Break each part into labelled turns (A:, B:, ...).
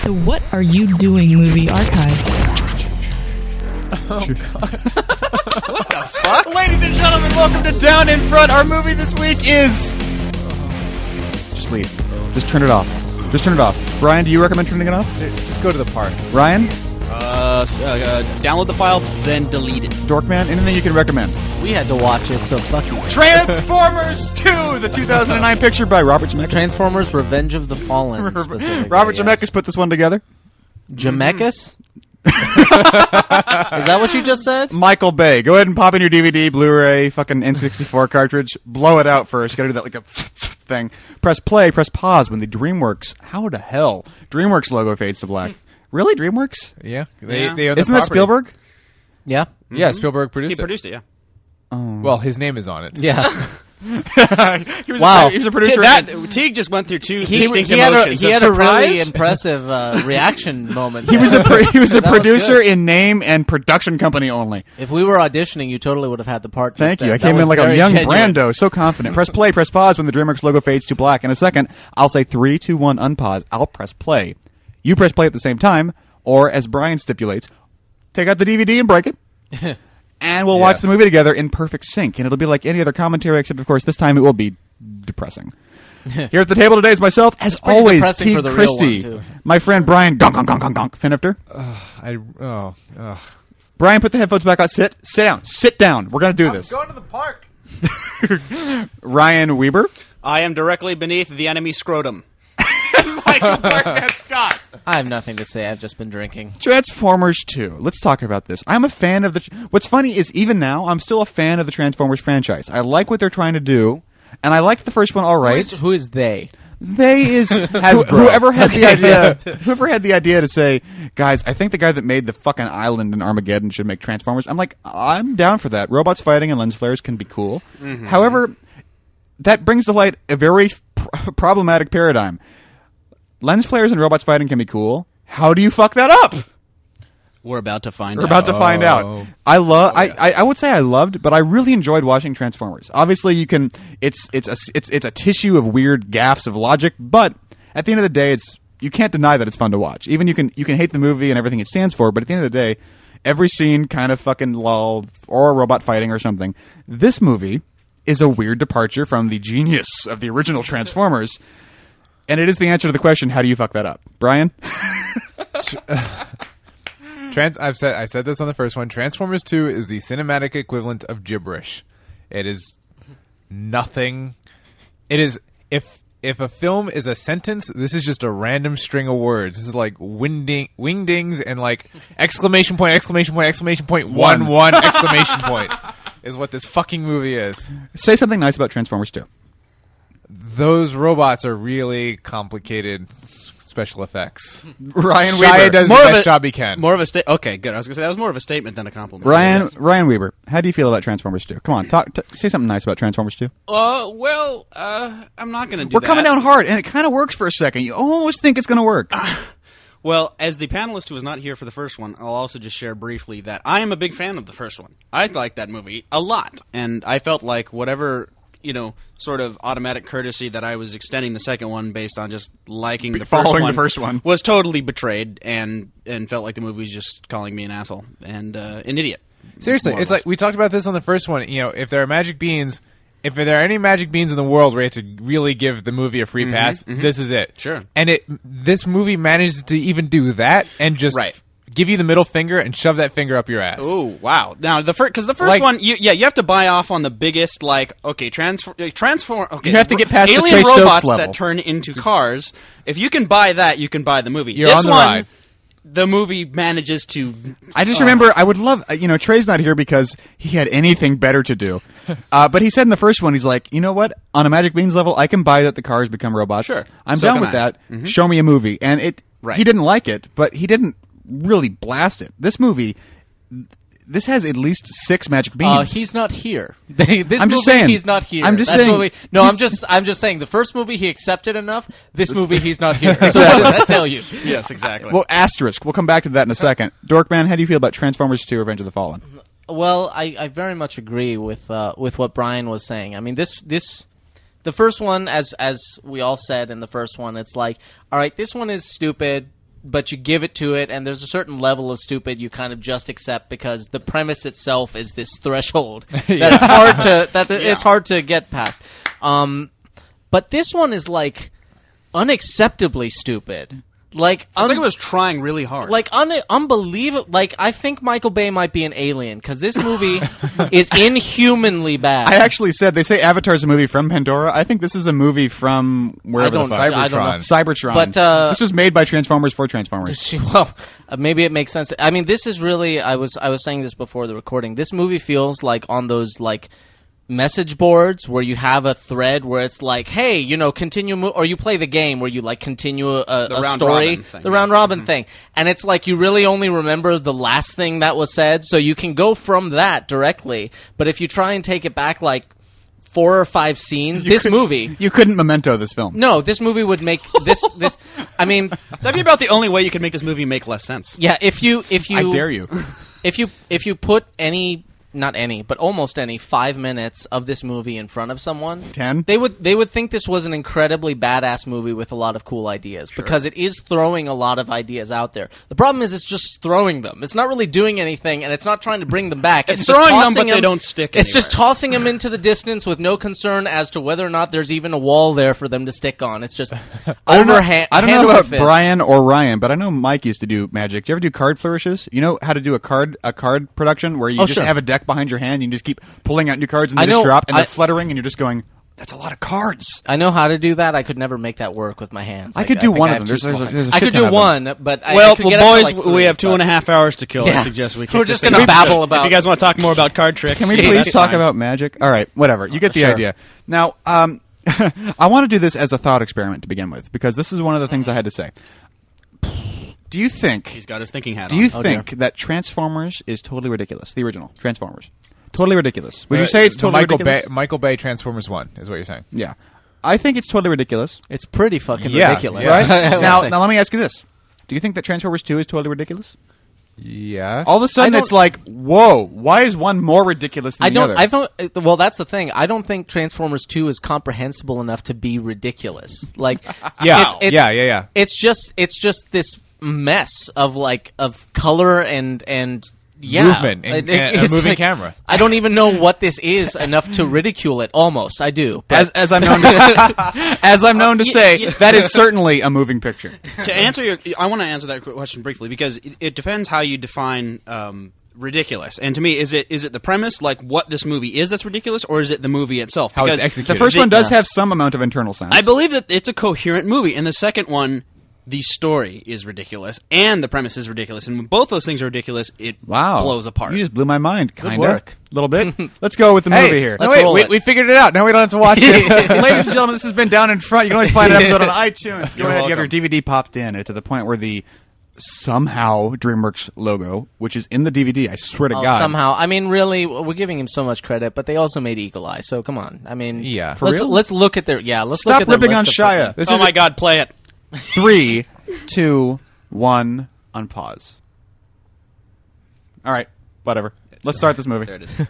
A: to What Are You Doing Movie Archives.
B: Ladies and gentlemen, welcome to Down in Front. Our movie this week is. Just leave. Just turn it off. Just turn it off. Brian, do you recommend turning it off?
C: Just go to the park.
B: Ryan,
D: Uh, s- uh, uh, download the file, then delete it.
B: Dorkman, anything you can recommend?
C: We had to watch it, so fuck you.
B: Transformers 2, the 2009 picture by Robert Zemeckis.
C: Transformers: Revenge of the Fallen. specifically,
B: Robert
C: yes.
B: Zemeckis put this one together.
C: Zemeckis. Is that what you just said?
B: Michael Bay, go ahead and pop in your DVD, Blu-ray, fucking N64 cartridge. Blow it out first. You gotta do that like a thing. Press play, press pause when the DreamWorks. How the hell DreamWorks logo fades to black? Really, DreamWorks?
E: Yeah, they,
D: Yeah.
E: they own the
B: Isn't that
E: property.
B: Spielberg? Mm-hmm.
C: Yeah.
E: Yeah, Spielberg produced
D: He
E: it.
D: produced it, yeah.
E: Well, his name is on it.
C: Yeah.
B: He was
C: Wow.
B: a, he was a producer.
D: that, Teague just went through two distinct
C: had a,
D: emotions.
C: he
D: of
C: had a really
D: surprise
C: impressive uh, reaction moment.
B: He
C: there.
B: was a pro- he was a
C: That was
B: producer
C: good.
B: in name and production company only.
C: If we were auditioning, you totally would have had the part. just
B: Thank you.
C: then.
B: I
C: That
B: came
C: was
B: in like a
C: very
B: young
C: genuine.
B: Brando, so confident. press play, press pause when the DreamWorks logo fades to black. In a second, I'll say three, two, one, unpause. I'll press play. You press play at the same time, or as Brian stipulates, take out the DVD and break it. and we'll watch
E: Yes.
B: the movie together in perfect sync. And it'll be like any other commentary, except, of course, this time it will be depressing. Here at the table today is myself, as
C: pretty
B: always,
C: depressing
B: T.
C: for the real
B: Christie,
C: one, too.
B: my friend Brian Gonk Gonk Gonk Gonk Gonk Finifter.
E: I oh, ugh.
B: Brian, put the headphones back on. Sit, sit down, sit down. We're gonna do this.
E: to the park.
B: Ryan Weber.
D: I am directly beneath the enemy scrotum.
B: Scott.
C: I have nothing to say. I've just been drinking.
B: Transformers 2. Let's talk about this. I'm a fan of the. What's funny is even now I'm still a fan of the Transformers franchise. I like what they're trying to do, and I liked the first one all right.
C: Who is they?
B: They is who- whoever had the idea. Whoever had the idea to say, guys, I think the guy that made the fucking island in Armageddon should make Transformers. I'm like, I'm down for that. Robots fighting and lens flares can be cool. However, that brings to light a very pr- problematic paradigm. Lens flares and robots fighting can be cool. How do you fuck that up?
D: We're about to find
B: We're
D: out. Oh.
B: about to find out. I love. I, I I would say I loved, but I really enjoyed watching Transformers. Obviously, you can. It's it's a s- it's it's a tissue of weird gaffes of logic, but at the end of the day, it's you can't deny that it's fun to watch. Even you can you can hate the movie and everything it stands for, but at the end of the day, every scene kind of fucking lol or a robot fighting or something. This movie is a weird departure from the genius of the original Transformers. And it is the answer to the question: How do you fuck that up, Brian?
E: Trans. I've said I said this on the first one. Transformers Two is the cinematic equivalent of gibberish. It is nothing. It is if if a film is a sentence, this is just a random string of words. This is like winding wingdings and like exclamation point exclamation point exclamation point one one exclamation point is what this fucking movie is.
B: Say something nice about Transformers too.
E: Those robots are really complicated s- special effects.
B: Ryan
E: Shia
B: Weaver.
E: does
D: More
E: the
D: of
E: best
D: a-
E: job he can.
D: More of a sta- okay, good. I was gonna say that was more of a statement than a compliment.
B: Ryan
D: Yes.
B: Ryan Weaver, how do you feel about Transformers 2? Come on, talk, t- say something nice about Transformers 2.
D: Uh, well, uh, I'm not gonna do.
B: We're coming
D: that.
B: down hard, and it kind of works for a second. You almost think it's going to work.
D: Ah. Well, as the panelist who was not here for the first one, I'll also just share briefly that I am a big fan of the first one. I liked that movie a lot, and I felt like whatever you know, sort of automatic courtesy that I was extending the second one based on just liking the first
B: following
D: one,
B: the first one.
D: was totally betrayed, and and felt like the movie was just calling me an asshole and uh, an idiot.
E: Seriously,
D: More or
E: it's
D: less.
E: like we talked about this on the first one. You know, if there are magic beans, if there are any magic beans in the world where you have to really give the movie a free pass, this is it.
D: Mm-hmm, Sure.
E: And it this movie manages to even do that and just
D: Right.
E: give you the middle finger and shove that finger up your ass.
D: Oh wow! Now the first because the first
E: Like-
D: one, you, yeah, you have to buy off on the biggest like okay transform transform. Okay,
B: You have to get past the
D: alien
B: Trey Stokes
D: robots
B: level.
D: that turn into cars. If you can buy that, you can buy the movie.
E: You're
D: this
E: on the
D: one,
E: ride.
D: the movie manages to.
B: I just remember I would love, uh, you know, Trey's not here because he had anything better to do. Uh, but he said in the first one, he's like, you know what? On a Magic Beans level, I can buy that the cars become robots.
D: Sure.
B: I'm
D: So
B: down
D: can
B: with
D: I. Mm-hmm.
B: that. Show me a movie. And it,
D: Right.
B: he didn't like it, but he didn't really blast it. This movie, th- this has at least six Magic Beans.
C: Uh, he's not here. They- this
B: I'm
C: movie,
B: just saying.
C: he's not here.
B: I'm just
C: That's
B: saying.
C: what we- no,
B: He's-
C: I'm just, I'm just saying. The first movie he accepted enough. This movie he's not here. So what does that tell you?
D: Yes, exactly.
B: Well, asterisk. We'll come back to that in a second. Dorkman, how do you feel about Transformers 2 Revenge of the Fallen?
C: Well, I, I very much agree with uh, with what Brian was saying. I mean, this this the first one, as as we all said in the first one, it's like, all right, this one is stupid. but you give it to it, and there's a certain level of stupid you kind of just accept because the premise itself is this threshold that it's hard to that the- it's hard to get past. Um, but this one is like unacceptably stupid. Like
D: It's like
C: un-
D: it was trying really hard.
C: like un- unbelievable. Like I think Michael Bay might be an alien because this movie is inhumanly bad.
B: I actually said they say Avatar's a movie from Pandora. I think this is a movie from wherever
C: don't
B: the
C: know.
B: fuck.
C: I don't know.
B: Cybertron.
C: But, uh,
B: this was made by Transformers for Transformers.
C: She- well, uh, maybe it makes sense. I mean, this is really. I was I was saying this before the recording. This movie feels like on those like message boards where you have a thread where it's like, hey, you know, continue, mo- or you play the game where you like continue a, a
D: round
C: story,
D: robin thing,
C: the
D: yeah.
C: round robin thing, and it's like you really only remember the last thing that was said, so you can go from that directly. But if you try and take it back, like. Four or five scenes. this movie,
B: You couldn't memento this film.
C: no, this movie would make this this. I mean,
D: That'd be about the only way you could make this movie make less sense.
C: yeah. If you if you
B: I dare you.
C: if you if you put any not any but almost any five minutes of this movie in front of someone
B: 10?
C: they would they would think this was an incredibly badass movie with a lot of cool ideas because it is throwing a lot of ideas out there the problem is it's just throwing them it's not really doing anything and it's not trying to bring them back it's, just
D: throwing them,
C: tossing
D: but they don't stick
C: it's just
D: anywhere.
C: tossing them into the distance with no concern as to whether or not there's even a wall there for them to stick on it's just
B: I don't know,
C: overhand
B: I don't
C: hand
B: know
C: over
B: about
C: fist.
B: Brian or Ryan, but I know Mike used to do magic. Do you ever do card flourishes? You know how to do a card a card production where you
C: Oh,
B: just
C: sure.
B: have a deck behind your hand and you just keep pulling out new cards and they
C: I know-
B: just drop and
C: I-
B: they're fluttering and you're just going, That's a lot of cards.
C: I know how to do that. I could never make that work with my hands.
B: I could do
C: think
B: one
C: I
B: of them.
C: have two
B: There's-
C: small
B: there's- there's a
C: hands. I
B: shit
C: could
B: ton
C: do
B: of them.
C: one, but I, I
D: well,
C: could get up
D: well,
C: to,
D: boys,
C: like,
D: we
C: three,
D: have two
C: but-
D: and a half hours to kill.
C: Yeah.
D: I suggest we.
C: We're
D: kick
C: just
D: this
C: gonna
D: thing.
C: babble about-
D: If you guys want to talk more about card tricks,
B: Can we
D: yeah,
B: please
D: that's
B: talk
D: fine.
B: about magic? All right, whatever. You get the
D: Sure.
B: idea. Now, um, I want to do this as a thought experiment to begin with because this is one of the things I had to say. Do you think?
D: He's Oh, got his thinking hat
B: Do
D: on.
B: you think that Transformers is totally ridiculous? The original Transformers, totally ridiculous. Would you
E: Uh,
B: say it's
E: the
B: totally
E: Michael
B: ridiculous?
E: Bay, Michael Bay Transformers One is what you're
D: Mm.
E: saying.
B: yeah, I think it's totally ridiculous.
C: It's pretty fucking
E: Yeah,
C: ridiculous.
E: yeah. Right?
C: I will
B: now,
C: say.
B: now let me ask you this: Do you think that Transformers Two is totally ridiculous?
E: Yes.
B: All of a sudden,
C: I
B: it's
C: don't-
B: like, whoa! Why is one more ridiculous than
C: I
B: the
C: don't.
B: other?
C: I don't. uh, Well, that's the thing. I don't think Transformers Two is comprehensible enough to be ridiculous. Like,
E: Yeah.
C: it's, it's,
E: Yeah, yeah, yeah.
C: It's just, it's just this mess of like of color and and yeah,
E: Movement and- and a
C: it's
E: moving camera.
C: I don't even know what this is enough to ridicule it. Almost, I do. But-
B: as, as I'm known to, as I'm known to
C: y-
B: say,
C: y-
B: that is certainly a moving picture.
D: to answer your, I want to answer that question briefly because it, it depends how you define um, ridiculous. And to me, is it is it the premise, like what this movie is, that's ridiculous, or is it the movie itself?
E: How it's
D: Because
E: executed.
B: The first
D: They-
B: one does have some amount of internal sense.
D: I believe that it's a coherent movie, and the second one, the story is ridiculous and the premise is ridiculous, and when both those things are ridiculous, it
B: Wow,
D: blows apart.
B: You just blew my mind. Kind of,
C: work.
B: a little bit. Let's go with the
E: Hey,
B: movie here.
E: No,
C: Let's
E: wait,
C: roll
E: we,
C: it.
E: we figured it out. Now we don't have to watch it.
B: Ladies and gentlemen, this has been Down in Front. You can always find an episode on iTunes. Go
D: You're
B: ahead, you have your
D: welcome.
B: DVD popped in. It's at the point where the somehow DreamWorks logo, which is in the DVD, I swear to
C: Oh,
B: God,
C: somehow. I mean, really, we're giving him so much credit, but they also made Eagle Eye. So come on. I mean,
E: Yeah. For
C: let's
B: real?
C: let's look at their yeah. Let's
B: Stop
C: look at their
B: ripping on
C: list of
B: Shia.
E: This
D: oh
E: is
D: my god, play it!
B: Three, two, one, unpause. All right, whatever. Let's start this movie.
D: There it is.
C: fucking-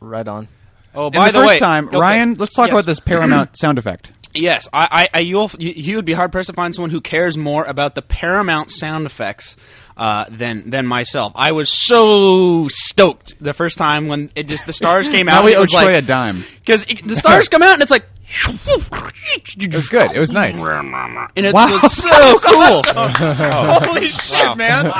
C: Right on.
D: Oh,
B: And
D: by
B: the, first
D: way,
B: time,
D: okay.
B: Ryan, let's talk
D: Yes.
B: about this Paramount sound effect.
D: Yes, I, I, I you'll, you, you would be hard pressed to find someone who cares more about the Paramount sound effects uh, than than myself. I was so stoked the first time when it just the stars came out.
B: Now we
D: it
B: owe
D: was
B: Troy
D: like,
B: a dime.
D: because the stars come out and it's like.
E: it was good. It was nice.
D: And it
B: Wow.
D: was so cool.
B: Holy shit, man!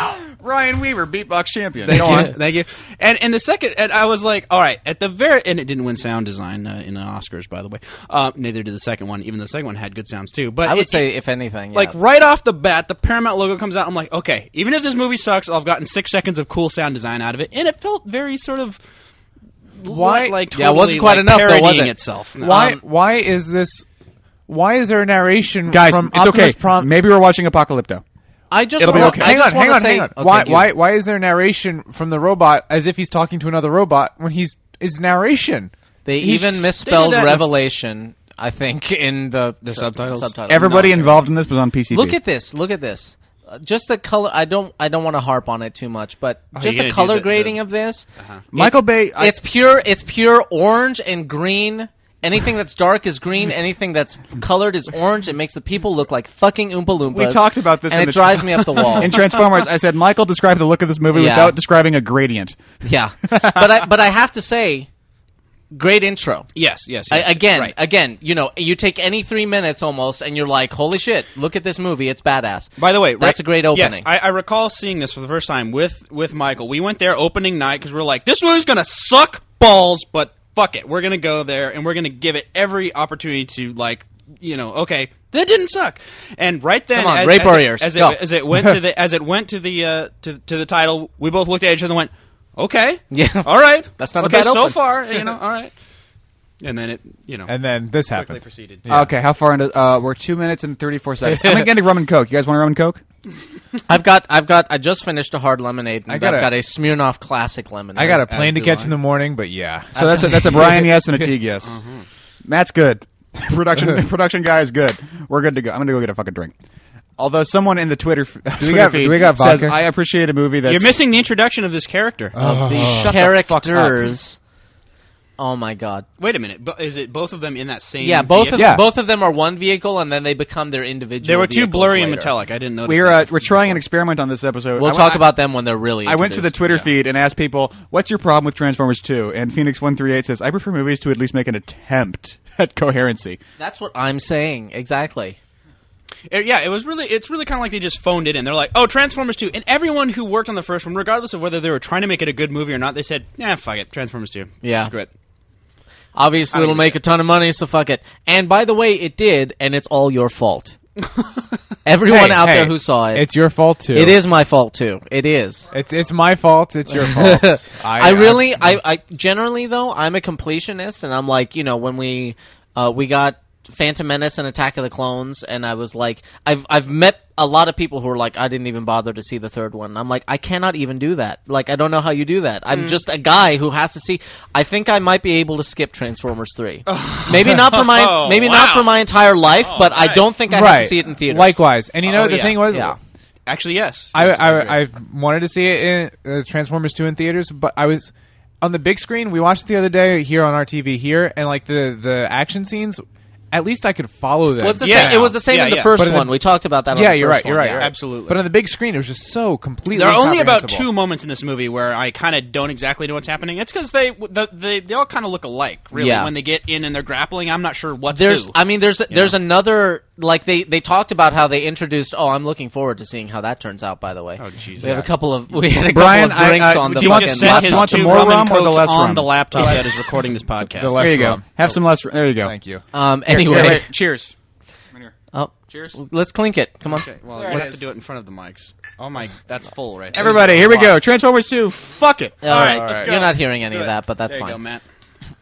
B: Ryan Weaver, beatbox champion.
D: Thank you. Thank you. And and the second, and I was like, all right, at the very, and it didn't win sound design uh, in the Oscars, by the way. Uh, neither did the second one, even though the second one had good sounds too. But
C: I would
D: it-
C: say, if anything, yeah.
D: like right off the bat, the Paramount logo comes out. I'm like, okay, even if this movie sucks, I've gotten six seconds of cool sound design out of it, and it felt very sort of
E: Why-
D: li- like totally,
C: Yeah, it wasn't quite
D: like,
C: enough, though, was
D: parodying
C: it?
D: itself. No.
E: Why?
C: Um,
E: why is this? Why is there a narration
B: Guys,
E: from
B: it's
E: Optimus
B: okay.
E: Prime?
B: Maybe we're watching Apocalypto.
C: I just
B: It'll be
C: wa-
B: okay.
C: I
E: hang on,
C: just
E: hang
C: wanna
E: on,
C: say,
E: hang on.
C: Okay,
E: why,
C: good.
E: why, why is there narration from the robot as if he's talking to another robot when he's it's narration?
C: They
E: He's
C: even
E: just-
C: misspelled
D: they did that in the-
C: revelation. I think in the the
D: subtitles?
B: Everybody involved in this was on PCB.
C: Look at this. Look at this. Uh, just the color. I don't. I don't want to harp on it too much, but just
D: you're
C: the
D: gonna Oh, do
C: color
D: the- Uh-huh.
C: grading
D: the-
C: of this. it's-
B: Michael Bay, I-
C: it's pure. It's pure orange and green. Anything that's dark is green. Anything that's colored is orange. It makes the people look like fucking Oompa Loompas.
B: We talked about this
C: and
B: in
C: it
B: the-
C: drives me up the
D: Oh.
C: wall.
B: In Transformers, I said Michael described the look of this movie
C: Yeah.
B: without describing a gradient.
C: yeah, but I but I have to say, great intro.
D: Yes, yes.
C: I,
D: yes,
C: again,
D: right.
C: again, you know, you take any three minutes almost, and you're like, "Holy shit! Look at this movie; it's badass."
D: By the way,
C: that's
D: right-
C: a great
D: yes,
C: opening.
D: I, I recall seeing this for the first time with with Michael. We went there opening night because we are like, this movie's gonna suck balls, but fuck it, we're gonna go there and we're gonna give it every opportunity to like, you know, okay, that didn't suck. And right then,
C: Come on,
D: as,
C: Rape
D: as
C: Warriors,
D: it, as,
C: go.
D: it, as it went to the as it went to the uh, to to the title, we both looked at each other and went, okay,
C: Yeah.
D: all right,
C: That's not a
D: okay
C: bad
D: so
C: open.
D: far, you know, all right. And then it, you know,
E: and then this
D: quickly
E: happened.
D: proceeded.
B: Okay, how far into? Uh, we're two minutes and thirty-four seconds. I'm gonna get into rum and coke. You guys want rum and coke?
C: I've got, I've got, I just finished a hard lemonade. And I
E: I got
C: have
E: a-
C: got a Smirnoff Classic lemonade.
E: I got a
D: As-
E: plane to
D: as do
E: catch
D: I.
E: in the morning, but yeah.
B: So that's a, that's a Brian yes and a Teague yes.
E: Mm-hmm.
B: Matt's good. production production guy is good. We're good to go. I'm gonna go get a fucking drink. Although someone in the Twitter, f- Twitter
E: got-
B: feed
E: do we got
B: says
E: vodka?
B: I appreciate a movie that's
D: You're missing the introduction of this character.
E: Uh, Oh,
C: of the
B: the fuck up.
C: characters. oh my god!
D: Wait a minute. But is it both of them in that same?
C: Yeah, both
D: vehicle?
C: of
E: Yeah.
C: both of them are one vehicle, and then they become their individual.
D: They were too
C: vehicles
D: blurry and
C: later.
D: metallic. I didn't notice.
B: We're uh,
D: that.
B: we're trying an experiment on this episode.
C: We'll
B: I-
C: talk
B: I-
C: about them when they're really.
B: I went to the
C: introduced.
B: Twitter feed and asked people, "What's your problem with Transformers 2?" And Phoenix 138 says, "I prefer movies to at least make an attempt at coherency."
C: That's what I'm saying exactly.
D: It- Uh, yeah, it was really. It's really kind of like they just phoned it in. They're like, "Oh, Transformers 2. and everyone who worked on the first one, regardless of whether they were trying to make it a good movie or not, they said, "Yeah, fuck it, Transformers 2.
C: Yeah.
D: screw it."
C: Obviously, it'll
D: agree
C: make a ton of money, so fuck it. And by the way, it did, and it's all your fault. Everyone
E: Hey,
C: out there
E: hey,
C: who saw it,
E: It's your fault too.
C: it is my fault too. It is.
E: It's it's my fault. It's your fault.
C: I really, I, I generally though, I'm a completionist, and I'm like, you know, when we uh, we got Phantom Menace and Attack of the Clones, and I was like, I've I've met a lot of people who are like, I didn't even bother to see the third one. I'm like, I cannot even do that. Like, I don't know how you do that.
D: Mm.
C: I'm just a guy who has to see. I think I might be able to skip Transformers three. maybe not for my
D: Oh,
C: maybe not
D: wow.
C: for my entire life,
D: Oh,
C: but I
D: right.
C: don't think I
E: right.
C: have to see it in theaters.
E: Likewise, and you know
D: Oh,
E: the
D: yeah.
E: thing was,
C: Yeah.
D: Actually, yes.
E: I,
D: Yes,
E: I,
D: agree.
E: I wanted to see it in uh, Transformers 2 in theaters, but I was on the big screen. We watched it the other day here on our TV here, and like the, the action scenes, at least I could follow them.
C: Well, it's the
D: Yeah.
C: same, it was the same
D: Yeah,
C: in the
D: yeah.
C: first
E: But in the-
C: one. we talked about that. on
E: yeah,
C: the
E: you're
C: first
E: right. You're
C: one,
E: right.
C: yeah.
E: You're right.
D: Absolutely.
E: But on the big screen, it was just so completely.
D: There are only about
E: incomprehensible.
D: two moments in this movie where I kind of don't exactly know what's happening. It's because they, the, they they all kind of look alike, really.
C: Yeah.
D: When they get in and they're grappling, I'm not sure what's
C: There's,
D: who.
C: I mean, there's there's another like they they talked about how they introduced. Oh, I'm looking forward to seeing how that turns out. By the way,
D: Oh, jeez.
C: we have a couple of we had a
B: Brian,
C: couple of drinks
B: I- I-
C: on the
B: do
D: He
B: you want-
C: fucking
D: just sent
B: laptop.
D: his
B: Want the
D: two
B: more
D: rum
B: rum
D: and
B: or the
D: cokes
B: less
D: on
B: rum?
D: the laptop that is recording this podcast.
E: The less-
B: there you go.
E: rum.
B: Have some less. There you go.
E: Thank you.
C: Um.
B: Here,
C: Anyway,
B: here, here. cheers. Come here.
C: Oh,
B: Cheers.
C: let's clink it. Come on.
D: Well,
B: There
D: we
B: it
D: have
B: is.
D: to do it in front of the mics. Oh my, that's full right there.
B: Everybody, here we go. Transformers 2. Fuck it.
C: All right,
E: all right.
C: you're not hearing any
D: Do it.
C: of that, but that's
D: There you go,
C: fine.
D: Matt.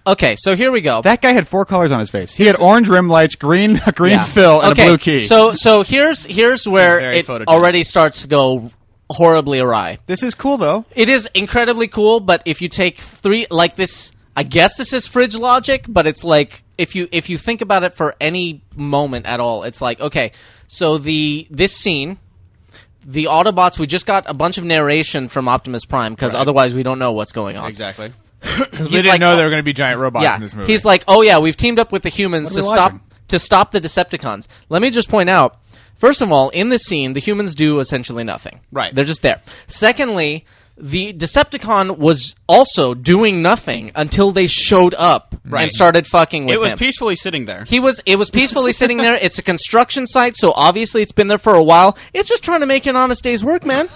C: okay, so here we go.
B: That guy had four colors on his face. He had orange rim lights, green a green
C: Yeah.
B: fill, and
C: okay,
B: a blue key.
C: So so here's here's where
D: very
C: it
D: photogenic.
C: already starts to go horribly awry.
B: this is cool though.
C: It is incredibly cool, but if you take three, like this, I guess this is fridge logic, but it's like if you if you think about it for any moment at all, it's like okay, so the this scene, the Autobots, we just got a bunch of narration from Optimus Prime because otherwise we don't know what's going on.
D: Exactly.
E: We didn't know there were going to be giant robots
C: oh, Yeah,
E: in this movie.
C: he's like, oh yeah, we've teamed up with the humans
B: What
C: to
B: are we
C: stop
B: watching?
C: to stop the Decepticons. Let me just point out, first of all, in this scene, the humans do essentially nothing.
D: Right.
C: they're just there. Secondly, the Decepticon was also doing nothing until they showed up and started fucking with
D: It was
C: him.
D: peacefully sitting there.
C: He was it was peacefully sitting there. It's a construction site, so obviously it's been there for a while. It's just trying to make an honest day's work, man.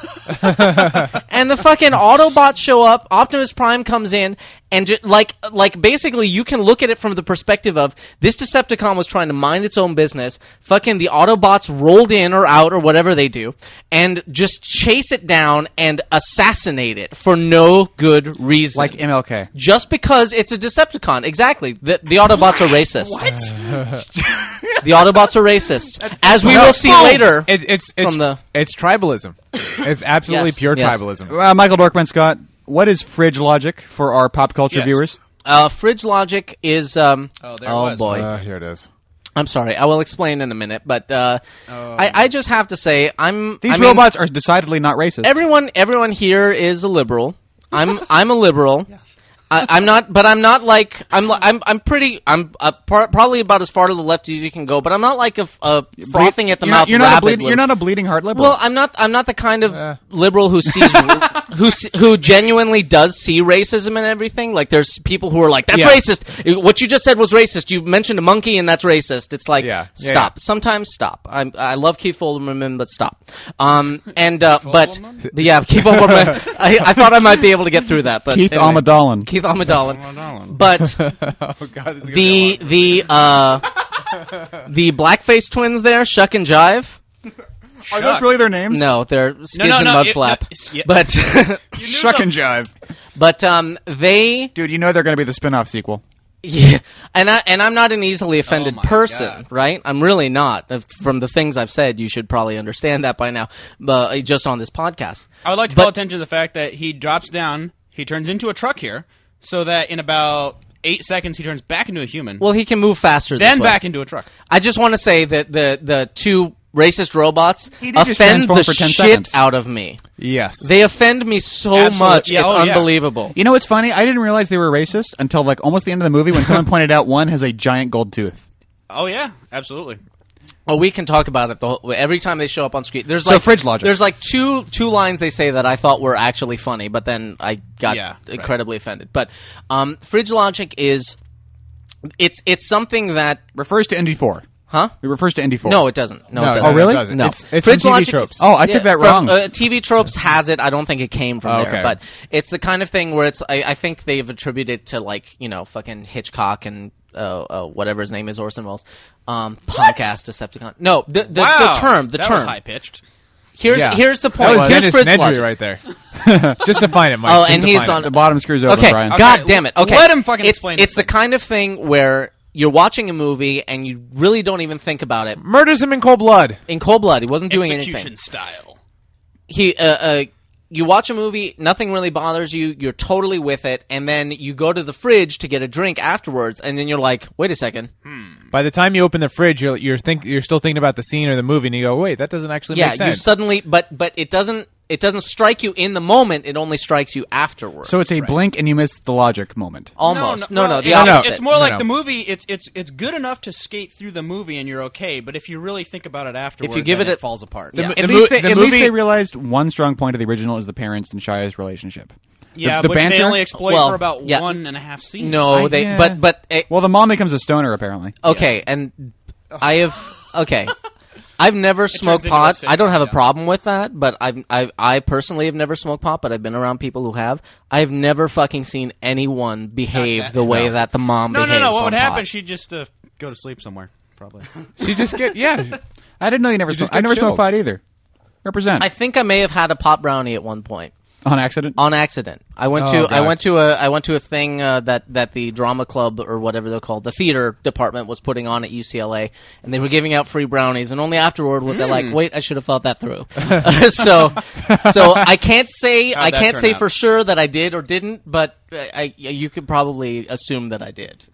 C: and the fucking Autobots show up. Optimus Prime comes in, and ju- like like basically, you can look at it from the perspective of this Decepticon was trying to mind its own business. Fucking the Autobots rolled in or out or whatever they do, and just chase it down and assassinate it for no good reason,
B: Like MLK.
C: just because it's a Decepticon. Exactly. The, the Autobots are racist. what? the Autobots are racist. As we
E: No,
C: will see
E: boom!
B: Oh.
C: later.
E: It's it's it's,
C: from the-
E: it's tribalism. It's absolutely
C: Yes,
E: pure
C: yes.
E: tribalism.
B: Uh, Michael Dorkman Scott, what is fridge logic for our pop culture
D: Yes.
B: viewers?
C: uh, Fridge Logic is. Um,
D: Oh, there it was.
C: boy.
E: Uh, here it is.
C: I'm sorry. I will explain in a minute. But uh,
D: Oh.
C: I, I just have to say, I'm.
B: These
C: I mean,
B: robots are decidedly not racist.
C: Everyone, everyone here is a liberal. I'm. I'm a liberal. I, I'm not, but I'm not like I'm. li- I'm. I'm pretty. I'm uh, par- probably about as far to the left as you can go. But I'm not like a, f- a frothing at the
B: you're
C: mouth.
B: Not, you're, not a
C: rabid
B: bleeding, you're
C: liberal.
B: not a bleeding heart liberal.
C: Well, I'm not. I'm not the kind of liberal who sees who se- who genuinely does see racism and everything. Like there's people who are like, "That's
B: Yeah.
C: racist." What you just said was racist. You mentioned a monkey, and that's racist. It's like,
E: Yeah. Yeah,
C: stop.
E: yeah.
C: Sometimes stop. I I love Keith Olbermann, but stop. Um, and uh, but but yeah, Keith Olbermann. I, I thought I might be able to get through that, but
B: Keith
C: anyway.
B: Amidalin.
C: Keith Amidalin. But
E: Oh god, this is gonna be a
C: the the uh the blackface twins there, Shuck and Jive.
B: Are those really their names?
C: No, they're skids
D: no,
C: and
D: no,
C: mud
D: it-
C: flap.
D: no, it's- yeah.
C: But
B: Shuck and jive.
C: but um they
B: Dude, you know they're going to be the spin-off sequel.
C: yeah, and I and I'm not an easily offended
D: Oh my
C: person,
D: God.
C: right? I'm really not. If- From the things I've said, you should probably understand that by now. But uh, just on this podcast,
D: I would like to
C: But-
D: call attention to the fact that he drops down, he turns into a truck here, so that in about eight seconds he turns back into a human,
C: well, he can move faster.
D: then
C: this way.
D: back into a truck.
C: I just want to say that the the two racist robots
B: He did just
C: offend
B: transform
C: the
B: for 10
C: shit
B: seconds.
C: out of me.
E: Yes.
C: They offend me so
D: Absolutely.
C: much;
D: Yeah,
C: it's
D: oh, yeah.
C: unbelievable.
B: You know what's funny? I didn't realize they were racist until like almost the end of the movie when someone pointed out one has a giant gold tooth.
D: Oh yeah, absolutely.
C: Oh, we can talk about it the whole, every time they show up on screen. There's
B: So
C: like
B: fridge logic.
C: There's like two two lines they say that I thought were actually funny, but then I got
D: Yeah, right.
C: incredibly offended. But um, fridge logic is it's it's something that
B: Refers to Indy 4.
C: huh?
B: It refers to Indy 4.
C: No, it doesn't. No,
E: No,
C: it
E: no,
C: doesn't.
B: Oh, really?
E: It doesn't.
C: No.
E: It's, it's
C: Fridge
E: from TV
C: logic-
E: tropes.
B: Oh, I took that
C: from,
B: wrong.
C: Uh, TV tropes has it. I don't think it came from
E: Oh,
C: there,
E: okay.
C: but it's the kind of thing where it's. I, I think they've attributed to like you know fucking Hitchcock and uh, uh, whatever his name is Orson Welles, um, punk ass Decepticon. No, the, the,
D: wow,
C: the term. The
D: that
C: term.
D: was high pitched.
C: Here's
E: Yeah.
C: here's the point.
E: That was
C: here's
E: Dennis
C: Fritz
E: Nedry
C: logic.
E: right there. just to find it, Mike.
C: Oh,
E: just
C: and
E: to
C: he's
E: find
C: on-
E: it.
B: The bottom screws over,
C: Okay,
B: Brian.
C: God
D: Okay,
C: damn it. Okay,
D: let him fucking
C: it's,
D: explain
C: It's
D: this
C: the
D: thing.
C: kind of thing where you're watching a movie and you really don't even think about it.
E: murders him in cold blood.
C: In cold blood, he wasn't doing
D: Execution
C: anything.
D: style.
C: He, uh, uh, you watch a movie, nothing really bothers you. You're totally with it, and then you go to the fridge to get a drink afterwards, and then you're like, "Wait a second,
E: By the time you open the fridge, you're you're think you're still thinking about the scene or the movie, and you go, "Wait, that doesn't actually
C: yeah."
E: make
C: You
E: sense."
C: suddenly, but but it doesn't it doesn't strike you in the moment. It only strikes you afterwards.
B: So it's a blink and you miss the logic moment.
C: almost no no,
D: well,
C: the
D: it's-
C: opposite.
D: It's more
E: No,
D: like
E: no.
D: the movie. It's it's it's good enough to skate through the movie and you're okay. But if you really think about it afterward,
C: give
D: then
C: it a-
D: falls apart.
C: The
D: yeah.
C: mo-
B: At,
E: The
B: least,
E: mo-
B: they,
E: the
B: at least
E: movie-
B: they realized one strong point of the original is the parents and Shia's relationship. The-
D: yeah,
B: the,
D: which
B: banter.
D: they only exploit
C: Well,
D: for about
C: yeah.
D: one and a half scenes.
C: no,
B: I-
C: they
B: yeah.
C: but but eh, it,
B: well, the mom becomes a stoner apparently.
C: Okay, and I have okay. I've never smoked
D: into a
C: pot.
D: sitcom,
C: I don't have a
D: yeah.
C: problem with that, but I've, I I personally have never smoked pot, but I've been around people who have. I've never fucking seen anyone behave the way that the mom
D: no, no,
C: behaves.
D: no. What
C: on
D: would happen?
C: pot.
D: She'd just uh, go to sleep somewhere, probably.
E: she just get yeah.
B: I didn't know you never.
E: just
B: smoked. I
E: get
B: never smoked
E: chilled.
B: pot either. Represent
C: I think I may have had a pot brownie at one point
B: on accident.
C: on accident. I went
E: Oh,
C: to I
E: God.
C: went to a I went to a thing uh, that that the drama club or whatever they're called, the theater department was putting on at UCLA, and they were giving out free brownies. And only afterward was I like, wait, I should have thought that through. so so I can't say I
D: How'd that
C: can't
D: turn
C: say
D: out?
C: for sure that I did or didn't, but uh, I you could probably assume that I did.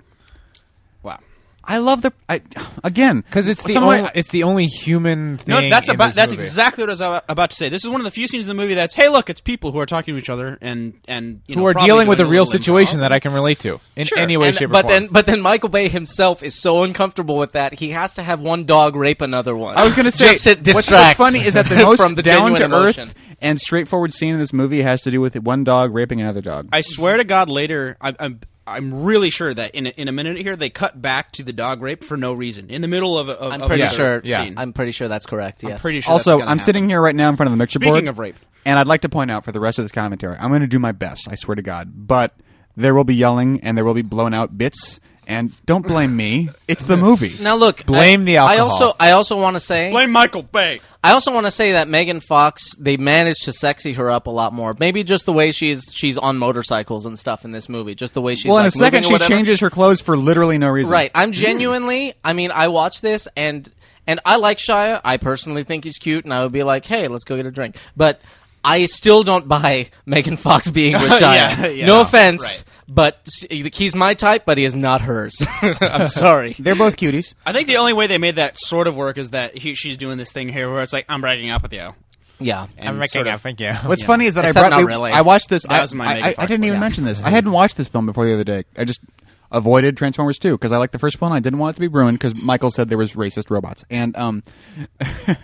D: wow.
B: I love the. I, again,
E: Because it's the
B: some way-
E: only, it's the only human thing.
D: No, that's
E: in
D: about
E: this
D: that's
E: movie.
D: exactly what I was a- about to say. This is one of the few scenes in the movie that's hey, look, it's people who are talking to each other and and you
E: who
D: know,
E: are
D: probably
E: dealing with a
D: doing
E: real
D: little
E: situation
D: improv.
E: that I can relate to in
D: Sure.
E: any way,
C: And-
E: shape, or
C: but
E: form.
C: then but then Michael Bay himself is so uncomfortable with that he has to have one dog rape another one.
B: I was going to say
C: just to
B: what's- what's,
C: distract
B: funny is that the most
C: from the
B: down to
C: genuine emotion.
B: earth and straightforward scene in this movie has to do with one dog raping another dog.
D: I swear to God, later I'm I'm, I'm really sure that in a, in a minute here they cut back to the dog rape for no reason in the middle of a. Of,
C: I'm
D: of
C: pretty
E: Yeah.
D: another
C: sure.
E: Yeah.
D: Scene.
C: I'm pretty sure that's correct. Yes.
D: I'm pretty sure.
B: also,
D: that's
B: I'm
D: gonna happen.
B: sitting here right now in front of the mixture
D: Speaking
B: board.
D: of rape.
B: and I'd like to point out for the rest of this commentary, I'm going to do my best. I swear to God, but there will be yelling and there will be blown out bits. And don't blame me; it's the movie.
C: Now look,
E: Blame
C: I,
E: the
C: I
E: alcohol.
C: also I also want to say
D: Blame Michael Bay.
C: I also want to say that Megan Fox they managed to sexy her up a lot more. Maybe just the way she's she's on motorcycles and stuff in this movie. Just the way she's
B: well, in
C: like,
B: a second,
C: moving or
B: she
C: whatever.
B: changes her clothes for literally no reason.
C: Right. I'm genuinely. I mean, I watch this and and I like Shia. I personally think he's cute, and I would be like, hey, let's go get a drink. But I still don't buy Megan Fox being with Shia.
D: Yeah, yeah.
C: no
D: No,
C: offense.
D: right.
C: But s- he's my type, but he is not hers. I'm sorry.
B: They're both cuties.
D: I think the only way they made that sort of work is that he, she's doing this thing here where it's like I'm breaking up with you.
C: Yeah.
D: And
E: I'm making
D: sort
E: a
D: of-
E: thank you.
B: What's funny is that
D: Except
B: I brought
D: not
B: we-
D: really.
B: I watched this.
D: That
B: I,
D: was my
B: I-
D: Megan
B: I- I
D: Fox
B: didn't
D: one,
B: even
D: yeah.
B: mention this. I hadn't watched this film before the other day. I just avoided Transformers 2 because I liked the first one. I didn't want it to be ruined because Michael said there was racist robots. And um,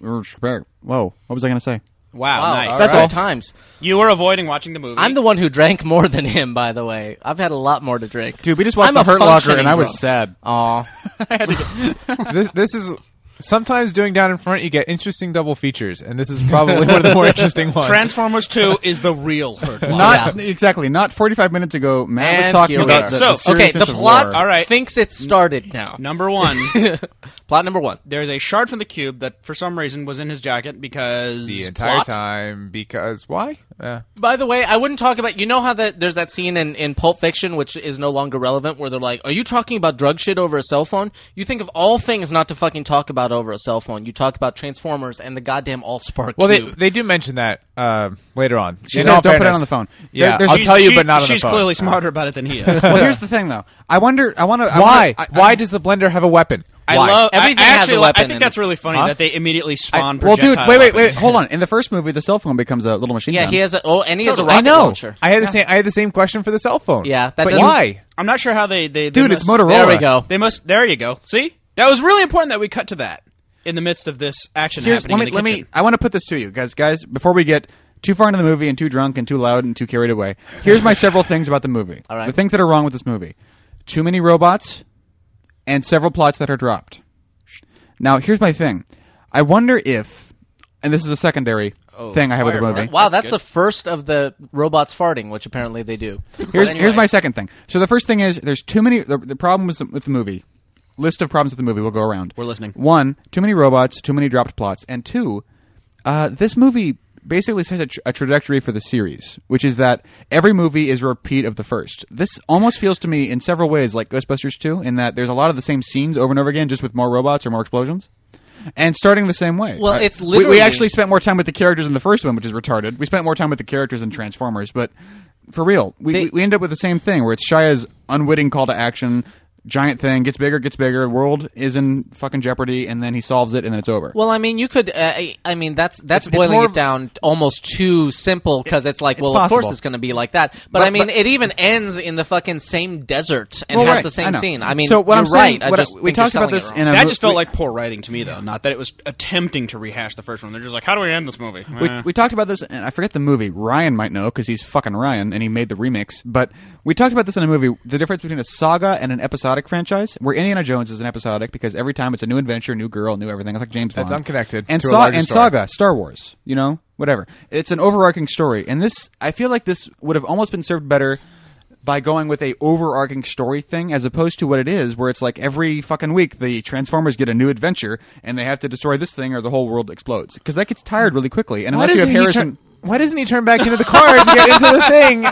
B: respect. whoa, what was I going to say?
D: Wow,
C: Wow,
D: nice.
C: that's
B: all
C: all
B: right.
C: times.
D: You were avoiding watching the movie.
C: I'm the one who drank more than him, by the way. I've had a lot more to drink.
B: Dude, we just watched
C: I'm
B: the
C: a
B: Hurt Locker
C: functioning
B: and I was
C: drunk.
B: sad.
C: Aw.
E: this, this is sometimes doing down in front you get interesting double features, and this is probably one of the more interesting ones.
D: Transformers Two is the real Hurt Locker.
B: Not exactly. Not 45 minutes ago, Matt was
C: And
B: talking
C: here we
B: about
C: are.
B: the,
D: So,
B: the
D: okay,
B: seriousness
C: okay, the
B: of
C: plot
B: war.
D: All right.
C: thinks it started now.
D: Number one,
C: Plot number one.
D: there's a shard from the cube that for some reason was in his jacket because
E: the entire
D: plot.
E: time because why? Uh,
C: By the way, I wouldn't talk about. You know how that there's that scene in, in Pulp Fiction, which is no longer relevant, where they're like, "Are you talking about drug shit over a cell phone?" You think of all things not to fucking talk about over a cell phone. You talk about Transformers and the goddamn AllSpark
E: well, they
C: cube.
E: they do mention that uh, later on.
B: She
E: In
B: says
E: all
B: don't put it
E: fairness-
B: on the phone.
E: Yeah,
B: There- there's-
E: I'll
D: She-
E: tell you,
D: she-
E: but not on the
D: She's
E: phone.
D: clearly smarter about it than he is.
B: Well, here's the thing, though. I wonder. I want to.
E: Why?
B: I, wanna- I,
E: why does the blender have a weapon?
D: I
E: Why?
D: love.
C: Everything
D: I, I
C: has a
D: actually,
C: weapon
D: I
C: in
D: think that's
C: it.
D: really funny that they immediately spawn.
B: well, dude,
D: projectile
B: wait, wait, wait.
D: weapons.
B: Hold on. In the first movie, the cell phone becomes a little machine
C: yeah,
B: gun.
C: he has a. Oh, and he has a rocket
E: I know.
C: launcher.
E: I had the same. I had the same question for the cell phone.
C: Yeah, that
E: but
C: doesn't-
E: why?
D: I'm not sure how they. they
B: Dude,
D: they
B: it's
D: must-
B: Motorola.
C: there we go.
D: They must. There you go. See, that was really important that we cut to that in the midst of this action
B: Here's,
D: happening.
B: let me,
D: in the
B: let me.
D: kitchen.
B: I want to put this to you, guys. Guys, before we get too far into the movie and too drunk and too loud and too carried away, here's my several things about the movie. All
C: right.
B: The things that are wrong with this movie: too many robots, and several plots that are dropped. Now, here's my thing. I wonder if, and this is a secondary thing I have with the
D: Oh, fire
B: movie.
C: Wow, that's, the first of the robots farting, which apparently they do.
B: Here's,
C: But anyway.
B: here's my second thing. So the first thing is there's too many. The, the problem with the, with the movie, list of problems with the movie. We'll go around.
D: We're listening.
B: One, too many robots, too many dropped plots, and two, uh, this movie basically sets a, tr a trajectory for the series, which is that every movie is a repeat of the first. This almost feels to me in several ways like Ghostbusters 2, in that there's a lot of the same scenes over and over again, just with more robots or more explosions. And starting the same way.
C: Well,
B: Uh,
C: it's
B: we- we
C: literally-
B: actually spent more time with the characters in the first one, which is retarded. We spent more time with the characters in Transformers, but for real, we,
C: They-
B: we, we end up with the same thing where it's Shia's unwitting call to action, giant thing gets bigger, gets bigger, world is in fucking jeopardy, and then he solves it, and then it's over.
C: Well, I mean, you could. Uh, I I mean, that's
B: It's-
C: that's
B: it's
C: boiling
B: more
C: it
B: of-
C: down almost too simple because it's like,
B: it's
C: well, of
B: possible.
C: course it's going to be like that. But, I mean, it even ends in the fucking same desert and
B: Well,
C: has
B: right,
C: the
B: I
C: same
B: know.
C: scene. I mean,
B: so what
C: you're
B: I'm saying,
C: right. I
B: what
C: just
B: we
C: think you're
B: talked about
C: selling it
B: this
C: wrong.
B: in a
D: That
B: mo-
D: just felt
B: we-
D: like poor writing to me, though. Not that it was attempting to rehash the first one. They're just like, how do we end this movie?
B: we,
D: Eh.
B: we talked about this, and I forget the movie. Ryan might know because he's fucking Ryan, and he made the remix. But we talked about this in a movie: the difference between a saga and an episodic franchise. Where Indiana Jones is an episodic because every time it's a new adventure, new girl, new everything. It's like James Bond.
E: That's unconnected
B: And,
E: to a
B: sa-
E: larger
B: and
E: story.
B: saga, Star Wars. You know, whatever. It's an overarching story, and this I feel like this would have almost been served better. By going with a overarching story thing, as opposed to what it is, where it's like every fucking week the Transformers get a new adventure and they have to destroy this thing or the whole world explodes because that gets tired really quickly. And
E: Why
B: unless you have
E: doesn't he
B: Harrison,
E: turn- why doesn't he turn back into the car to get into the thing?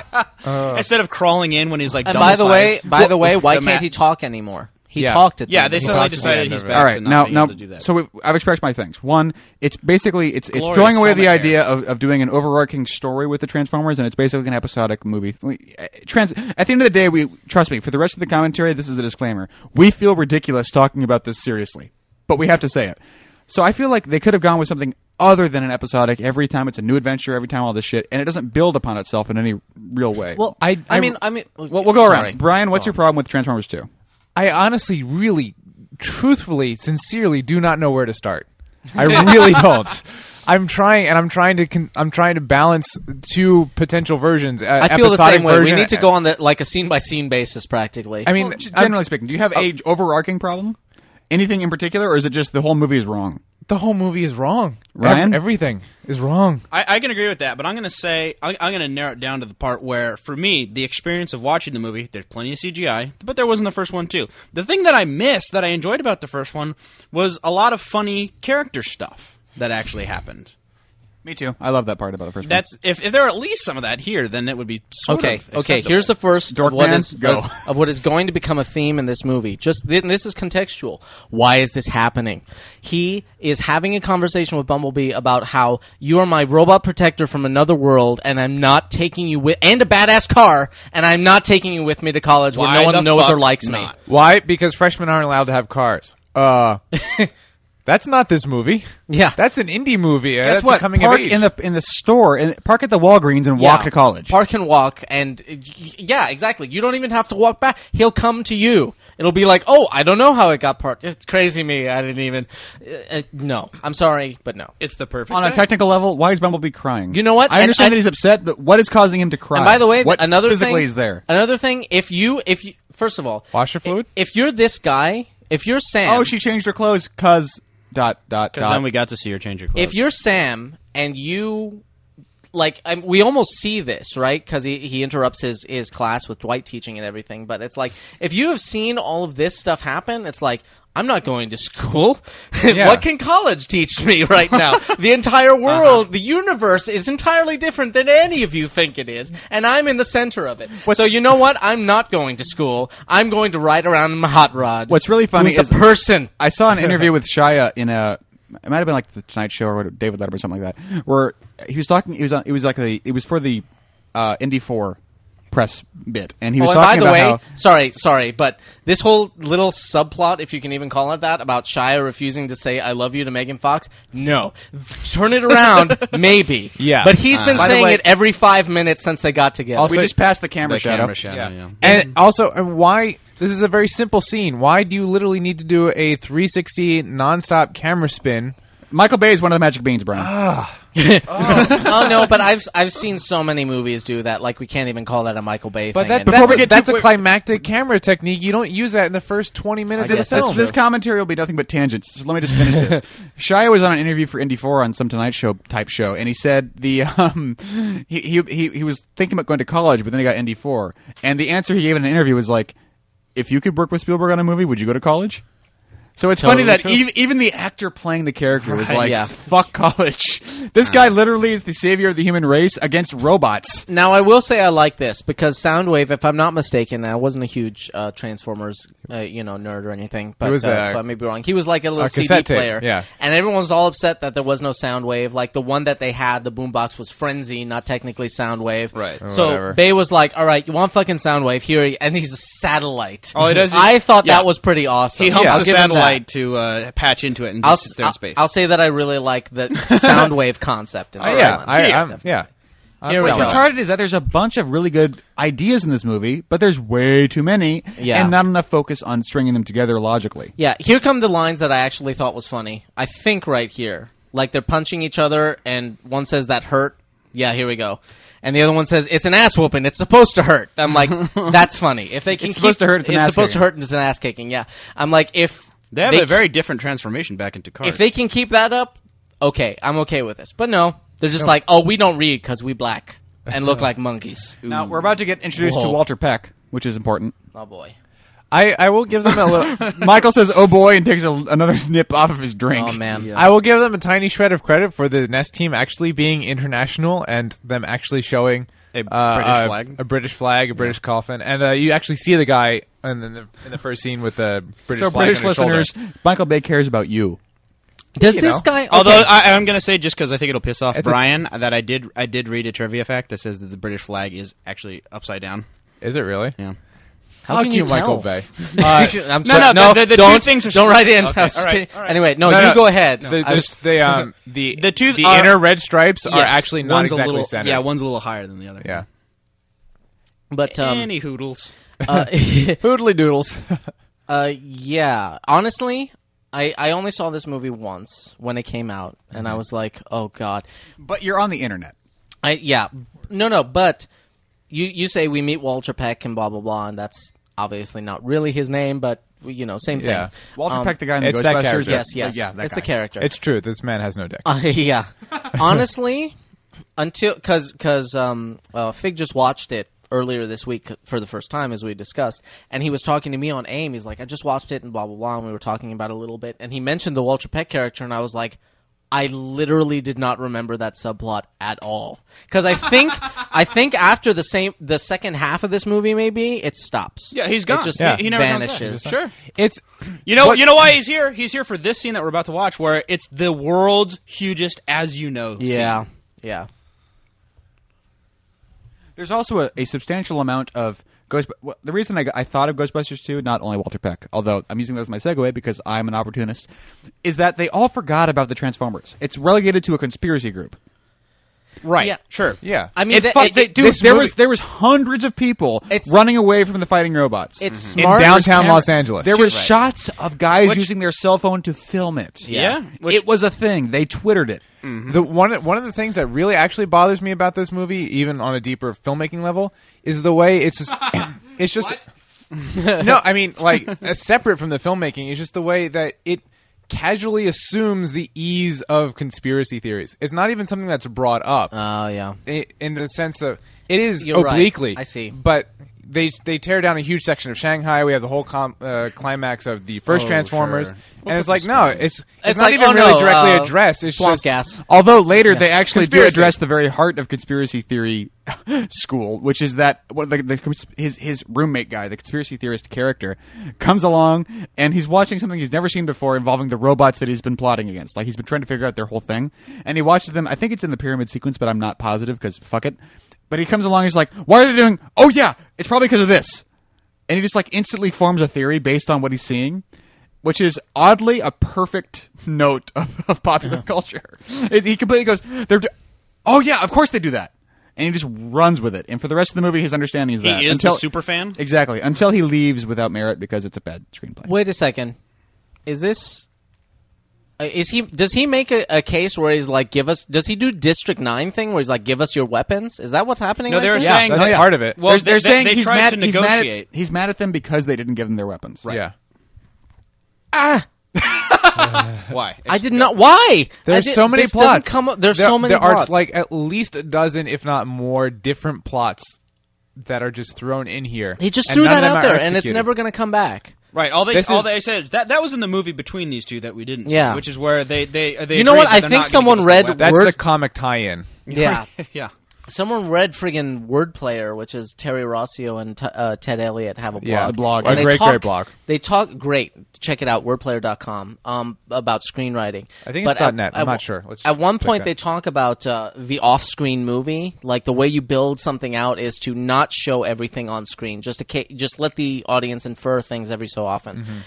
D: Uh, Instead of crawling in when he's like,
C: And by the way,
D: double-sized.
C: by the way, why
D: the ma-
C: can't he talk anymore? He
E: Yeah.
C: talked at the
D: Yeah,
C: end.
D: they
C: He
D: suddenly
C: talked at the
D: decided
C: end.
D: he's
E: All
D: back.
B: all
D: to
B: right
D: not
B: now
D: being
B: now
D: able to do that.
B: so we've, i've expressed my things one it's basically it's it's
D: Glorious
B: throwing away the
D: helmet
B: idea of, of doing an overarching story with the transformers and it's basically an episodic movie we, uh, trans, at the end of the day we trust me for the rest of the commentary this is a disclaimer we feel ridiculous talking about this seriously but we have to say it so i feel like they could have gone with something other than an episodic every time it's a new adventure every time all this shit and it doesn't build upon itself in any real way
E: Well, I-
C: I
E: I-
C: mean, I mean,
B: we'll, we'll go around
C: sorry.
B: brian what's your problem with transformers 2
E: I honestly, really, truthfully, sincerely do not know where to start. I really don't. I'm trying, and I'm trying to. Con- I'm trying to balance two potential versions. Uh,
C: I feel the
E: episodic
C: same way. We
E: version-
C: need to go on the like a scene by scene basis, practically.
E: I mean,
B: Well, g-
E: I'm-
B: generally speaking, do you have a overarching problem? Anything in particular, or is it just the whole movie is wrong?
E: the whole movie is wrong.
B: Ryan?
E: everything is wrong.
D: I, I can agree with that, but I'm going to say I, I'm going to narrow it down to the part where, for me, the experience of watching the movie. There's plenty of CGI, but there was in the first one too. The thing that I missed that I enjoyed about the first one was a lot of funny character stuff that actually happened.
B: Me too. I love that part about the first
D: That's if, if there were at least some of that here, then it would be sort
C: okay
D: of
C: okay
D: acceptable.
C: here's the first
B: Dork
C: of what
B: man,
C: is-
B: go.
C: of, of what is going to become a theme in this movie just th- and this is contextual why is this happening he is having a conversation with bumblebee about how you are my robot protector from another world and i'm not taking you with and a badass car and i'm not taking you with me to college
D: Why
C: where no
D: the
C: one knows or
D: fuck
C: likes me
D: not?
E: Why? Because freshmen aren't allowed to have cars. Uh, That's not this movie.
C: Yeah.
E: that's an indie movie. uh,
B: Guess
E: that's a
B: what?
E: Coming
B: park
E: of age.
B: in the in the store and park at the Walgreens and walk
C: Yeah.
B: to college.
C: Park and walk, and uh, y- yeah, exactly. You don't even have to walk back. He'll come to you. It'll be like, oh, I don't know how it got parked. It's crazy me. I didn't even. Uh, uh, no, I'm sorry, but no.
D: It's the perfect.
B: on a technical level, why is Bumblebee crying?
C: You know what?
B: I
C: And
B: understand
C: I-
B: that he's upset, but what is causing him to cry?
C: And by the way,
B: what
C: another
B: physically
C: thing,
B: is there?
C: Another thing, if you, if you, first of all,
E: Washer fluid?
C: i- If, you're this guy, if you're Sam,
B: Oh, she changed her clothes because dot dot
D: Because
B: dot.
D: then we got to see her change her clothes.
C: if you're Sam and you like I we almost see this right because he, he interrupts his, his class with Dwight teaching and everything but it's like if you have seen all of this stuff happen it's like I'm not going to school
E: Yeah.
C: what can college teach me right now the
B: Uh-huh.
C: entire world the universe is entirely different than any of you think it is and I'm in the center of it so you know what I'm not going to school I'm going to ride around in my hot rod
B: What's really funny
C: who's a
B: is-
C: person
B: I saw an interview with Shia in a. It might have been like the Tonight Show or what- David Letterman, something like that, where he was talking. He was on. It was like the. It was for the uh, Indy Four press bit, and he was
C: oh, and by
B: talking
C: the
B: about
C: way,
B: how.
C: sorry, sorry, but this whole little subplot, if you can even call it that, about Shia refusing to say "I love you" to Megan Fox, no, turn it around, maybe.
E: Yeah.
C: but he's been
B: Uh, By the
C: saying
B: way-
C: it every five minutes since they got together.
E: Also-
B: We just passed the camera
D: the
B: shadow.
D: camera shadow. Yeah.
E: And also, and why? This is a very simple scene. Why do you literally need to do a 360 nonstop camera spin?
B: Michael Bay is one of the magic beans, Brian.
C: oh no, but I've I've seen so many movies do that. Like we can't even call that a Michael Bay
E: But
C: thing.
E: that,
C: anymore.
E: that's,
B: we
E: a,
B: get too-
E: that's a
B: wait-
E: climactic camera technique. You don't use that in the first 20 minutes of the
C: guess that's
E: film.
B: This, this commentary will be nothing but tangents. So let me just finish this. Shia was on an interview for Indy Four on some Tonight Show type show, and he said the um, he, he he he was thinking about going to college, but then he got Indy Four, and the answer he gave in an interview was like, "If you could work with Spielberg on a movie, would you go to college?" So it's funny
C: Totally
B: that
C: true.
B: even, even the actor playing the character was like,
C: yeah. Uh-huh.
B: "Fuck college." This guy literally is the savior of the human race against robots.
C: Now I will say I like this because Soundwave, if I'm not mistaken, I wasn't a huge uh, Transformers, uh, you know, nerd or anything, but
E: He was,
C: uh,
E: uh,
C: so I may be wrong. He was like a little
E: a
C: CD
E: cassette tape,
C: player,
E: yeah.
C: And everyone was all upset that there was no Soundwave. Like the one that they had, the boombox was Frenzy, not technically Soundwave.
D: Right. Or
C: So
E: whatever.
C: Bay was like, "All right, you want fucking Soundwave here?" he- And he's a satellite.
D: All he does is-
C: I thought
D: yeah.
C: that was pretty awesome.
D: He humps
E: I'll
D: a
C: give him that.
D: satellite to uh, patch into it and
C: I'll,
D: just sits there in
C: I'll-
D: space.
C: I'll say that I really like the Soundwave concept. In
E: Oh,
C: this
E: yeah,
C: one.
E: I,
D: Yeah.
E: I'm, yeah.
C: Here we
B: What's
C: go.
B: retarded is that there's a bunch of really good ideas in this movie, but there's way too many,
C: Yeah.
B: and not enough focus on stringing them together logically.
C: Yeah, here come the lines that I actually thought was funny. I think right here. Like they're punching each other and one says that hurt. Yeah, here we go. And the other one says it's an ass whooping. It's supposed to hurt. I'm like, that's funny. If they can
B: It's
C: keep-
B: supposed to hurt, it's an ass
C: supposed to
B: kicking.
C: hurt. and It's an ass kicking. Yeah. I'm like, if
D: they have
C: they
D: a very different transformation back into cars.
C: if they can keep that up, okay, I'm okay with this. But no, they're just like, oh, we don't read because we black and look like monkeys.
B: Now we're about to get introduced to
C: Whoa.
B: Walter Peck, which is important.
C: Oh boy.
E: I, I will give them a little.
B: Michael says, "Oh boy," and takes a, another nip off of his drink.
C: Oh man.
E: I will give them a tiny shred of credit for the Nest team actually being international and them actually showing
D: A
E: uh,
D: British
E: a-
D: flag.
E: a British flag, a British coffin, and uh, you actually see the guy in the, in the first scene with the British
B: So
E: flag
B: British
E: on his shoulder.
B: listeners, Michael Bay cares about you.
C: Does
E: you
C: this
E: know.
C: guy?
D: Although
C: okay.
D: I, I'm going to say just because I think it'll piss off
E: It's a-
D: Brian that I did I did read a trivia fact that says that the British flag is actually upside down.
E: is it really?
D: Yeah.
C: How
E: Fuck
C: can
E: you,
C: tell?
E: Michael Bay. Uh,
C: I'm
D: no,
C: sorry.
D: no,
C: no,
D: the- the- the two
C: don't,
D: things are
C: don't
D: sli-
C: write in.
D: Okay,
C: I was
D: all
C: just
D: right,
C: kidding.
D: all right.
C: Anyway, no,
E: No,
C: you
E: no.
C: go ahead.
E: The,
C: I was-
E: the, the, um, the,
D: The two-
E: the
D: uh,
E: inner red stripes are
D: Yes.
E: actually not
D: One's a
E: exactly
D: little-
E: centered.
D: Yeah, one's a little higher than the other.
E: yeah.
C: but um,
D: Any hoodles.
C: uh,
E: Poodly doodles.
C: uh, yeah. Honestly, I I only saw this movie once when it came out, and I was like, oh god.
B: But you're on the internet.
C: I yeah. No, no, but you you say we meet Walter Peck and blah blah blah, and that's obviously not really his name, but you know, same thing.
E: Yeah.
B: Walter
C: Um,
B: Peck, the guy in the
E: it's that
B: Ghostbusters.
E: character.
C: Yes,
B: Yeah,
C: yes.
B: yeah, that
C: it's
B: guy.
C: the character.
E: it's true. This man has no dick.
C: Uh, yeah. Honestly, until because because um, uh, Fig just watched it earlier this week for the first time as we discussed, and he was talking to me on AIM. He's like, I just watched it and blah blah blah, and we were talking about it a little bit, and he mentioned the Walter Peck character, and I was like. I literally did not remember that subplot at all because I think I think after the same the second half of this movie maybe it stops.
D: Yeah, he's gone.
C: It just
E: Yeah.
D: He never comes back.
C: vanishes.
D: Sure.
E: It's
D: You know,
E: What-
D: you know why he's here. He's here for this scene that we're about to watch, where it's the world's hugest, as you know. scene.
C: Yeah, yeah.
B: There's also a, a substantial amount of Ghost, well, the reason I, I thought of Ghostbusters 2, not only Walter Peck, although I'm using that as my segue because I'm an opportunist, is that they all forgot about the Transformers. It's relegated to a conspiracy group.
D: Right.
C: Yeah.
D: Sure.
E: Yeah.
C: I mean,
B: It
C: that-
B: fuck-
C: it's,
B: they- dude,
E: this
B: there
E: movie-
B: was there was hundreds of people
C: It's-
B: running away from the fighting robots. Mm-hmm.
C: it's
E: in
C: smart.
E: downtown
C: camera-
E: Los Angeles.
B: there was
C: right.
B: shots of guys
D: Which-
B: using their cell phone to film it.
D: Yeah.
C: Yeah.
D: Which-
B: it was a thing. They twittered it.
E: The one one of the things that really actually bothers me about this movie, even on a deeper filmmaking level, is the way it's just it's just no. I mean, like uh, separate from the filmmaking, it's just the way that it casually assumes the ease of conspiracy theories. It's not even something that's brought up
C: Oh yeah.
E: i- in the sense of it is
C: You're right.
E: obliquely.
C: I see.
E: but. They, they tear down a huge section of Shanghai. We have the whole com- uh, climax of the first
D: Oh,
E: Transformers,
D: sure.
E: and it's like no, it's it's,
C: It's
E: not
C: like,
E: even
C: oh,
E: really
C: no,
E: directly
C: uh,
E: addressed. It's
C: swamp
E: just
C: gas.
B: Although later they actually do
E: Conspiracy.
B: address the very heart of conspiracy theory school, which is that one of the, the, cons- his his roommate guy, the conspiracy theorist character, comes along and he's watching something he's never seen before involving the robots that he's been plotting against. Like he's been trying to figure out their whole thing, and he watches them. I think it's in the pyramid sequence, but I'm not positive because fuck it. But he comes along, he's like, "Why are they doing? Oh yeah, it's probably because of this." and he just like instantly forms a theory based on what he's seeing which is oddly a perfect note of, of popular culture It- he completely goes they're do- oh yeah of course they do that and he just runs with it and for the rest of the movie his understanding is
D: He
B: that
D: is
B: until
D: the super fan.
B: exactly until he leaves without merit because it's a bad screenplay
C: Wait a second. Is this? uh, Is he? Does he make a, a case where he's like, give us? Does he do District Nine thing where he's like, give us your weapons? Is that what's happening?
D: No,
C: right
D: they're
C: now?
B: Yeah,
D: saying
E: that's
B: oh, yeah.
E: part of it.
D: Well,
B: They're- they're,
D: they-
B: saying
D: they
B: he's
D: tried
B: mad.
D: to
B: he's mad. At,
D: negotiate.
B: he's mad at them because they didn't give him their weapons. Right.
E: Yeah.
D: Why?
C: I did not. Why?
E: There's so many plots.
C: Come up, there's
E: There-
C: so many
E: There
C: plots.
E: are like at least a dozen, if not more, different plots that are just thrown in here.
C: he just
E: and
C: threw
E: none
C: that
E: of them
C: out
E: are
C: there, and it's
E: executed.
C: never going to come back.
D: Right. All they
E: This
D: all
E: is-
D: they said is that that was in the movie between these two that we didn't. see,
C: Yeah.
D: which is where they they uh, they.
C: You know
D: agreed
C: what?
D: that
C: I
D: they're
C: think
D: not gonna
C: someone
D: give us the
C: read-
D: weapon.
E: That's
C: Word-
E: the comic tie-in.
C: Yeah.
D: yeah.
C: Someone read friggin' Word Player, which is Terry Rossio and t- uh, Ted Elliott have a blog.
E: Yeah, the blog.
C: And
E: A
C: they
E: great,
C: talk-
E: great blog.
C: They talk great. Check it out, wordplayer.com, um, about screenwriting.
E: I think it's
C: But at-
E: .net. I'm
C: at-
E: not sure. Let's
C: at one
E: check
C: point,
E: that.
C: they talk about uh, the off-screen movie. Like the way you build something out is to not show everything on screen. Just to ca- just let the audience infer things every so often.
E: Mm-hmm.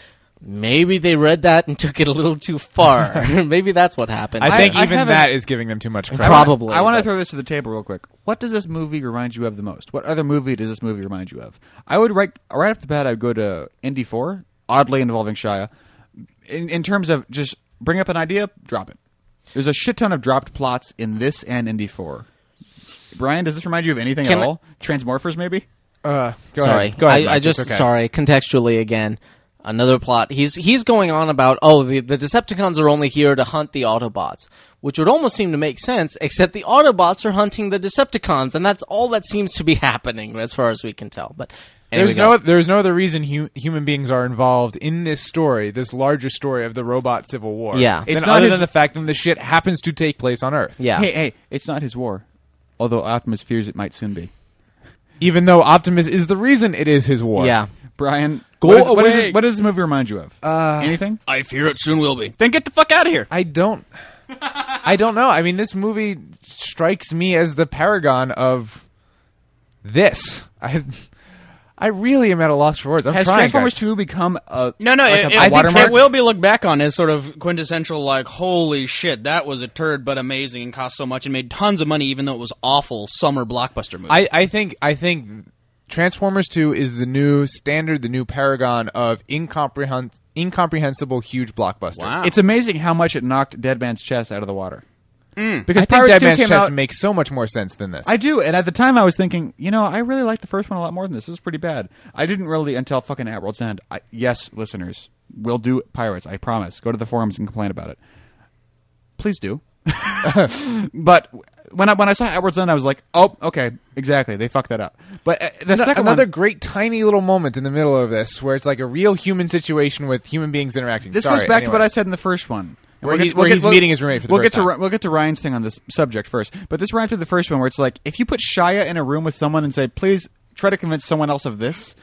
C: Maybe they read that and took it a little too far. Maybe that's what happened.
E: I think
B: I
E: even
B: haven't-
E: that is giving them too much credit.
C: Probably,
B: I want to
C: but-
B: throw this to the table real quick. What does this movie remind you of the most? What other movie does this movie remind you of? I would right right off the bat. I would go to Indy Four, oddly involving Shia, in in terms of just bring up an idea, drop it. There's a shit ton of dropped plots in this and Indy Four. Brian, does this remind you of anything
C: Can
B: at
C: I-
B: all? Transmorphers, maybe.
E: Uh, go
C: sorry.
E: ahead. Go
C: I,
E: ahead,
C: I
E: Mike. It's
C: just
E: okay.
C: sorry contextually again. Another plot. He's he's going on about oh the, the Decepticons are only here to hunt the Autobots, which would almost seem to make sense, except the Autobots are hunting the Decepticons, and that's all that seems to be happening as far as we can tell. But anyway,
E: There's
C: go.
E: no there's no other reason hu- human beings are involved in this story, this larger story of the robot civil war.
C: Yeah.
E: than
B: It's not
E: other
B: his-
E: than the fact that the shit happens to take place on Earth.
C: yeah.
B: Hey, hey, it's not his war, although Optimus fears it might soon be.
E: Even though Optimus is the reason it is his war.
C: yeah.
B: Brian,
E: Go
B: what, is- what, is
E: away.
B: this, what does this movie remind you of? Uh, anything?
D: I fear it soon will be. Then get the fuck out of here.
E: I don't. I don't know. I mean, this movie strikes me as the paragon of this. I, I really am at a loss for words. I'm
B: Has
E: trying.
B: Transformers
E: guys.
B: Two become a
D: No, no,
B: like
D: it,
B: a-
D: it-
B: a
D: I think
B: watermark?
D: it will be looked back on as sort of quintessential, like, holy shit, that was a turd, but amazing and cost so much and made tons of money, even though it was awful summer blockbuster movie.
E: I, I think. I think. Transformers 2 is the new standard, the new paragon of incomprehend- incomprehensible huge blockbuster.
D: Wow.
B: It's amazing how much it knocked Dead Man's Chest out of the water. Because
E: I think
B: Pirates
E: Dead
B: 2
E: Man's
B: came
E: Chest
B: out.
E: makes so much more sense than this.
B: I do, and at the time I was thinking, you know, I really liked the first one a lot more than this. This was pretty bad. I didn't really until fucking At World's End. I, yes, listeners, we'll do Pirates. I promise. Go to the forums and complain about it. Please do. but when I when I saw At World's End, I was like, oh, okay, exactly. They fucked that up. But uh, the
E: No-
B: second
E: another
B: one,
E: great tiny little moment in the middle of this where it's like a real human situation with human beings interacting.
B: This
E: Sorry,
B: goes back to what
E: anyway.
B: I said in the first one. And
E: Where
B: we'll
E: he-
B: get-
E: where
B: we'll get-
E: he's
B: we'll-
E: meeting his roommate for the
B: we'll
E: first
B: get to
E: time.
B: Ri- we'll get to Ryan's thing on this subject first, but this Ryan to the first one where it's like if you put Shia in a room with someone and say, "Please try to convince someone else of this,"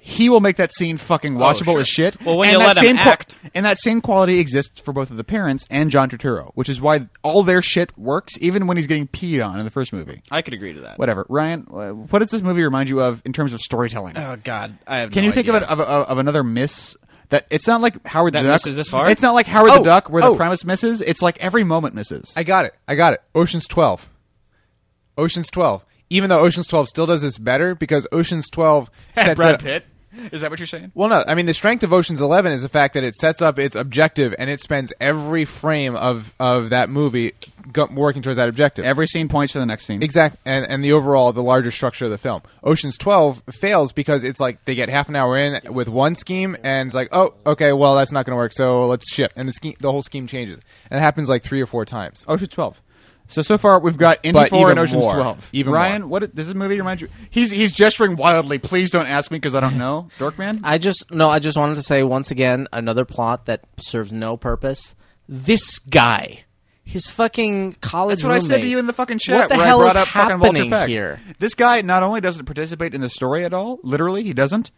B: he will make that scene fucking
E: Oh,
B: watchable
D: sure.
B: as shit.
D: Well, when
B: and
D: you
B: that
D: let him
B: same qua-
D: act.
B: and that same quality exists for both of the parents and John Turturro, which is why all their shit works, even when he's getting peed on in the first movie.
D: I could agree to that.
B: Whatever, Ryan. uh, What does this movie remind you of in terms of storytelling?
D: Oh God, I have.
B: Can
D: no
B: you think of, an,
D: idea.
B: of, of of another miss? That it's not like Howard
D: That
B: the Duck.
D: misses this far?
B: It's not like Howard the
E: Oh,
B: Duck, where
E: oh.
B: the premise misses. It's like every moment misses.
E: I got it. I got it. Ocean's 12. Ocean's 12. Even though Ocean's 12 still does this better because Ocean's 12 sets it
B: Pitt. Is that what you're saying?
E: Well, no. I mean, the strength of Ocean's Eleven is the fact that it sets up its objective and it spends every frame of of that movie go- working towards that objective.
B: Every scene points to the next scene.
E: Exactly, and and the overall the larger structure of the film. Ocean's Twelve fails because it's like they get half an hour in with one scheme, and it's like, oh, okay, well that's not going to work, so let's shift, and the scheme the whole scheme changes, and it happens like three or four times.
B: Ocean's Oh, Twelve. So so far we've got Indy
E: But
B: Four and
E: even
B: Ocean's
E: more.
B: Twelve.
E: Even
B: Ryan,
E: more.
B: what does this movie remind you? He's he's gesturing wildly. Please don't ask me because I don't know. Dorkman.
C: I just no. I just wanted to say once again another plot that serves no purpose. This guy, his fucking college.
B: That's what I said to
C: roommate.
B: you in the fucking chat.
C: What the
B: where I
C: hell
B: brought
C: is
B: up fucking Walter
C: happening
B: Peck.
C: here?
B: This guy not only doesn't participate in the story at all, literally he doesn't,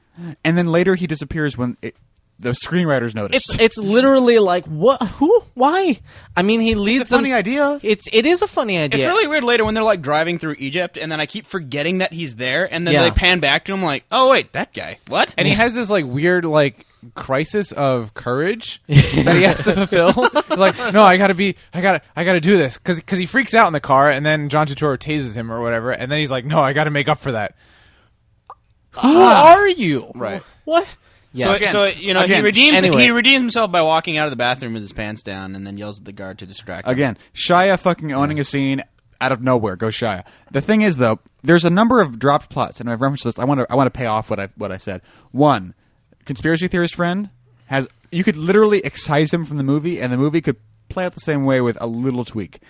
B: and then later he disappears when it, the screenwriters notice.
C: It's it's literally like what? Who? Why? I mean, he leads
B: a funny
C: them-
B: idea.
C: It's it is a funny idea.
D: It's really weird later when they're like driving through Egypt, and then I keep forgetting that he's there, and then
C: Yeah.
D: they pan back to him like, "Oh wait, that guy. What?"
E: and he has this like weird like crisis of courage that he has to fulfill. He's like, no, I gotta be, I gotta, I gotta do this because he freaks out in the car, and then John Turturro tases him or whatever, and then he's like, no, I gotta make up for that.
C: Who are you?
D: Right.
C: What?
D: so,
C: Yes.
D: so you know
B: again,
D: he redeems
C: anyway.
D: he redeems himself by walking out of the bathroom with his pants down, and then yells at the guard to distract. him.
B: Again, Shia fucking owning a scene out of nowhere. Go Shia. The thing is, though, there's a number of dropped plots, and I've referenced this. I want to I want to pay off what I what I said. One, conspiracy theorist friend has you could literally excise him from the movie, and the movie could play out the same way with a little tweak.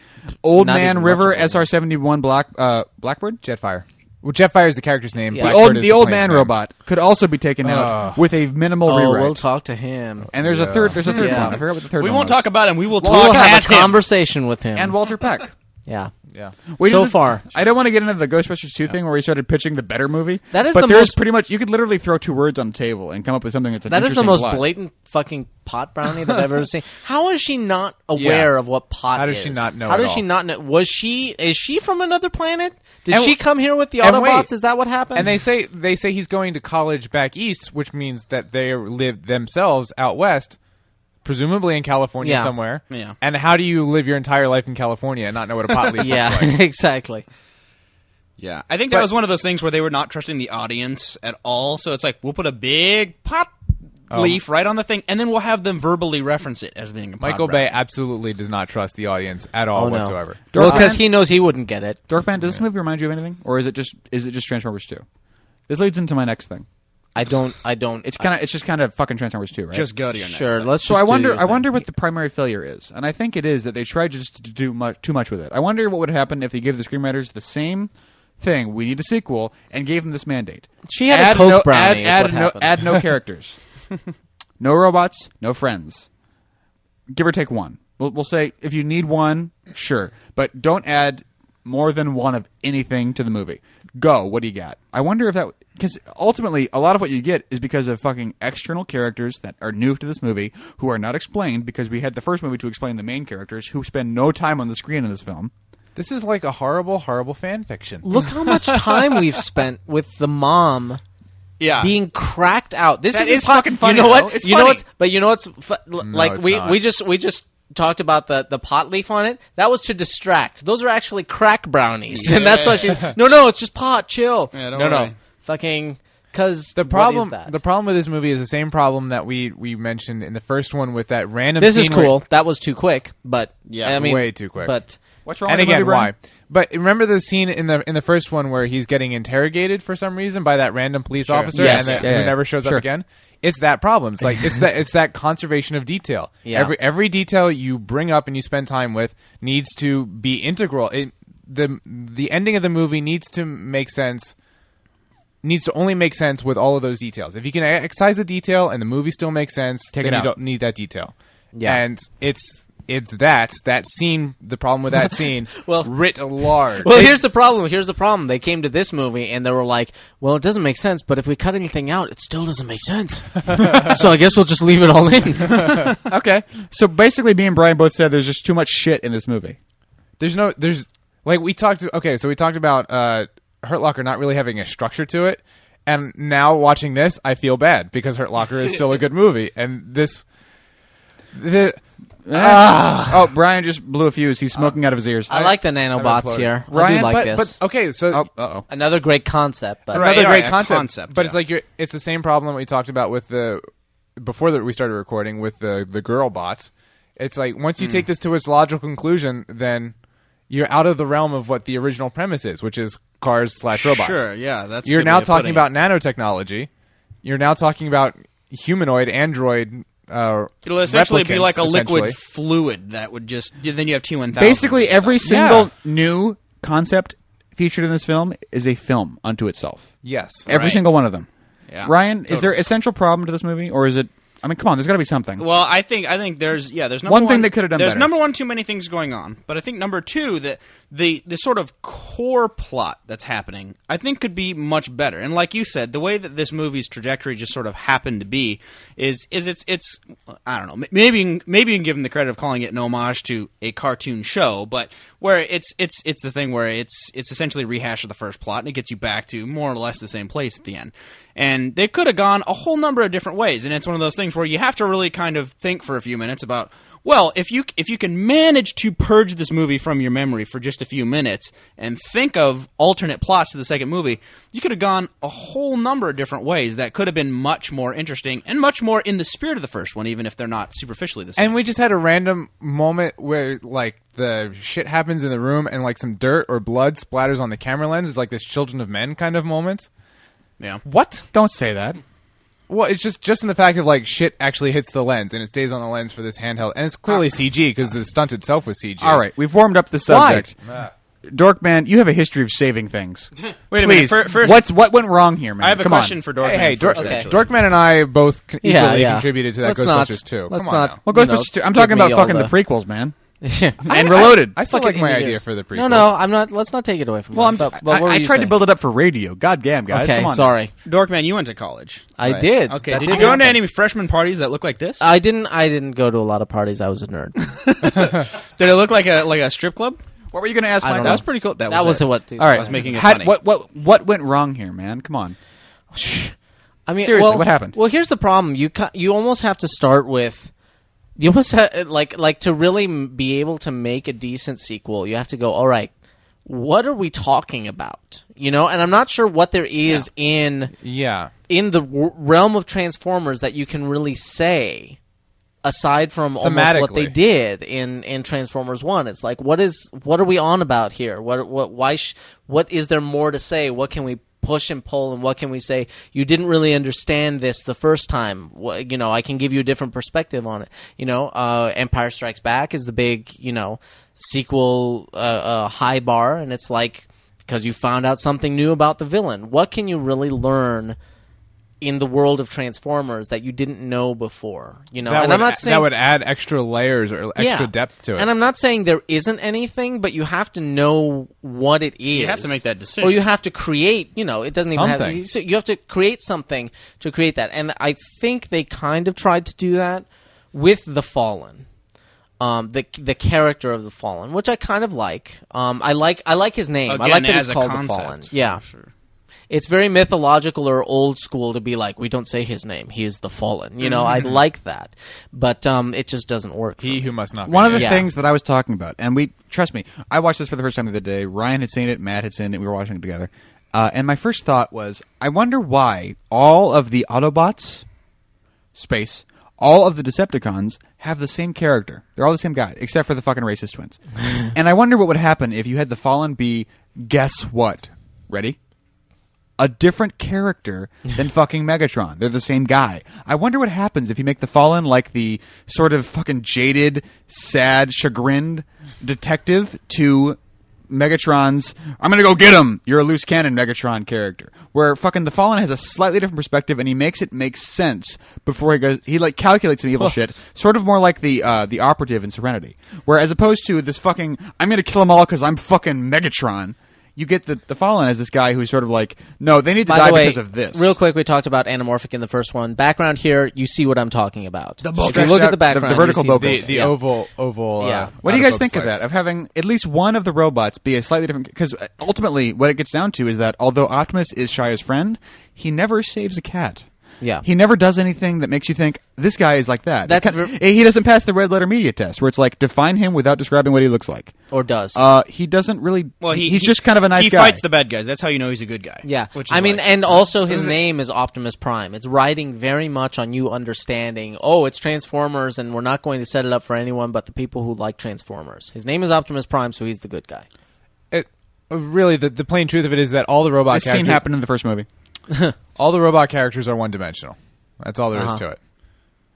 B: Old
C: Not
B: man
C: even much
B: River,
C: of a-
B: SR seventy one Black uh, Blackbird.
E: Jetfire. Well, Jetfire is the character's name.
C: Yeah. Ah.
B: The
E: Blackbird
B: old,
E: is
B: the old
E: plane's
B: man
E: name.
B: robot could also be taken
E: Ugh.
B: out with a minimal
C: oh,
B: rewrite.
C: we'll talk to him.
B: and there's a third. There's a third
C: Yeah.
B: one. I forgot what the third
D: we
B: one
D: won't
B: was.
D: talk about him. We will talk
C: we'll have
D: at
C: a
D: him.
C: conversation with him.
B: And Walter Peck.
C: yeah.
E: Yeah.
B: We
C: So
B: did this-
C: far.
B: I don't want to get into the Ghostbusters two thing where we started pitching the better movie.
C: That is
B: but
C: the
B: there's
C: most-
B: pretty much you could literally throw two words on the table and come up with something that's an
C: That is the
B: interesting
C: most
B: plot.
C: blatant fucking pot brownie that I've ever seen. How is she not aware
E: Yeah.
C: of what pot
E: How
C: is?
E: does she not know
C: How
E: at
C: does
E: all?
C: she not know? Was she is she from another planet? Did
E: And
C: she
E: w-
C: come here with the
E: and wait.
C: Autobots? Is that what happened?
E: And they say they say he's going to college back east, which means that they live themselves out west, presumably in California
C: Yeah.
E: somewhere.
D: Yeah.
E: And how do you live your entire life in California and not know what a pot leaf
C: yeah,
E: looks like?
C: exactly.
D: Yeah, I think that
E: But-
D: was one of those things where they were not trusting the audience at all. So it's like we'll put a big pot
E: Um,
D: leaf right on the thing, and then we'll have them verbally reference it as being a pot
E: Michael
D: brownie.
E: Bay absolutely does not trust the audience at all
C: Oh no.
E: whatsoever.
C: Well,
B: Dorkman?
C: because he knows he wouldn't get it.
B: Darkman, does this movie remind you of anything, or is it just is it just Transformers two? This leads into my next thing.
C: I don't. I don't.
B: It's kind of it's just kind of fucking Transformers two, right?
D: Just go to your next.
C: sure.
D: thing.
C: Let's.
B: so
C: just
B: I
C: do
B: wonder
C: your
B: I
C: thing.
B: wonder what the primary failure is, and I think it is that they tried just to do much, too much with it. I wonder what would happen if they gave the screenwriters the same thing. We need a sequel, and gave them this mandate.
C: She had a
B: add
C: Coke
B: no,
C: brownie is
B: Add,
C: what
B: add, no,
C: happened.
B: add no characters, no robots, no friends. Give or take one. We'll, we'll say if you need one, sure, but don't add more than one of anything to the movie. Go. What do you got? I wonder if that because ultimately a lot of what you get is because of fucking external characters that are new to this movie who are not explained because we had the first movie to explain the main characters who spend no time on the screen in this film.
E: This is like a horrible, horrible fan fiction.
C: Look how much time we've spent with the mom
D: Yeah.
C: being cracked out. This
B: That
C: isn't
B: is fucking funny,
C: You know
B: though.
C: what?
B: It's
C: you know
B: funny.
C: what's but you know what's fu- l- like
E: it's
C: we
E: not.
C: we just we just talked about the the pot leaf on it. That was to distract. Those are actually crack brownies, and that's why she. No, no, it's just pot. Chill.
D: Yeah, don't
C: no,
D: worry.
C: no, fucking because
E: The problem,
C: That?
E: the problem with this movie is the same problem that we we mentioned in the first one with that random.
C: this is
E: scene where-
C: cool. That was too quick, but
D: Yeah,
C: I mean,
E: way too quick.
C: But
B: What's wrong
E: and
B: with the
E: again,
B: movie,
E: why?
B: Brian?
E: But remember the scene in the in the first one where he's getting interrogated for some reason by that random police officer,
C: Yes.
E: and the,
B: Yeah,
E: who
B: yeah.
E: never shows
B: Sure.
E: up again. It's that problem. It's like it's that it's that conservation of detail.
C: Yeah.
E: Every every detail you bring up and you spend time with needs to be integral. It, the the ending of the movie needs to make sense. Needs to only make sense with all of those details. If you can excise the detail and the movie still makes sense,
B: Take
E: then
B: it
E: you
B: out.
E: don't need that detail.
C: Yeah.
E: and it's it's that that scene. The problem with that scene,
C: Well-
E: writ large.
C: Well, here's the problem. Here's the problem. They came to this movie and they were like, "Well, it doesn't make sense, but if we cut anything out, it still doesn't make sense." so I guess we'll just leave it all in.
B: Okay. So basically, me and Brian both said there's just too much shit in this movie.
E: there's no there's like we talked okay so we talked about uh hurt locker not really having a structure to it and now watching this i feel bad because hurt locker is still a good movie and this the,
B: Oh, Brian just blew a fuse. He's smoking out of his ears.
C: I like the
E: I've
C: nanobots
E: uploaded.
C: here. I
B: Ryan,
C: do like
B: but-
C: this.
E: but okay so
B: Oh, uh oh.
C: Another great concept, but
D: Right.
E: another
D: all
E: great
D: a
E: concept,
D: concept,
E: but
D: yeah.
E: it's like you're, it's the same problem we talked about with the before that we started recording with the the girl bots. It's like once you
D: Hmm.
E: take this to its logical conclusion, then you're out of the realm of what the original premise is, which is cars slash robots.
D: Sure, yeah, that's a
E: you're
D: good
E: now
D: way of putting
E: talking about nanotechnology. You're now talking about humanoid android. Uh,
D: It'll essentially be
E: replicants,
D: like a liquid
E: essentially.
D: fluid that would just. Then you have T one thousand.
B: Basically,
C: Oh,
B: every
E: Yeah.
B: single new concept featured in this film is a film unto itself.
E: yes.
B: Every
D: Right.
B: single one of them.
D: Yeah.
B: Ryan, is
D: Totally.
B: there a central problem to this movie, or is it? I mean, come on, there's got to be something.
D: Well, I think I think there's yeah there's number
B: One thing they could have done
D: There's
B: better.
D: number one too many things going on, but I think number two that the the sort of core plot that's happening I think could be much better. And like you said, the way that this movie's trajectory just sort of happened to be is is it's it's I don't know m- maybe you can- maybe you can give them the credit of calling it an homage to a cartoon show, but where it's it's it's the thing where it's it's essentially a rehash of the first plot and it gets you back to more or less the same place at the end. And they could have gone a whole number of different ways, and it's one of those things where you have to really kind of think for a few minutes about well, if you if you can manage to purge this movie from your memory for just a few minutes and think of alternate plots to the second movie, you could have gone a whole number of different ways that could have been much more interesting and much more in the spirit of the first one, even if they're not superficially the same.
E: And we just had a random moment where like the shit happens in the room and like some dirt or blood splatters on the camera lens. It's like this Children of Men kind of moment.
D: yeah,
E: What?
B: Don't say that.
E: Well, it's just just in the fact of like shit actually hits the lens and it stays on the lens for this handheld, and it's
D: Ah.
E: clearly CG because the stunt itself was CG.
B: All right, we've warmed up the subject. Dorkman, you have a history of saving things.
D: Wait a
B: Please,
D: minute, fir- first-
B: what's what went wrong here, man?
D: I have a
B: Come on.
D: question for Dorkman.
E: Hey, hey Dork-
D: first, actually.
E: Dorkman and I both con-
C: Yeah,
E: equally
C: yeah.
E: contributed to that
C: Let's not-
E: Ghostbusters too.
C: let's
E: Come on
C: not-
E: now.
B: Well,
C: You
B: Ghostbusters.
C: know,
B: two- I'm
C: give
B: talking
C: me
B: about
C: all
B: fucking the,
C: the-
B: prequels, man.
C: and
B: And Reloaded.
E: I still
C: Fucking
E: like my
C: idiots.
E: idea for the prequel.
C: No, no, I'm not. Let's not take it away from.
B: well,
C: that,
B: I'm,
C: but, but
B: I,
C: what
B: I
C: were you
B: tried to
C: saying?
B: build it up for radio. God damn, guys.
C: Okay,
B: Come on.
C: sorry.
D: Dorkman, you went to college.
C: I
D: right?
C: did.
D: Okay,
C: That
D: did you
C: did
D: go into
C: happen. Uh,
D: any freshman parties that look like this?
C: I didn't. I didn't go to a lot of parties. I was a nerd.
D: did it look like a like a strip club?
B: What were you going to ask,
C: I
B: Michael?
C: don't
D: That
C: know.
D: was pretty cool. That,
C: That
D: was
C: wasn't
D: it.
C: what- dude.
B: All right.
D: I was making it
B: How-
D: funny.
B: What, what, what went wrong here, man? Come on.
C: I mean,
B: Seriously,
C: well-
B: what happened?
C: Well, here's the problem. You ca- you almost have to start with. You almost ha- like like to really m- be able to make a decent sequel. You have to go. All right, what are we talking about? You know, and I'm not sure what there is in
E: Yeah.
C: in the w- realm of Transformers that you can really say aside from almost what they
E: Thematically.
C: did in in Transformers 1 it's like what is what are we on about here what what why sh- what is there more to say what can we push and pull and what can we say you didn't really understand this the first time Wha- you know I can give you a different perspective on it you know uh Empire Strikes Back is the big you know sequel uh, uh high bar and it's like because you found out something new about the villain what can you really learn in the world of Transformers that you didn't know before. You know,
E: That
C: and
E: would,
C: I'm not
E: a-
C: saying
E: that would add extra layers or
C: Yeah.
E: extra depth to it.
C: And I'm not saying there isn't anything, but you have to know what it is. You
D: have to make that decision.
C: or you have to create. You know, it doesn't even have.
E: Something.
C: you- So you have to create something to create that, and I think they kind of tried to do that with the Fallen. Um, the the character of the fallen, which I kind of like. Um, I like I like his name. I
D: Again,
C: like that
D: as
C: it's
D: a
C: called the
D: concept,
C: fallen. Yeah, it's very mythological or old school to be like we don't say his name. He is the fallen. You know,
D: Mm-hmm.
C: I like that, but um, it just doesn't work. for
E: he
C: me.
E: who must not.
B: One of
E: be
B: the
C: Yeah.
B: things that I was talking about, and we trust me, I watched this for the first time the other day. Ryan had seen it, Matt had seen it, we were watching it together. Uh, and my first thought was, I wonder why all of the Autobots, space, all of the Decepticons have the same character. They're all the same guy, except for the fucking racist twins. and I wonder what would happen if you had the Fallen be, guess what? Ready? a different character than fucking Megatron. They're the same guy. I wonder what happens if you make the Fallen like the sort of fucking jaded, sad, chagrined detective to Megatron's "I'm gonna go get him." You're a loose cannon, Megatron character. Where fucking the Fallen has a slightly different perspective, and he makes it make sense before he goes. He like calculates some evil shit, sort of more like the uh, the operative in Serenity. Where as opposed to this fucking "I'm gonna kill them all because I'm fucking Megatron," you get the the Fallen as this guy who's sort of like, "No, they need to
C: By
B: die
C: the way,
B: because of this."
C: real quick, we talked about anamorphic in the first one. Background here, you see what I'm talking about. The
B: bulk-
C: if you look at the
B: the- the
C: background,
B: vertical
C: you see
B: bulk.
E: the
C: the-
E: the
C: yeah.
E: oval oval. uh,
C: Yeah.
B: What do you guys
E: Autobots
B: think of
E: slice.
B: that? Of having at least one of the robots be a slightly different? Because ultimately, what it gets down to is that although Optimus is Shia's friend, he never saves a cat.
C: Yeah.
B: he never does anything that makes you think this guy is like that.
C: That's
B: It kin-
C: ver-
B: he doesn't pass the red letter media test, where it's like define him without describing what he looks like.
C: Or does.
B: Uh, he doesn't really.
D: Well, he,
B: he's
D: he-
B: just kind of a nice
D: he
B: guy.
D: fights the bad guys. That's how you know he's a good guy.
C: Yeah,
D: Which is
C: I mean,
D: like-
C: and also his name is Optimus Prime. It's riding very much on you understanding. Oh, it's Transformers, and we're not going to set it up for anyone but the people who like Transformers. His name is Optimus Prime, so he's the good guy.
E: It, uh, really, the, the plain truth of it is that all the robot
B: This scene
E: characters,
B: happened in the first movie.
E: all the robot characters are one dimensional. That's all there is
C: Uh-huh.
E: to it.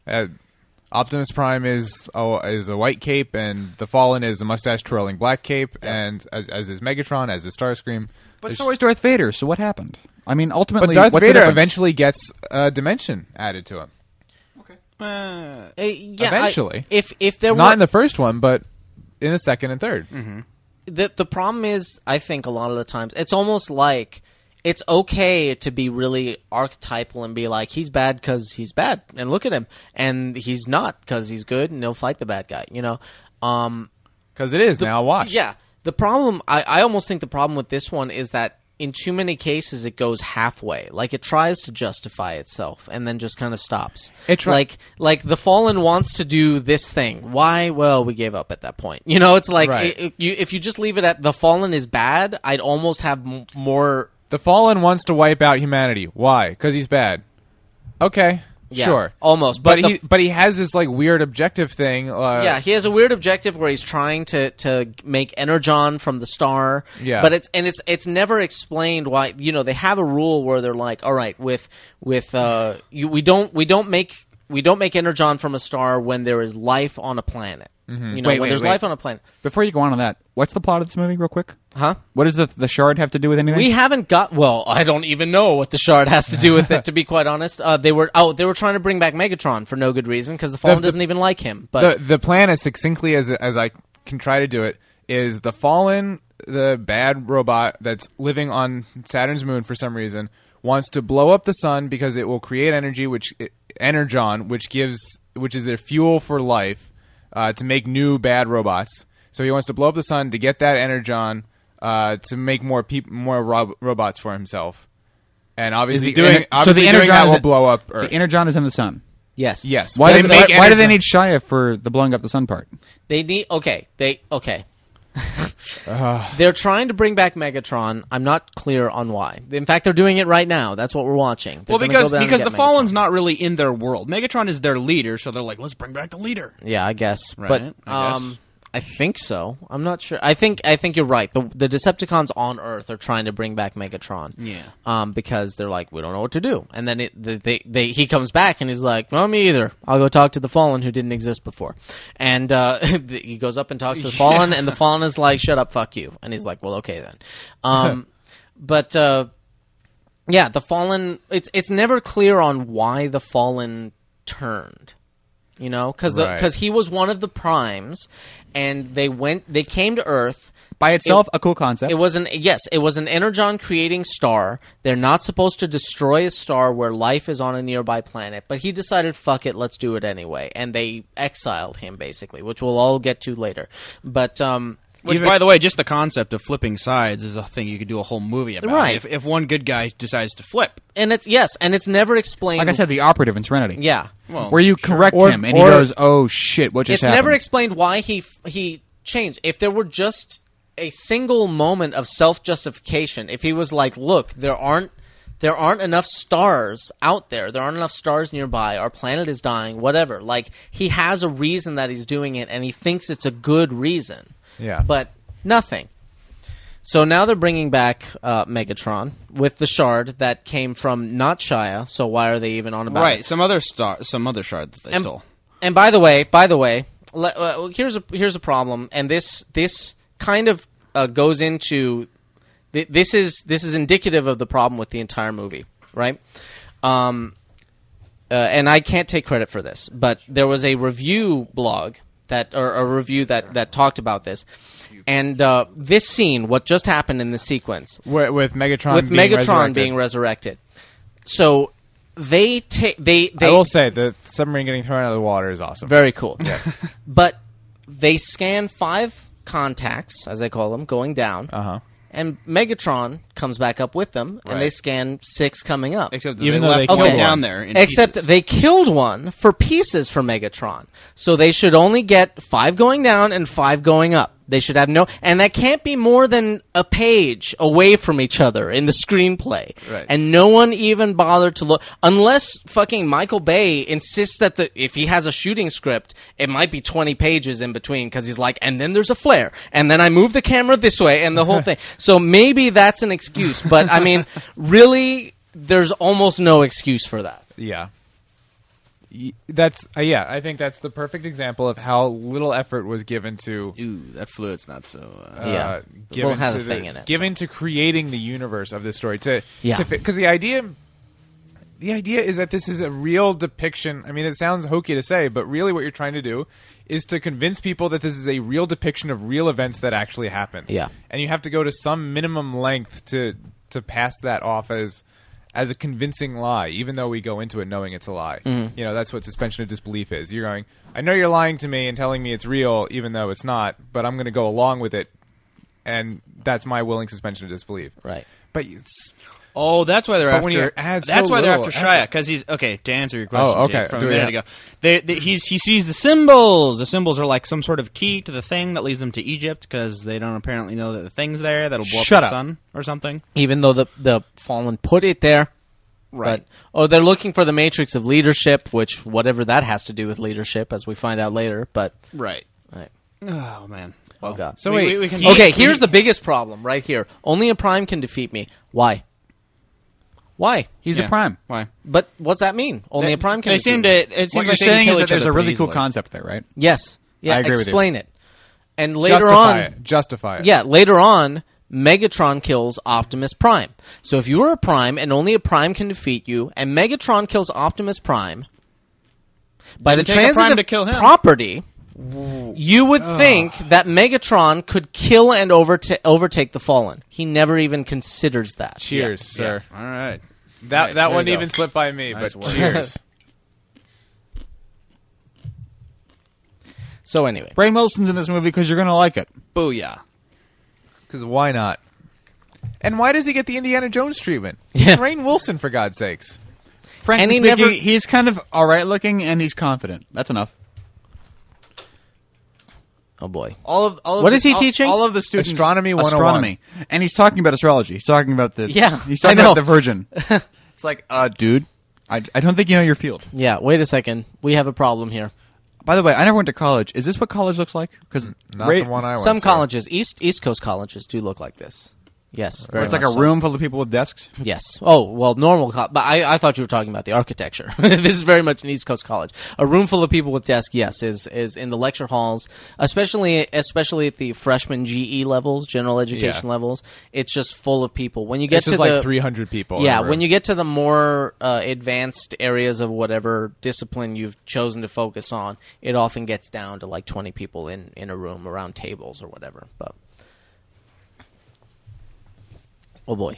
E: Uh, Optimus Prime is a, is a white cape, and the Fallen is a mustache twirling black cape, and as, as is Megatron, as is Starscream.
B: But
E: There's-
B: so is Darth Vader. So what happened? I mean, ultimately,
E: but Darth
B: what's the
E: Vader
B: difference?
E: eventually gets a dimension added to him.
D: Uh,
C: Uh, yeah, I-
E: Eventually.
C: if if there
E: Not
C: were
E: in the first one, but in the second and 3rd
C: the the problem is I think a lot of the times it's almost like it's okay to be really archetypal and be like he's bad because he's bad and look at him and he's not because he's good and he'll fight the bad guy you know um
E: Because it is now. Watch.
C: Yeah. The problem, I, I almost think the problem with this one is that in too many cases it goes halfway. Like it tries to justify itself and then just kind of stops.
E: It try-
C: like like the fallen wants to do this thing. Why? Well, we gave up at that point. You know, it's like
E: Right.
C: i- if you if you just leave it at the fallen is bad, I'd almost have m- more.
E: The Fallen wants to wipe out humanity. Why? Because he's bad. Okay.
C: Yeah,
E: sure.
C: almost,
E: But,
C: but the
E: he
C: f-
E: but he has this like weird objective thing. Uh,
C: yeah, he has a weird objective where he's trying to to make energon from the star.
E: Yeah.
C: but it's and it's it's never explained why. You know, they have a rule where they're like, all right, with with uh, you, we don't we don't make we don't make energon from a star when there is life on a planet.
E: Mm-hmm.
C: You know,
B: Wait,
C: when
B: wait,
C: there's
B: wait.
C: life on a planet,
B: Before you go on on that, what's the plot of this movie, real quick?
C: huh?
B: What does the the shard have to do with anything?
C: We haven't got. Well, I don't even know what the shard has to do with it. To be quite honest, uh, they were oh they were trying to bring back Megatron for no good reason because the Fallen
E: the-
C: doesn't even like him. But
E: the the plan as succinctly as as I can try to do it is the fallen the bad robot that's living on Saturn's moon for some reason wants to blow up the sun because it will create energy which energon which gives which is their fuel for life uh, to make new bad robots. So he wants to blow up the sun to get that energon uh, to make more peop- more rob- robots for himself. And obviously doing obviously doing that will blow up Earth.
B: The energon is in the sun.
C: yes,
E: yes.
B: Why,
E: They
B: did-
E: make
B: why, why do they
E: energon.
B: need Shia for the blowing up the sun part?
C: They need okay. They okay.
D: Ah.
C: they're trying to bring back Megatron. I'm not clear on why. In fact, they're doing it right now. That's what we're watching.
D: well,
C: They're gonna
D: because
C: go down and
D: because the
C: get
D: Fallen's
C: Megatron.
D: not really in their world. Megatron is their leader, so they're like, let's bring back the leader.
C: Yeah, I guess.
D: Right,
C: but
D: I guess.
C: um, I think so. I'm not sure. I think I think you're right. The the Decepticons on Earth are trying to bring back Megatron.
D: Yeah.
C: Um, because they're like, we don't know what to do, and then it the, they they he comes back and he's like, well, me either. I'll go talk to the Fallen who didn't exist before, and uh, he goes up and talks to the Fallen, and the Fallen is like, shut up, fuck you, and he's like, well, okay then. Um, but uh. Yeah, the fallen. It's it's never clear on why the fallen turned. You know, because
E: Right.
C: because he was one of the primes, and they went. They came to Earth.
B: By itself, a cool concept.
C: It was an yes, it was an energon creating star. They're not supposed to destroy a star where life is on a nearby planet, but he decided, fuck it, let's do it anyway, and they exiled him basically, which we'll all get to later. But um,
D: Which, by the way, just the concept of flipping sides is a thing you could do a whole movie about.
C: Right.
D: If, if one good guy decides to flip,
C: and it's yes, and it's never explained.
B: like I said, the operative in Serenity.
C: yeah,
B: where you correct
E: Or-
B: him and he
E: or-
B: goes, "Oh shit, what just
C: it's
B: happened?"
C: never explained why he f- he changed. If there were just a single moment of self justification, if he was like, "Look, there aren't there aren't enough stars out there. There aren't enough stars nearby. Our planet is dying. Whatever." Like he has a reason that he's doing it, and he thinks it's a good reason.
E: Yeah.
C: but nothing. So now they're bringing back uh, Megatron with the shard that came from not Shia. So why are they even on about it?
D: right? Some other star, some other shard that they
C: and,
D: stole.
C: and by the way, by the way, le- uh, here's a here's a problem, and this this kind of uh, goes into th- this is this is indicative of the problem with the entire movie, right? Um, uh, and I can't take credit for this, but there was a review blog that or a review that that talked about this. And uh, this scene, what just happened in the sequence,
E: Wi- with Megatron
C: with
E: being
C: Megatron
E: resurrected.
C: being resurrected. So they take they they
E: I will say the submarine getting thrown out of the water is awesome.
C: very cool. but they scan five contacts, as they call them, going down.
E: Uh-huh.
C: And Megatron comes back up with them, and they
D: Right.
C: scan six coming up.
D: Except that
E: Even
D: they
E: though
D: left
E: they
D: one
E: killed
D: down
E: one.
D: there. In
C: Except
D: pieces.
C: they killed one for pieces for Megatron. So they should only get five going down and five going up. They should have no, and that can't be more than a page away from each other in the screenplay.
D: Right.
C: And no one even bothered to look, unless fucking Michael Bay insists that the, if he has a shooting script, it might be 20 pages in between because he's like, and then there's a flare, and then I move the camera this way, and the whole thing. So maybe that's an excuse, but I mean, really, there's almost no excuse for that.
E: Yeah. Y- That's uh, yeah. I think that's the perfect example of how little effort was given to
D: Ooh, that fluid's not so. Uh,
C: Yeah.
E: uh,
C: The
E: given
C: bull had
E: to
C: a
E: the-
C: thing in it,
E: given to creating the universe of this story to
C: Yeah.
E: because the idea the idea is that this is a real depiction i mean it sounds hokey to say but really what you're trying to do is to convince people that this is a real depiction of real events that actually happened
C: Yeah.
E: and you have to go to some minimum length to to pass that off as as a convincing lie even though we go into it knowing it's a lie
C: Mm-hmm.
E: you know that's what suspension of disbelief is you're going i know you're lying to me and telling me it's real even though it's not but i'm going to go along with it and that's my willing suspension of disbelief
C: Right.
E: but it's
D: Oh, that's why they're
E: But
D: after.
E: when you add so
D: that's why they're
E: little
D: after Shia
E: effort-
D: because he's okay. To answer your question,
E: Oh, okay,
D: Jake, from
E: do
D: a
E: it.
D: minute ago, they, they, he's he sees the symbols. The symbols are like some sort of key to the thing that leads them to Egypt because they don't apparently know that the thing's there that'll blow
B: Shut
D: up the
B: up.
D: sun or something.
C: Even though the the fallen put it there. Right. But, oh, they're looking for the matrix of leadership, which whatever that has to do with leadership, as we find out later. But
D: Right.
C: right.
D: Oh man. Well,
C: God.
D: So wait, we, we can
C: okay, here's the biggest problem right here. Only a prime can defeat me. Why? Why?
B: He's
D: Yeah.
B: a prime.
D: Why?
C: But what's that mean? Only a prime can.
D: They
C: defeat
D: seem
C: me.
D: to. It
B: What
D: seems like
B: you're
D: they can
B: saying
D: kill
B: is
D: each
B: that there's
D: other
B: a really
D: pretty
B: cool
D: easily.
B: concept there, right?
C: Yes. Yeah.
B: I agree with you.
C: explain it. And later
E: justify
C: on,
E: it. justify it.
C: Yeah, later on, Megatron kills Optimus Prime. So if you were a Prime and only a Prime can defeat you, and Megatron kills Optimus Prime, by the
D: take a Prime
C: transitive
D: to kill him.
C: property, you would think that Megatron could kill and overta- overtake the Fallen. He never even considers that.
E: Cheers, sir.
D: All right.
E: That
D: Nice.
C: There
E: that wouldn't
C: you go.
E: even slip by me,
D: Nice
E: but
D: work.
E: cheers.
C: So anyway,
B: Ray Wilson's in this movie because you're going to like it.
D: Booyah.
E: Because why not? And why does he get the Indiana Jones treatment? It's Rainn Wilson, for God's sakes.
B: Frankly
C: And he
B: speaking,
C: never-
B: he's kind of all right looking and he's confident. That's enough.
C: oh boy,
B: All of all of
C: What
B: the-
C: is he
B: all-
C: teaching? oh
B: All of the students
E: Astronomy 101.
B: astronomy, and he's talking about astrology. He's talking about the
C: Yeah,
B: He's
C: I
B: talking about the
C: know.
B: Virgin. it's like, uh, dude, I, I don't think you know your field.
C: yeah. Wait a second, we have a problem here.
B: By the way, I never went to college. Is this what college looks like? Because
E: Not the one I went
C: Some
E: to.
C: colleges, East East Coast colleges, do look like this. Yes, very
B: It's like a
C: much so.
B: room full of people with desks.
C: Yes. Oh well, normal. Co- but I, I thought you were talking about the architecture. this is very much an East Coast college. A room full of people with desks. Yes, is is in the lecture halls, especially especially at the freshman GE levels, general education
E: Yeah.
C: levels. It's just full of people. When you get
E: It's
C: to
E: just
C: the-
E: like 300 people. in
C: yeah,
E: a room.
C: when you get to the more uh, advanced areas of whatever discipline you've chosen to focus on, it often gets down to like twenty people in in a room around tables or whatever. But oh boy,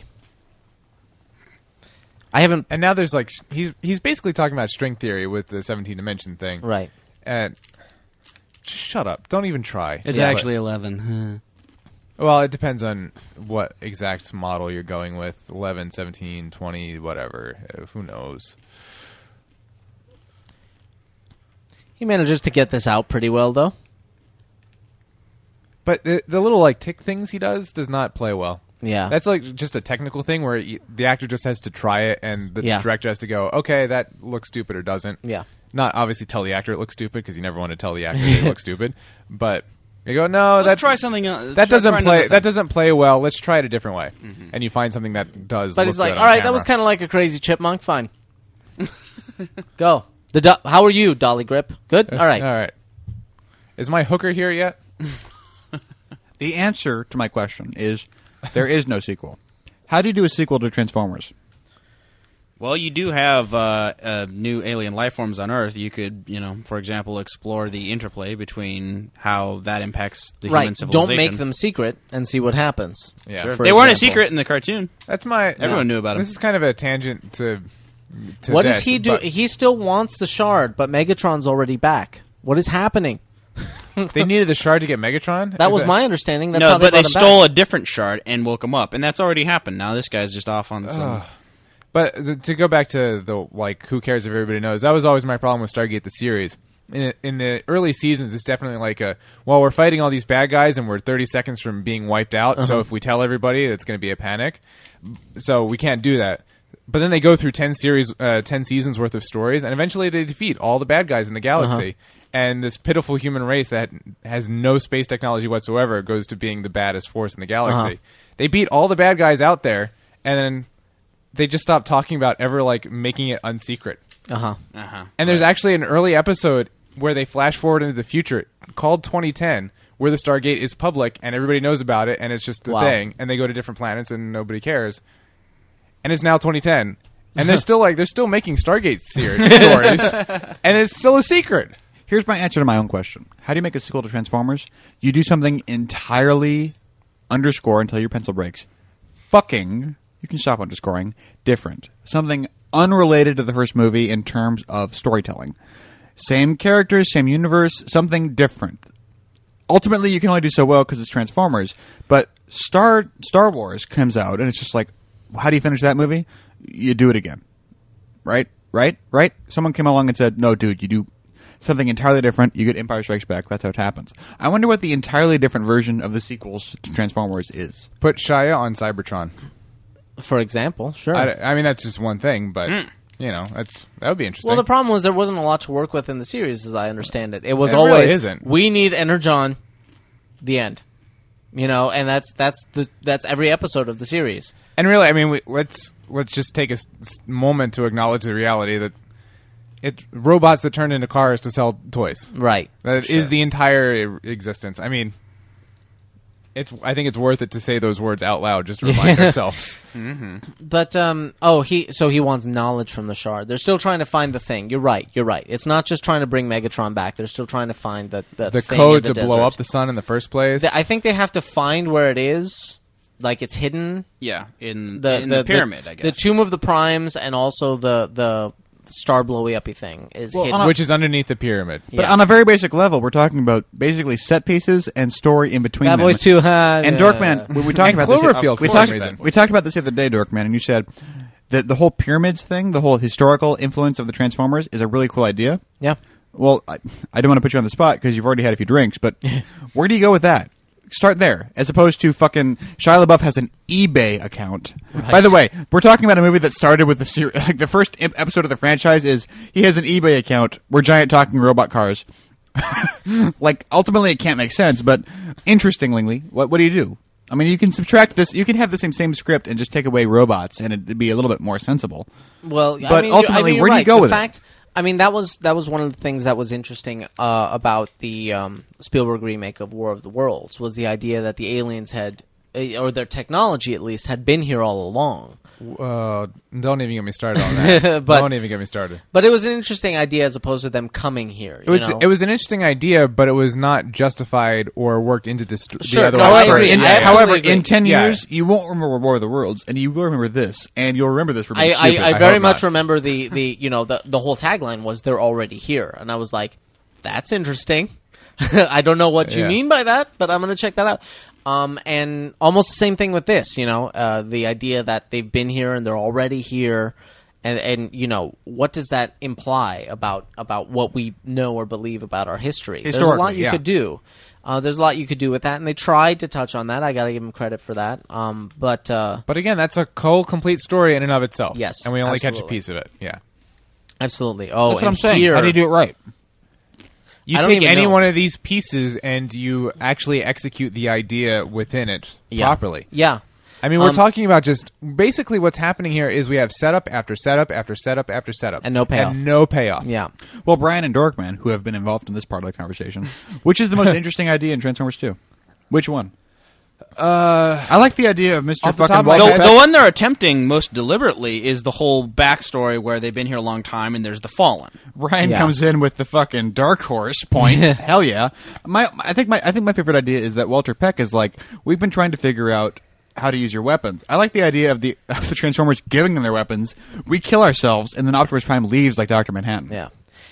C: I haven't
E: and now there's like s- he's he's basically talking about string theory with the 17 dimension thing,
C: right.
E: And shut up! Don't even try.
D: It's
E: Yeah.
D: actually eleven.
E: Well, it depends on what exact model you're going with 11, 17, 20, whatever. Uh, Who knows?
C: He manages to get this out pretty well though.
E: But the, the little like tick things he does does not play well.
C: Yeah.
E: that's like just a technical thing where y the actor just has to try it, and the
C: Yeah.
E: director has to go, "Okay, that looks stupid or doesn't."
C: Yeah.
E: not obviously tell the actor it looks stupid because you never want to tell the actor that it looks stupid. But you go, "No,
D: Let's
E: that
D: try Mm-hmm. something else.
E: that doesn't play. That doesn't play well. Let's try it a different way." And you find something that does.
C: But
E: look
C: it's like,
E: good
C: all
E: on
C: right,
E: camera.
C: that was kind of like a crazy chipmunk. Fine, go. The do- how are you, Dolly Grip? Good. All right.
E: All right. Is my hooker here yet?
B: The answer to my question is there is no sequel. How do you do a sequel to Transformers?
D: Well, you do have uh, uh, new alien life forms on Earth. You could, you know, for example, explore the interplay between how that impacts the human
C: right.
D: civilization.
C: Don't make them secret and see what happens.
E: Yeah.
C: for
E: Sure.
D: They weren't a
C: example.
D: secret in the cartoon.
E: That's my.
D: Everyone knew about him.
E: This is kind of a tangent to. to
C: What does
E: this,
C: he do?
E: but
C: He still wants the shard, but Megatron's already back. What is happening?
E: they needed the shard to get Megatron.
C: That
E: Is
C: was my understanding. That's how
D: no,
C: they
D: but they
C: brought him
D: stole
C: back.
D: a different shard and woke him up, and that's already happened. Now this guy's just off on some.
E: But th- to go back to the like, who cares if everybody knows? That was always my problem with Stargate the series. In, in the early seasons, it's definitely like a well, we're fighting all these bad guys and we're 30 seconds from being wiped out. So if we tell everybody, it's going to be a panic. So we can't do that. But then they go through 10 series, uh, 10 seasons worth of stories, and eventually they defeat all the bad guys in the galaxy. And this pitiful human race that has no space technology whatsoever goes to being the baddest force in the galaxy. They beat all the bad guys out there, and then they just stopped talking about ever like making it unsecret.
C: Uh-huh.
D: Uh-huh.
E: And there's actually an early episode where they flash forward into the future called 2010, where the Stargate is public and everybody knows about it, and it's just a
C: Wow.
E: thing. And they go to different planets and nobody cares. And it's now 2010, and they're still like they're still making Stargate series stories, and it's still a secret.
B: Here's my answer to my own question. How do you make a sequel to Transformers? You do something entirely underscore until your pencil breaks. Fucking, you can stop underscoring, different. Something unrelated to the first movie in terms of storytelling. Same characters, same universe, something different. Ultimately, you can only do so well because it's Transformers. But Star Star Wars comes out, and it's just like, how do you finish that movie? You do it again right? Right? Right? Someone came along and said, "No, dude, you do something entirely different. You get Empire Strikes Back. That's how it happens." I wonder what the entirely different version of the sequels to Transformers is.
E: Put Shia on Cybertron.
C: For example, sure.
E: I, I mean, that's just one thing, but you know, that's that would be interesting.
C: well, the problem was there wasn't a lot to work with in the series, as I understand it. It was
E: It really
C: always
E: isn't.
C: we need Energon, the end. You know, and that's that's the that's every episode of the series.
E: And really, I mean, we, let's let's just take a s- s- moment to acknowledge the reality that it robots that turn into cars to sell toys.
C: Right.
E: That is the entire e- existence. I mean, it's. I think it's worth it to say those words out loud just to remind ourselves.
C: But um oh he so he wants knowledge from the shard. They're still trying to find the thing. You're right. You're right. It's not just trying to bring Megatron back. They're still trying to find the the,
E: The
C: thing
E: code
C: in the
E: to blow
C: desert.
E: up the sun in the first place.
C: Th- I think they have to find where it is, like it's hidden.
D: Yeah, in
C: The
D: in
C: the,
D: the, pyramid, I guess.
C: the tomb of the primes, and also the the star blowy uppy thing is hidden.
E: which is underneath the pyramid.
B: But on a very basic level, we're talking about basically set pieces and story in between.
C: Bad
B: them.
C: Boys 2, huh?
B: and Dorkman. We, we talked
E: uh, And
B: about this. uh,
E: Cloverfield,
B: we
E: for
B: talked,
E: some reason.
B: we talked about this the other day, Dorkman, and you said that the whole pyramids thing, the whole historical influence of the Transformers, is a really cool idea.
C: yeah.
B: Well, I, I don't want to put you on the spot because you've already had a few drinks, but where do you go with that? Start there, as opposed to fucking Shia LaBeouf has an eBay account. By the way, we're talking about a movie that started with the ser- like the first ep- episode of the franchise is he has an eBay account. We're giant talking robot cars. like ultimately, it can't make sense, but interestingly, what what do you do? I mean, you can subtract this. You can have the same same script and just take away robots, and it'd be a little bit more sensible.
C: Well, I
B: But
C: mean,
B: ultimately,
C: you I mean,
B: where do you
C: right.
B: go
C: the
B: with it?
C: fact, I mean, that was that was one of the things that was interesting uh, about the um, Spielberg remake of War of the Worlds was the idea that the aliens had, eh, or their technology at least, had been here all along.
E: Uh, don't even get me started on that.
C: But-
E: don't even get me started.
C: But it was an interesting idea as opposed to them coming here.
E: It was, it was an interesting idea, but it was not justified or worked into the, st-
C: Sure,
E: the other
C: no, I
E: way.
C: agree.
B: in,
C: I absolutely
B: however,
C: agree.
B: in ten
E: Yeah.
B: years, you won't remember War of the Worlds, and you will remember this, and you'll remember this for being
C: I,
B: stupid.
C: I, I
E: I
C: very
E: hope
C: much
E: not.
C: remember the, the you know the the whole tagline was they're already here, and I was like, that's interesting. I don't know what you
E: Yeah.
C: mean by that, but I'm gonna check that out. Um, and almost the same thing with this, you know, uh, the idea that they've been here and they're already here, and and you know what does that imply about about what we know or believe about our history? There's a lot
B: Historically,
C: you
B: yeah.
C: could do. Uh, there's a lot you could do with that, and they tried to touch on that. I got to give them credit for that. Um, but uh,
E: But again, that's a whole complete story in and of itself.
C: Yes,
E: and we only catch a
C: absolutely.
E: piece of it. Yeah,
C: absolutely. Oh,
B: That's what
C: and
B: I'm saying.
C: here-
B: How do you do it right?
E: you
C: I don't
E: take
C: even
E: any
C: know.
E: one of these pieces and you actually execute the idea within it
C: Yeah.
E: properly.
C: Yeah.
E: I mean, we're
C: Um,
E: talking about just basically what's happening here is we have setup after setup after setup after setup
C: And no payoff.
E: and no payoff.
C: Yeah.
B: Well, Brian and Dorkman, who have been involved in this part of the conversation, which is the most interesting idea in Transformers Two? Which one?
E: Uh,
B: I like the idea of Mr.
E: Off the top
B: fucking
E: of my
B: Walpole.
E: head-
D: The, the one they're attempting most deliberately is the whole backstory where they've been here a long time and there's the fallen.
B: Ryan
C: Yeah.
B: comes in with the fucking dark horse point. Hell yeah! My, I think my, I think my favorite idea is that Walter Peck is like, we've been trying to figure out how to use your weapons. I like the idea of the of the Transformers giving them their weapons. We kill ourselves, and then Optimus Prime leaves like Doctor Manhattan.
C: Yeah.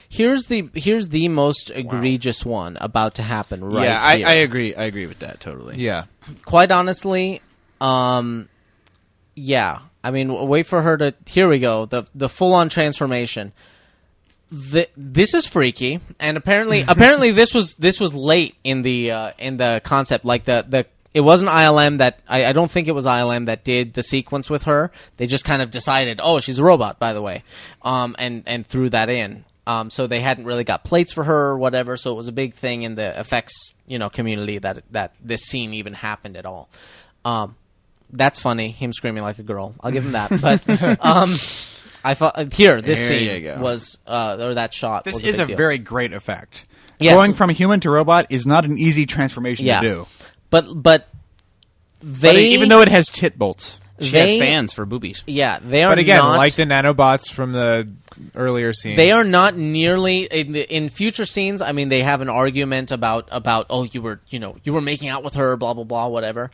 C: Here's the here's the most egregious one about to happen right
D: yeah, I,
C: here.
D: I agree. I agree with that totally.
E: yeah.
C: Quite honestly, um, yeah. I mean, w- wait for her to. Here we go. The the full on transformation. The, this is freaky, and apparently, apparently this was this was late in the uh, in the concept. Like the the it wasn't ILM that I, I don't think it was ILM that did the sequence with her. They just kind of decided, oh, she's a robot, by the way, um, and and threw that in. Um, so they hadn't really got plates for her or whatever. So it was a big thing in the effects you know community that that this scene even happened at all. Um, that's funny. Him screaming like a girl. I'll give him that. But um, I thought uh, here this
D: There
C: scene
D: you go.
C: was uh, or that shot.
B: This
C: was
B: is a
C: big deal.
B: very great effect.
C: Yes.
B: Going from human to robot is not an easy transformation
C: yeah.
B: to do.
C: But but they
B: But even though it has tit bolts,
D: She
C: they
D: had fans for boobies.
C: yeah they are
E: But again,
C: not,
E: like the nanobots from the earlier scene,
C: they are not nearly in, the, in future scenes. I mean, they have an argument about about oh you were you know you were making out with her blah blah blah whatever,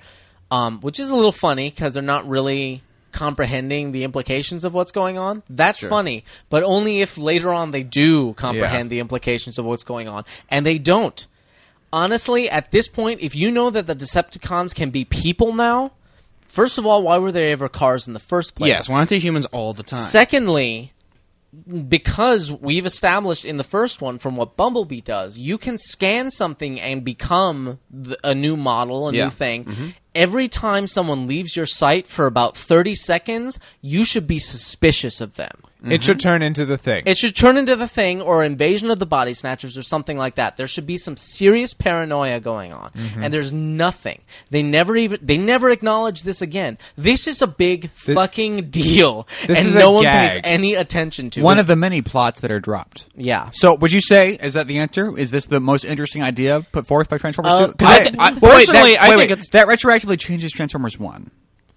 C: um, which is a little funny because they're not really comprehending the implications of what's going on. That's funny, but only if later on they do comprehend
E: Yeah.
C: the implications of what's going on, and they don't. Honestly, at this point, if you know that the Decepticons can be people now, first of all, why were they ever cars in the first place?
D: Yes, why aren't they humans all the time?
C: Secondly, because we've established in the first one from what Bumblebee does, you can scan something and become th- a new model, a
D: Yeah. Mm-hmm.
C: new thing. Every time someone leaves your site for about 30 seconds, you should be suspicious of them.
E: It should turn into the thing.
C: Mm-hmm. It should turn into the thing or invasion of the body snatchers or something like that. There should be some serious paranoia going on. And there's nothing. They never even they never acknowledge this again. This is a big fucking deal.
E: this
C: and
E: is a
C: no one pays
E: gag.
C: any attention to
B: one
C: it.
B: of the many plots that are dropped.
C: Yeah.
B: So, would you say is that the answer? Is this the most interesting idea put forth by Transformers
C: Uh,
B: Two?
C: I
D: th- I- personally, I think it's-
B: that retroactively changes Transformers One.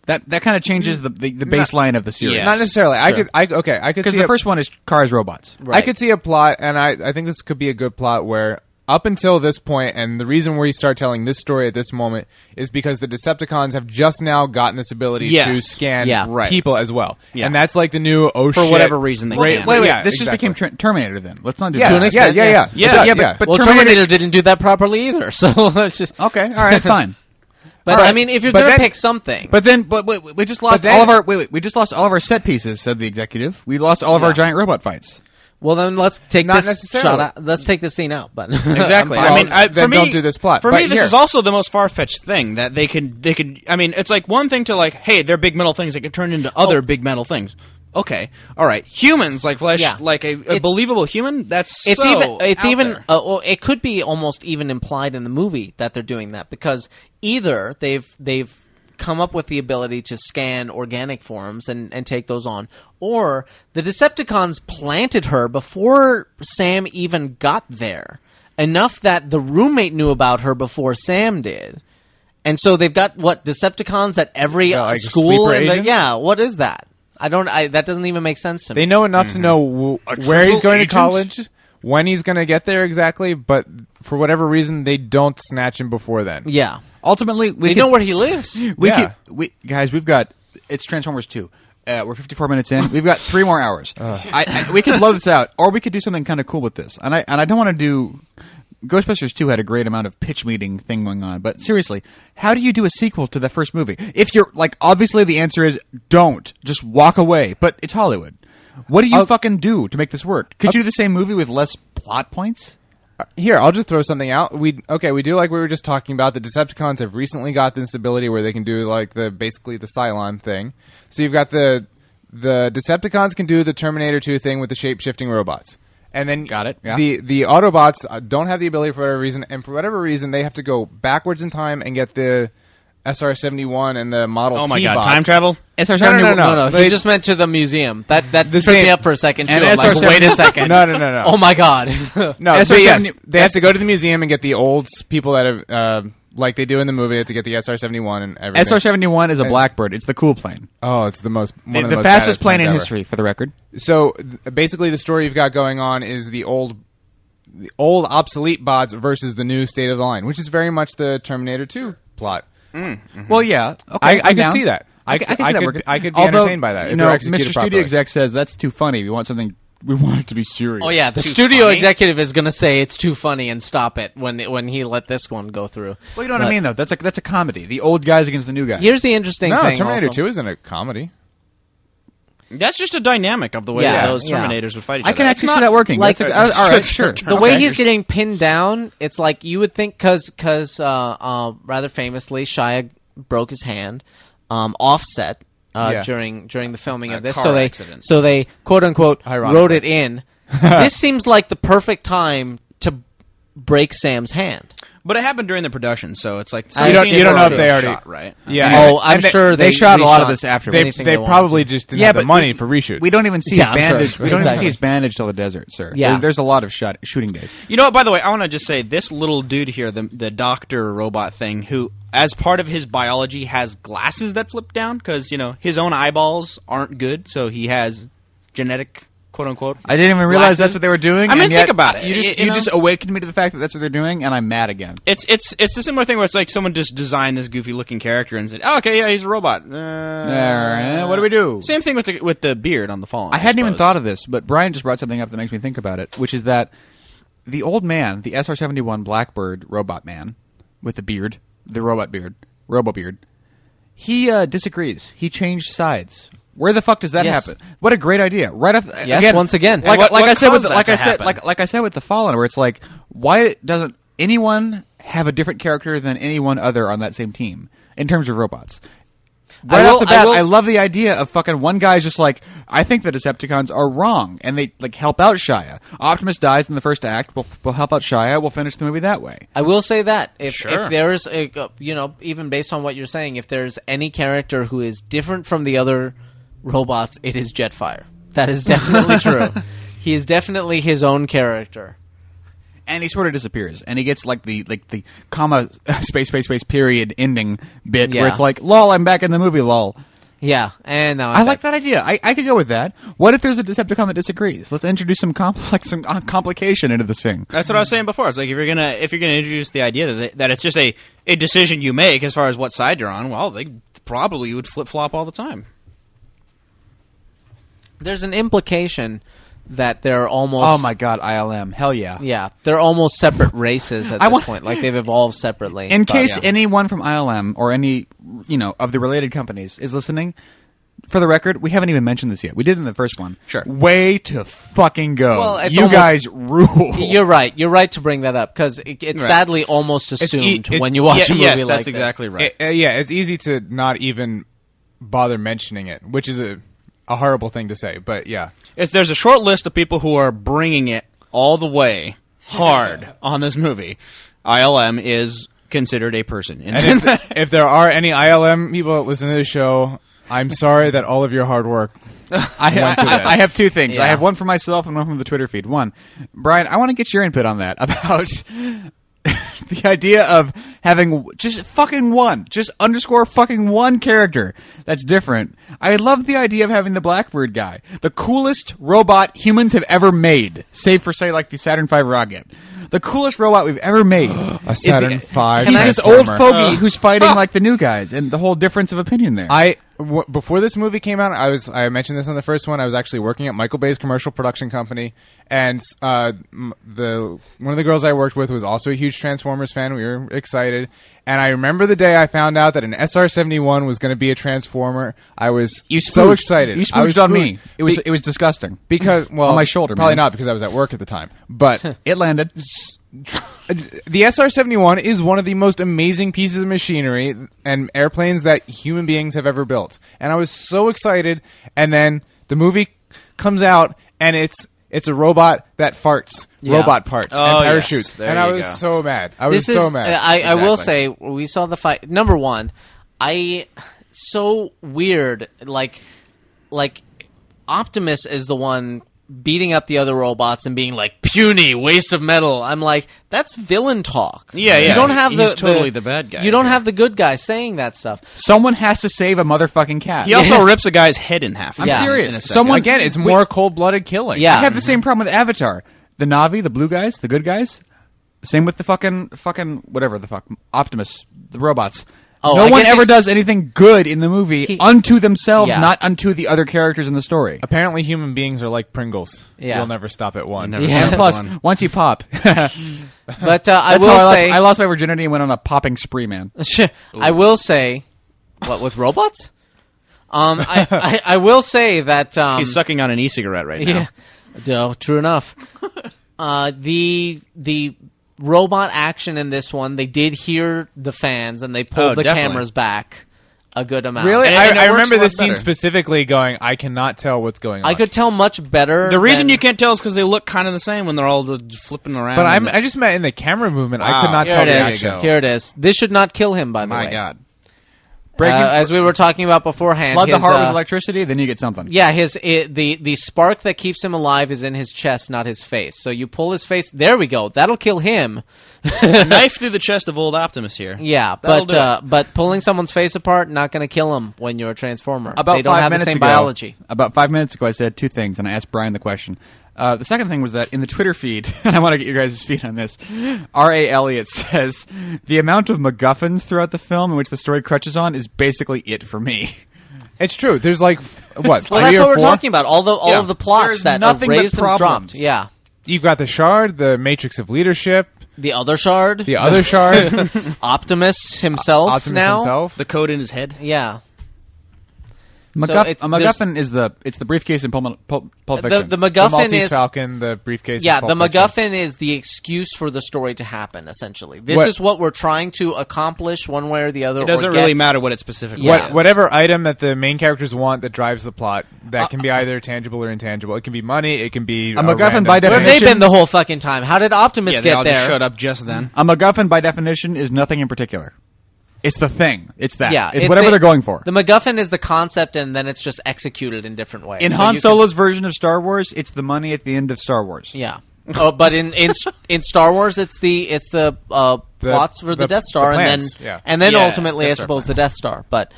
B: That that kind of changes the, the, the baseline of the series.
D: Yes.
E: not necessarily. I
D: Sure.
E: could. I okay. I could
B: because
E: see
B: the
E: a-
B: first one is cars robots.
C: Right.
E: I could see a plot, and I, I think this could be a good plot where up until this point, and the reason we start telling this story at this moment is because the Decepticons have just now gotten this ability
D: Yes.
E: to scan
C: Yeah.
D: Right.
E: people as well,
D: Yeah.
E: and that's like the new oh
D: For whatever reason they
E: Right,
D: can.
B: Wait, wait,
E: yeah,
B: this
E: exactly.
B: just became Tran- Terminator. Then let's not do
E: yeah,
C: To
B: that.
C: an
E: yeah,
C: extent,
E: yeah, yeah,
C: yes.
D: Yeah,
E: It
D: yeah,
E: does,
B: but- but
C: well,
B: Terminator-
C: Terminator, didn't do that properly either. So let's just.
B: Okay, all right, fine.
C: But
B: All right.
C: I mean, if you're
E: But
C: gonna
E: then-
C: pick something,
B: But then, but, wait, wait, we just lost
E: then-
B: all of our wait, wait, we just lost all of our set pieces," said the executive. "We lost all of our
C: Yeah.
B: giant robot fights."
C: well, then let's take
E: Not
C: this
E: necessarily.
C: shot out. Let's take this scene out. But
D: Exactly.
E: I'm fine.
D: I mean, I,
E: Then
D: for me,
E: don't do this plot.
D: For
E: But
D: me, this
E: here-
D: is also the most far fetched thing that they can. They can. I mean, it's like one thing to like, hey, they're big metal things that can turn into other big metal things. Okay, all right. Humans like flesh,
C: Yeah.
D: like a, a
C: It's-
D: believable human. That's
C: it's
D: so
C: even it's
D: out
C: even
D: there.
C: uh, well, it could be almost even implied in the movie that they're doing that because either they've they've come up with the ability to scan organic forms and and take those on or the decepticons planted her before sam even got there enough that the roommate knew about her before sam did and so they've got what decepticons at every
E: Yeah, like
C: uh, school
E: sleeper
C: in the-
E: agents?
C: yeah what is that i don't i that doesn't even make sense to me
E: They know enough to know w- where
B: triple
E: he's going
B: agent?
E: to college, when he's going to get there exactly, but for whatever reason, they don't snatch him before then.
C: yeah
B: Ultimately, we
C: they
B: could-
C: know where he lives
B: We
E: Yeah.
B: could- we guys, we've got it's Transformers two. Uh, we're 54 minutes in. We've got three more hours. I, I, we could blow this out, or we could do something kind of cool with this. And I and I don't want to do. Ghostbusters 2 had a great amount of pitch meeting thing going on, but seriously, how do you do a sequel to the first movie? If you're like, obviously the answer is don't just walk away. But it's Hollywood. What do
E: Oh.
B: you fucking do to make this work? Could you do the same movie with less plot points?
E: Here, I'll just throw something out. We okay, we do like we were just talking about. The Decepticons have recently got this ability where they can do like the basically the Cylon thing. So you've got the the Decepticons can do the Terminator two thing with the shape shifting robots, and then
B: Got it, yeah.
E: The the Autobots uh, don't have the ability for whatever reason, and for whatever reason they have to go backwards in time and get the SR seventy one and the Model.
D: Oh my
E: T
D: god,
E: bots.
D: time travel.
E: No, no, no, no,
C: No, no, he
E: They-
C: just meant to the museum. That that
E: The
C: tripped
E: same-
C: me up for a second too.
B: and
C: I'm like,
B: SR7
C: wait a second.
E: No, no, no, no.
C: Oh my god.
E: No,
B: SR-70
E: but yes, they have to go to the museum and get the old people that have uh, like they do in the movie to get the SR seventy one and everything.
B: SR seventy one is a Blackbird. It's the cool plane,
E: Oh, it's the most one
B: the,
E: of
B: the
E: most
B: fastest
E: badass
B: plane in
E: planes ever.
B: history, for the record.
E: So th- basically, the story you've got going on is the old, the old obsolete bots versus the new state of the line, which is very much the Terminator Two plot.
B: Well, yeah, okay,
E: I- I
B: I'm
E: could
B: down.
E: see that. I
B: c-
E: could- I
B: see that
E: could-
B: working.
E: I could be
B: Although,
E: entertained by that if
B: You know,
E: they're
B: Mr.
E: executed
B: Studio
E: properly.
B: Exec says that's too funny. We want something. We want it to be serious.
C: Oh yeah, the
B: That's
C: studio
D: funny?
C: executive is going to say it's too funny and stop it when when he let this one go through.
B: Well, you know what
C: But
B: I mean, though. That's a that's a comedy. The old guys against the new guys.
C: Here's the interesting
E: No,
C: thing.
E: Terminator
C: also.
E: Two isn't a comedy.
D: That's just a dynamic of the way
C: Yeah.
D: that those
C: Yeah.
D: Terminators would fight each
B: I
D: other.
B: can
D: It's
B: actually
D: not-
B: see that working.
C: like-
B: That's a- uh, all right, sure.
C: the way he's
D: Terminators.
C: getting pinned down, it's like you would think because uh, uh, rather famously Shia broke his hand, um, offset uh,
E: Yeah.
C: during during the filming
D: A
C: of this.
D: car
C: So they
D: accident.
C: so they quote unquote
E: Ironically.
C: wrote it in. this seems like the perfect time to break Sam's hand.
D: But it happened during the production, so it's like
C: I- You don't-
D: scenes
C: you don't
D: were
C: know if
D: already
E: they already-
D: shot, right.
E: Yeah.
C: Oh, I'm
E: And they-
C: sure they,
B: they shot a lot of
C: reshot
B: this after.
E: They,
C: anything
E: they
C: wanted
E: probably
C: to.
E: just didn't
B: Yeah,
E: have the
B: but
E: money for reshoots.
B: We don't even see
C: Yeah, I'm
B: his bandage.
C: sure.
B: We don't even see
C: Exactly.
B: his bandage till the desert, sir.
C: Yeah.
B: There's, there's a lot of shot, shooting days.
D: You know what? By the way, I want to just say this little dude here, the the doctor robot thing, who as part of his biology has glasses that flip down because you know his own eyeballs aren't good, so he has genetic quote unquote.
B: I didn't even realize
D: glasses.
B: that's what they were doing.
D: I mean,
B: and
D: think
B: yet
D: about it.
B: You just
D: Y-
B: you,
D: you know?
B: just awakened me to the fact that that's what they're doing, and I'm mad again.
D: It's it's it's the similar thing where it's like someone just designed this goofy looking character and said, oh, "Okay, yeah, he's a robot." Uh,
B: Alright, what do we do?
D: Same thing with the with the beard on the fallen.
B: I hadn't even
D: suppose.
B: thought of this, but Brian just brought something up that makes me think about it, which is that the old man, the SR seventy one Blackbird robot man with the beard, the robot beard, robo beard, he uh, disagrees. He changed sides. Where the fuck does that
C: Yes.
B: happen? What a great idea! Right off,
C: Yes,
B: again,
C: once again.
B: like,
D: And what-
B: like
D: what
B: I said, with,
D: caused that
B: like
D: to
B: I said,
D: happen?
B: like like I said with the Fallen, where it's like, why doesn't anyone have a different character than anyone other on that same team in terms of robots? Right
C: will-
B: off the
C: I
B: bat, I,
C: will-
B: love the idea of fucking one guy's just like, I think the Decepticons are wrong, and they like help out Shia. Optimus dies in the first act. We'll, we'll help out Shia. We'll finish the movie that way.
C: I will say that if
D: Sure.
C: if there is a, you know even based on what you're saying, if there's any character who is different from the other robots, it is Jetfire. That is definitely true. He is definitely his own character.
B: And he sort of disappears, and he gets like the like the comma space space space period ending bit
C: Yeah.
B: where it's like, lol, I'm back in the movie, lol.
C: Yeah, and now
B: I like that idea. I, I could go with that. What if there's a Decepticon that disagrees? Let's introduce some complex some uh, complication into this thing.
D: That's what I was saying before. It's like if you're gonna if you're gonna introduce the idea that, that it's just a, a decision you make as far as what side you're on, well, they probably would flip flop all the time.
C: There's an implication that they're almost
B: Oh my god, ILM, hell yeah.
C: yeah they're almost separate races at
B: I
C: this
B: want-
C: point. Like they've evolved separately.
B: In
C: But-
B: case
C: yeah.
B: anyone from ILM or any you know of the related companies is listening, for the record, we haven't even mentioned this yet. We did in the first one.
D: Sure.
B: Way to fucking go.
C: Well, it's
B: you
C: almost-
B: guys rule.
C: You're right. You're right to bring that up because it, it's
D: Right.
C: sadly almost assumed
B: e,
E: it's-
C: when you watch
D: Yeah,
C: a movie
D: yes,
C: like
D: that's
C: this.
D: exactly right.
E: Uh, uh, yeah, it's easy to not even bother mentioning it, which is a a horrible thing to say, but yeah.
D: It's, there's a short list of people who are bringing it all the way hard on this movie. ILM is considered a person. And
E: And if, if there are any ILM people that listen to this show, I'm sorry that all of your hard work.
B: I, I,
E: went to this.
B: I have two things. I
C: Yeah.
B: have one for myself and one from the Twitter feed. One, Brian, I want to get your input on that about the idea of having just fucking one, just underscore fucking one character that's different. I love the idea of having the Blackbird guy, the coolest robot humans have ever made, save for say like the Saturn V rocket. The coolest robot we've ever made. A
E: Saturn V
B: He's this old
E: transformer.
B: fogey who's fighting like the new guys, and the whole difference of opinion there.
E: I w- before this movie came out, I was I mentioned this on the first one. I was actually working at Michael Bay's commercial production company, and uh, m- the one of the girls I worked with was also a huge Transformers fan. We were excited, and I remember the day I found out that an SR seventy one was going to be a Transformer. I was
B: you
E: so
B: spooked.
E: excited.
B: You
E: I was
B: spooked on me.
E: spooked.
B: It was
E: Be-
B: it was disgusting.
E: because well
B: On my shoulder,
E: Probably
B: man.
E: not because I was at work at the time, but.
B: It landed.
E: the SR-71 is one of the most amazing pieces of machinery and airplanes that human beings have ever built. And I was so excited and then the movie comes out and it's it's a robot that farts,
C: Yeah.
E: robot parts
D: Oh,
E: and
D: yes.
E: parachutes.
D: There
E: and I
D: you
E: was
D: go.
E: so mad. I was
C: this
E: so
C: is, uh,
E: mad.
C: I, I will say
D: Exactly.
C: we saw the fight. Number one, I so weird. Like, like Optimus is the one beating up the other robots and being like puny waste of metal. I'm like, that's villain talk.
D: Yeah,
C: You
D: yeah.
C: don't have the
D: He's totally the bad guy
C: You don't
D: here.
C: have the good guy saying that stuff.
B: Someone has to save a motherfucking cat.
D: He also rips a guy's head in half.
B: I'm
C: Yeah.
D: In a
B: serious.
D: second.
B: Someone
E: Again, it's more cold blooded killing.
C: Yeah.
B: I have the same problem with Avatar. The Navi, the blue guys, the good guys. Same with the fucking fucking whatever the fuck Optimus, the robots.
C: Oh,
B: no
C: I
B: one
C: guess
B: ever
C: he's-
B: does anything good in the movie
C: He-
B: unto themselves,
C: Yeah.
B: not unto the other characters in the story.
E: Apparently, human beings are like Pringles.
C: Yeah.
E: You'll never stop at one.
D: Never
C: Yeah.
D: saw
B: And
D: that
B: plus,
D: one.
B: once you pop,
C: But uh, I
B: That's
C: will
B: how I lost,
C: say,
B: I lost my virginity and went on a popping spree, man.
C: I will say, what with robots? Um, I, I, I will say that um,
D: he's sucking on an e-cigarette right now.
C: Yeah. No, true enough. uh, the the robot action in this one, they did hear the fans and they pulled
D: Oh,
C: the
D: definitely.
C: cameras back a good amount.
E: Really?
D: And-
E: I,
D: and it
E: I
D: works
E: remember
D: a lot
E: this scene
D: better.
E: specifically going, I cannot tell what's going on.
C: I could tell much better.
D: The reason
C: than-
D: you can't tell is because they look kind of the same when they're all the flipping around.
E: But
D: and
E: I'm, I
D: it's-
E: just meant in the camera movement, I
D: Wow.
E: could not
C: Here
E: tell
C: it
E: the
C: is.
E: action.
C: Here it is. This should not kill him. By the way,
D: my god.
C: Uh,
B: Breaking,
C: as we were talking about beforehand,
B: flood the
C: his,
B: heart
C: uh,
B: with electricity, then you get something.
C: Yeah, his it, the the spark that keeps him alive is in his chest, not his face. So you pull his face. There we go. That'll kill him.
D: knife through the chest of old Optimus here.
C: Yeah,
D: That'll
C: but
D: do it.
C: uh, but pulling someone's face apart not going to kill him when you're a transformer.
B: About
C: they don't
B: five
C: have the
B: minutes
C: same
B: ago,
C: biology.
B: About five minutes ago, I said two things, and I asked Brian the question. Uh, the second thing was that in the Twitter feed, and I want to get your guys' feed on this. R. A. Elliott says the amount of MacGuffins throughout the film in which the story crutches on is basically it for me.
E: It's true. There's like, f- what,
C: Well,
E: three
C: that's
E: or
C: what we're
E: four?
C: talking about. All the all
B: Yeah.
C: of the plots
B: There's
C: that
B: nothing
C: are
B: but
C: raised and dropped.
B: problems.
C: Yeah,
E: You've got the shard, the matrix of leadership,
C: the other shard,
E: the other shard,
C: Optimus himself.
E: Optimus
C: now,
E: himself.
D: The code in his head.
C: yeah.
B: MacGuff-
C: it's-
B: a MacGuffin is the it's the briefcase in Pulp, Pulp, Pulp
C: The-
B: Fiction.
C: the
E: The
C: MacGuffin
E: Maltese
C: is
E: Falcon, the briefcase.
C: yeah.
E: of
C: The
E: Pulp Fiction.
C: MacGuffin is the excuse for the story to happen. Essentially, this
E: What-
C: is what we're trying to accomplish, one way or the other.
D: It doesn't
C: or
D: really
C: get-
D: matter what it specifically
C: Yeah.
D: is.
E: What, whatever item that the main characters want that drives the plot, that can be
C: Uh,
E: either tangible or intangible. It can be money. It can be a,
B: MacGuffin
E: random-
B: by
C: Where have they
B: Definition-
C: been the whole fucking time? How did Optimus
D: Yeah, they
C: get
D: all
C: there?
D: just showed up just then.
B: a MacGuffin, by definition, is nothing in particular. It's the thing. It's that.
C: Yeah,
B: it's, whatever
C: the-
B: they're going for.
C: The MacGuffin is the concept, and then it's just executed in different ways.
B: in
C: So
B: Han
C: you can-
B: Solo's version of Star Wars, it's the money at the end of Star Wars.
C: yeah. oh, but in in in Star Wars, it's the it's the, uh,
E: The-
C: plots for the,
E: the-
C: Death Star,
E: the
C: and then
E: plans, yeah.
C: and then
D: Yeah,
C: ultimately,
D: Death
C: I
D: Star
C: suppose the Death Star. But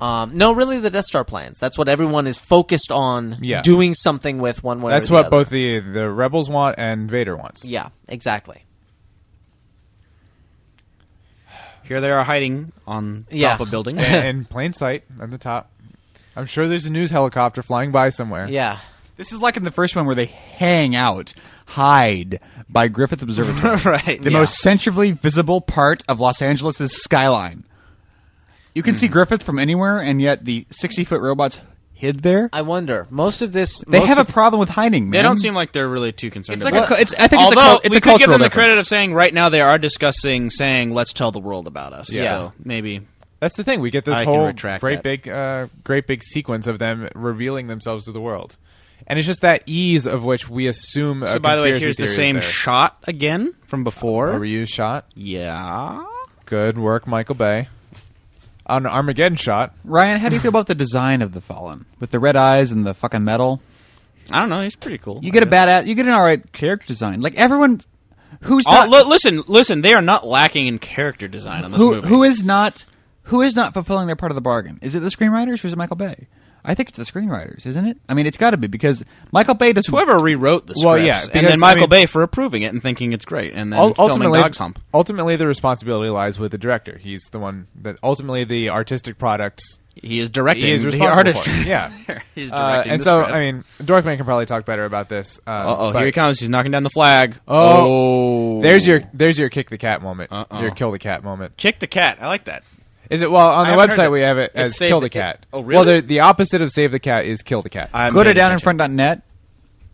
C: um, no, really, the Death Star plans. That's what everyone is focused on
E: Yeah.
C: doing something with one way. or
E: That's
C: the
E: what
C: other.
E: both the the rebels want and Vader wants.
C: Yeah, exactly.
D: Here they are hiding on
C: Yeah.
D: top of building.
E: And, in plain sight at the top. I'm sure there's a news helicopter flying by somewhere.
C: Yeah.
B: This is like in the first one where they hang out, hide by Griffith Observatory.
D: Right.
B: The
C: Yeah.
B: most centrally visible part of Los Angeles' skyline. You can see
C: Mm-hmm.
B: Griffith from anywhere, and yet the 60 foot robots hid there.
C: I wonder. Most of this.
B: They
C: most
B: have a
C: of-
B: problem with hiding, man.
D: They don't seem like they're really too concerned
B: It's like
D: about
B: a
D: it.
B: cu- it's- I think it's a
D: Although,
B: cul- it's
D: we
B: a
D: could give
B: cultural
D: them the
B: difference.
D: credit of saying right now they are discussing saying, let's tell the world about us.
C: Yeah.
D: So maybe.
E: That's the thing. We get this
D: I can
E: whole
D: retract
E: great
D: that.
E: big, uh, great big sequence of them revealing themselves to the world, and it's just that ease of which we assume.
D: So, by the way, here's the same
E: shot.
D: shot again from before.
E: reused shot.
D: yeah.
E: Good work, Michael Bay. An Armageddon shot.
B: Ryan, how do you feel about the design of the Fallen with the red eyes and the fucking metal?
D: I don't know. He's pretty cool.
B: You get a badass. You get an all right character design. Like everyone, who's
C: Oh,
D: All,
B: not
D: li- listen, listen. They are not lacking in character design on this
B: who
D: movie.
B: who is not who is not fulfilling their part of the bargain? Is it the screenwriters or is it Michael Bay? I think it's the screenwriters, isn't it? I mean, it's got to be because Michael Bay doesn't.
D: whoever rewrote the scripts,
E: Well, yeah,
D: and
E: because,
D: then
E: I
D: Michael
E: mean-
D: Bay for approving it and thinking it's great, and then
E: Ul-
D: filming
E: ultimately,
D: Dog's Hump.
E: ultimately, the responsibility lies with the director. He's the one that ultimately the artistic product.
D: He is directing
E: He is
D: the
E: responsible
D: artist.
E: for it. Yeah.
D: he's directing
E: Uh, and
D: the
E: so,
D: script.
E: I mean, Dorkman can probably talk better about this. Um,
D: Uh oh,
E: but-
D: here he comes. He's knocking down the flag.
E: Oh,
D: Oh. Uh-uh.
E: there's your there's your kick the cat moment.
D: Uh-oh.
E: Your kill the cat moment.
D: kick the cat. I like that.
E: Is it well on
D: I
E: the
D: haven't heard
E: website
D: it.
E: we have it
D: It's
E: as
D: Save
E: kill
D: the
E: the
D: Cat.
E: cat.
D: Oh,
E: Well,
D: really?
E: the- the opposite of save the cat is kill the cat.
D: I'm
B: Go to
D: paying attention.
B: downinfront.net.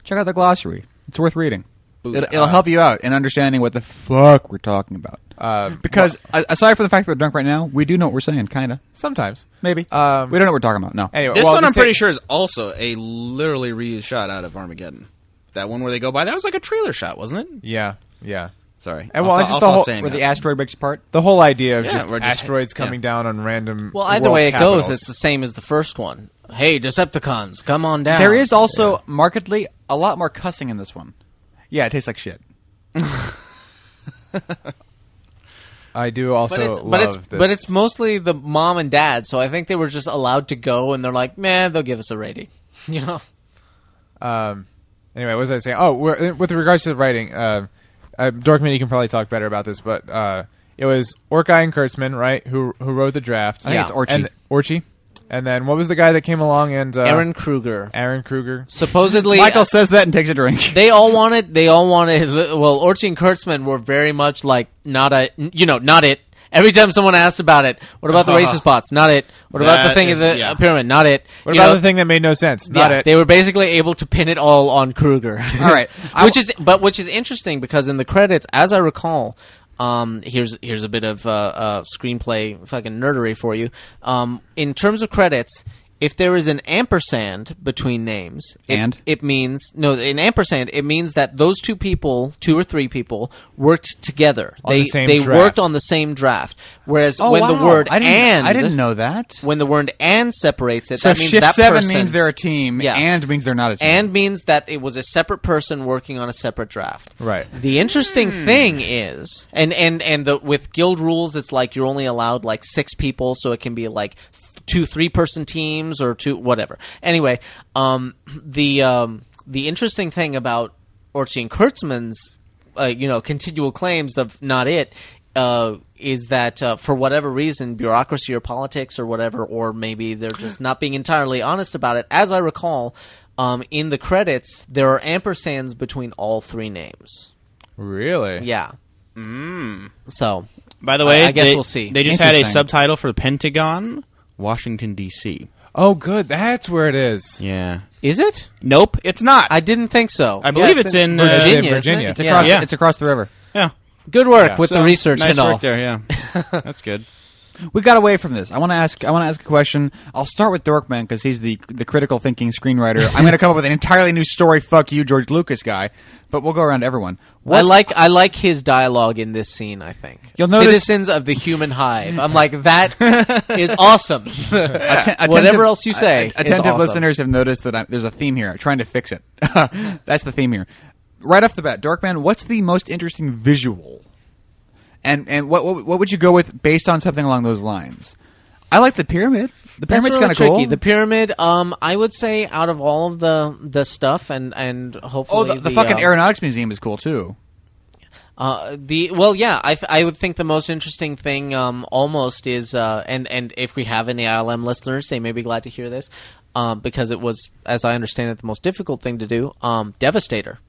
B: Check out the glossary. It's worth reading. It'll, it'll help you out in understanding what the fuck we're talking about.
E: Uh,
B: because a- aside from the fact that we're drunk right now, we do know what we're saying, kind of.
E: Sometimes
B: Maybe.
E: Um,
B: we don't know what we're talking about. No.
E: Anyway,
D: This
E: well,
D: one,
E: the
D: I'm
E: sa-
D: pretty sure, is also a literally reused shot out of Armageddon. That one where they go by, that was like a trailer shot, wasn't it?
E: Yeah, yeah.
D: Sorry. I'll
E: And well,
D: stop-
E: just
D: I'll
E: the
D: stop
E: whole-
D: saying
B: Where the
D: that.
B: asteroid breaks apart.
E: The whole idea of
D: Yeah,
E: just
D: we're just-
E: asteroids
D: yeah.
E: coming down on random.
C: Well, either
E: world
C: way it
E: capitals.
C: goes, it's the same as the first one. Hey, Decepticons, come on down.
B: There is also markedly a a lot more cussing in this one. Yeah, it tastes like shit.
E: I do also
C: But it's
E: love
C: but it's
E: this.
C: but it's mostly the mom and dad, so I think they were just allowed to go, and they're like, man, they'll give us a rating, you know.
E: Uh, um, anyway, what was I saying? Oh, we're, with regards to the writing, uh, uh, Dorkman, you can probably talk better about this, but uh, it was Orkai and Kurtzman, right, who who wrote the draft.
B: I think it's Orchi.
E: And, Orchi. And then what was the guy that came along and uh,
C: Aaron Kruger,
E: Aaron Kruger?
C: supposedly uh,
B: Michael says that and takes a drink.
C: they all wanted they all wanted well Orchie and Kurtzman were very much like not a you know not it every time someone asked about it what about the racist bots not it what about the
D: That
C: thing
D: is-
C: in the
D: yeah.
C: pyramid not it
E: What
C: You
E: about
C: know,
E: the thing that made no sense? Not
C: yeah,
E: it.
C: they were basically able to pin it all on Kruger
B: All right. I
C: which is but which is interesting because in the credits as I recall um, here's here's a bit of uh, uh, screenplay fucking nerdery for you um, in terms of credits if there is an ampersand between names it-
B: And?
C: it means no in ampersand it means that those two people two or three people worked together they
E: the same
C: they
E: draft.
C: worked on the same draft whereas
B: Oh,
C: when the
B: wow.
C: word
B: I didn't,
C: and
B: I didn't know that.
C: when the word and separates it
B: so
C: that means
B: shift
C: that
B: seven
C: person-
B: means they're a team,
C: Yeah.
B: and means they're not a team.
C: and means that it was a separate person working on a separate draft.
E: Right.
C: The interesting thing is, and and and the with guild rules, it's like you're only allowed like six people, so it can be like f- two three person teams or two whatever. Anyway, um, the um, the interesting thing about Orchie and Kurtzman's uh, you know continual claims of not it uh, is that uh, for whatever reason bureaucracy or politics or whatever or maybe they're just not being entirely honest about it as i recall um, in the credits there are ampersands between all three names
E: really?
C: yeah so
D: By the way,
C: I- I guess
D: they-
C: we'll see.
D: They just had a
B: Interesting.
D: subtitle for the Pentagon, Washington D.C.
E: Oh, good. That's where it is.
D: Yeah.
C: is it
D: Nope, it's not.
C: i didn't think so
D: I believe it's, in, uh,
E: Virginia.
C: virginia, isn't
E: Virginia.
C: it?
E: It's
C: Yeah.
B: across,
D: Yeah.
B: it's across the river.
D: Yeah.
C: good work with
D: So,
C: the research
D: nice
C: and all
D: work there, yeah. That's good.
B: We got away from this. I want to ask. I want to ask a question. I'll start with Dorkman because he's the the critical thinking screenwriter. I'm going to come up with an entirely new story. Fuck you, George Lucas guy. But we'll go around to everyone.
C: I like I like his dialogue in this scene. I think
B: You'll notice-
C: citizens of the human hive. I'm like that is awesome.
B: Atten-
C: Whatever else you say is
B: attentive
C: awesome.
B: listeners have noticed that I'm, there's a theme here. I'm trying to fix it. That's the theme here. Right off the bat, Dorkman, what's the most interesting visual? And and what, what what would you go with based on something along those lines? I like the pyramid. The pyramid's
C: That's
B: kind
C: really
B: of cool.
C: tricky. The pyramid. Um, I would say out of all of the the stuff and and hopefully
B: oh, the, the, fucking
C: uh,
B: aeronautics museum is cool too.
C: Uh, the well, yeah, I, th- I would think the most interesting thing um, almost is uh, and and if we have any ILM listeners, they may be glad to hear this um, because it was, as I understand it, the most difficult thing to do. Um, Devastator.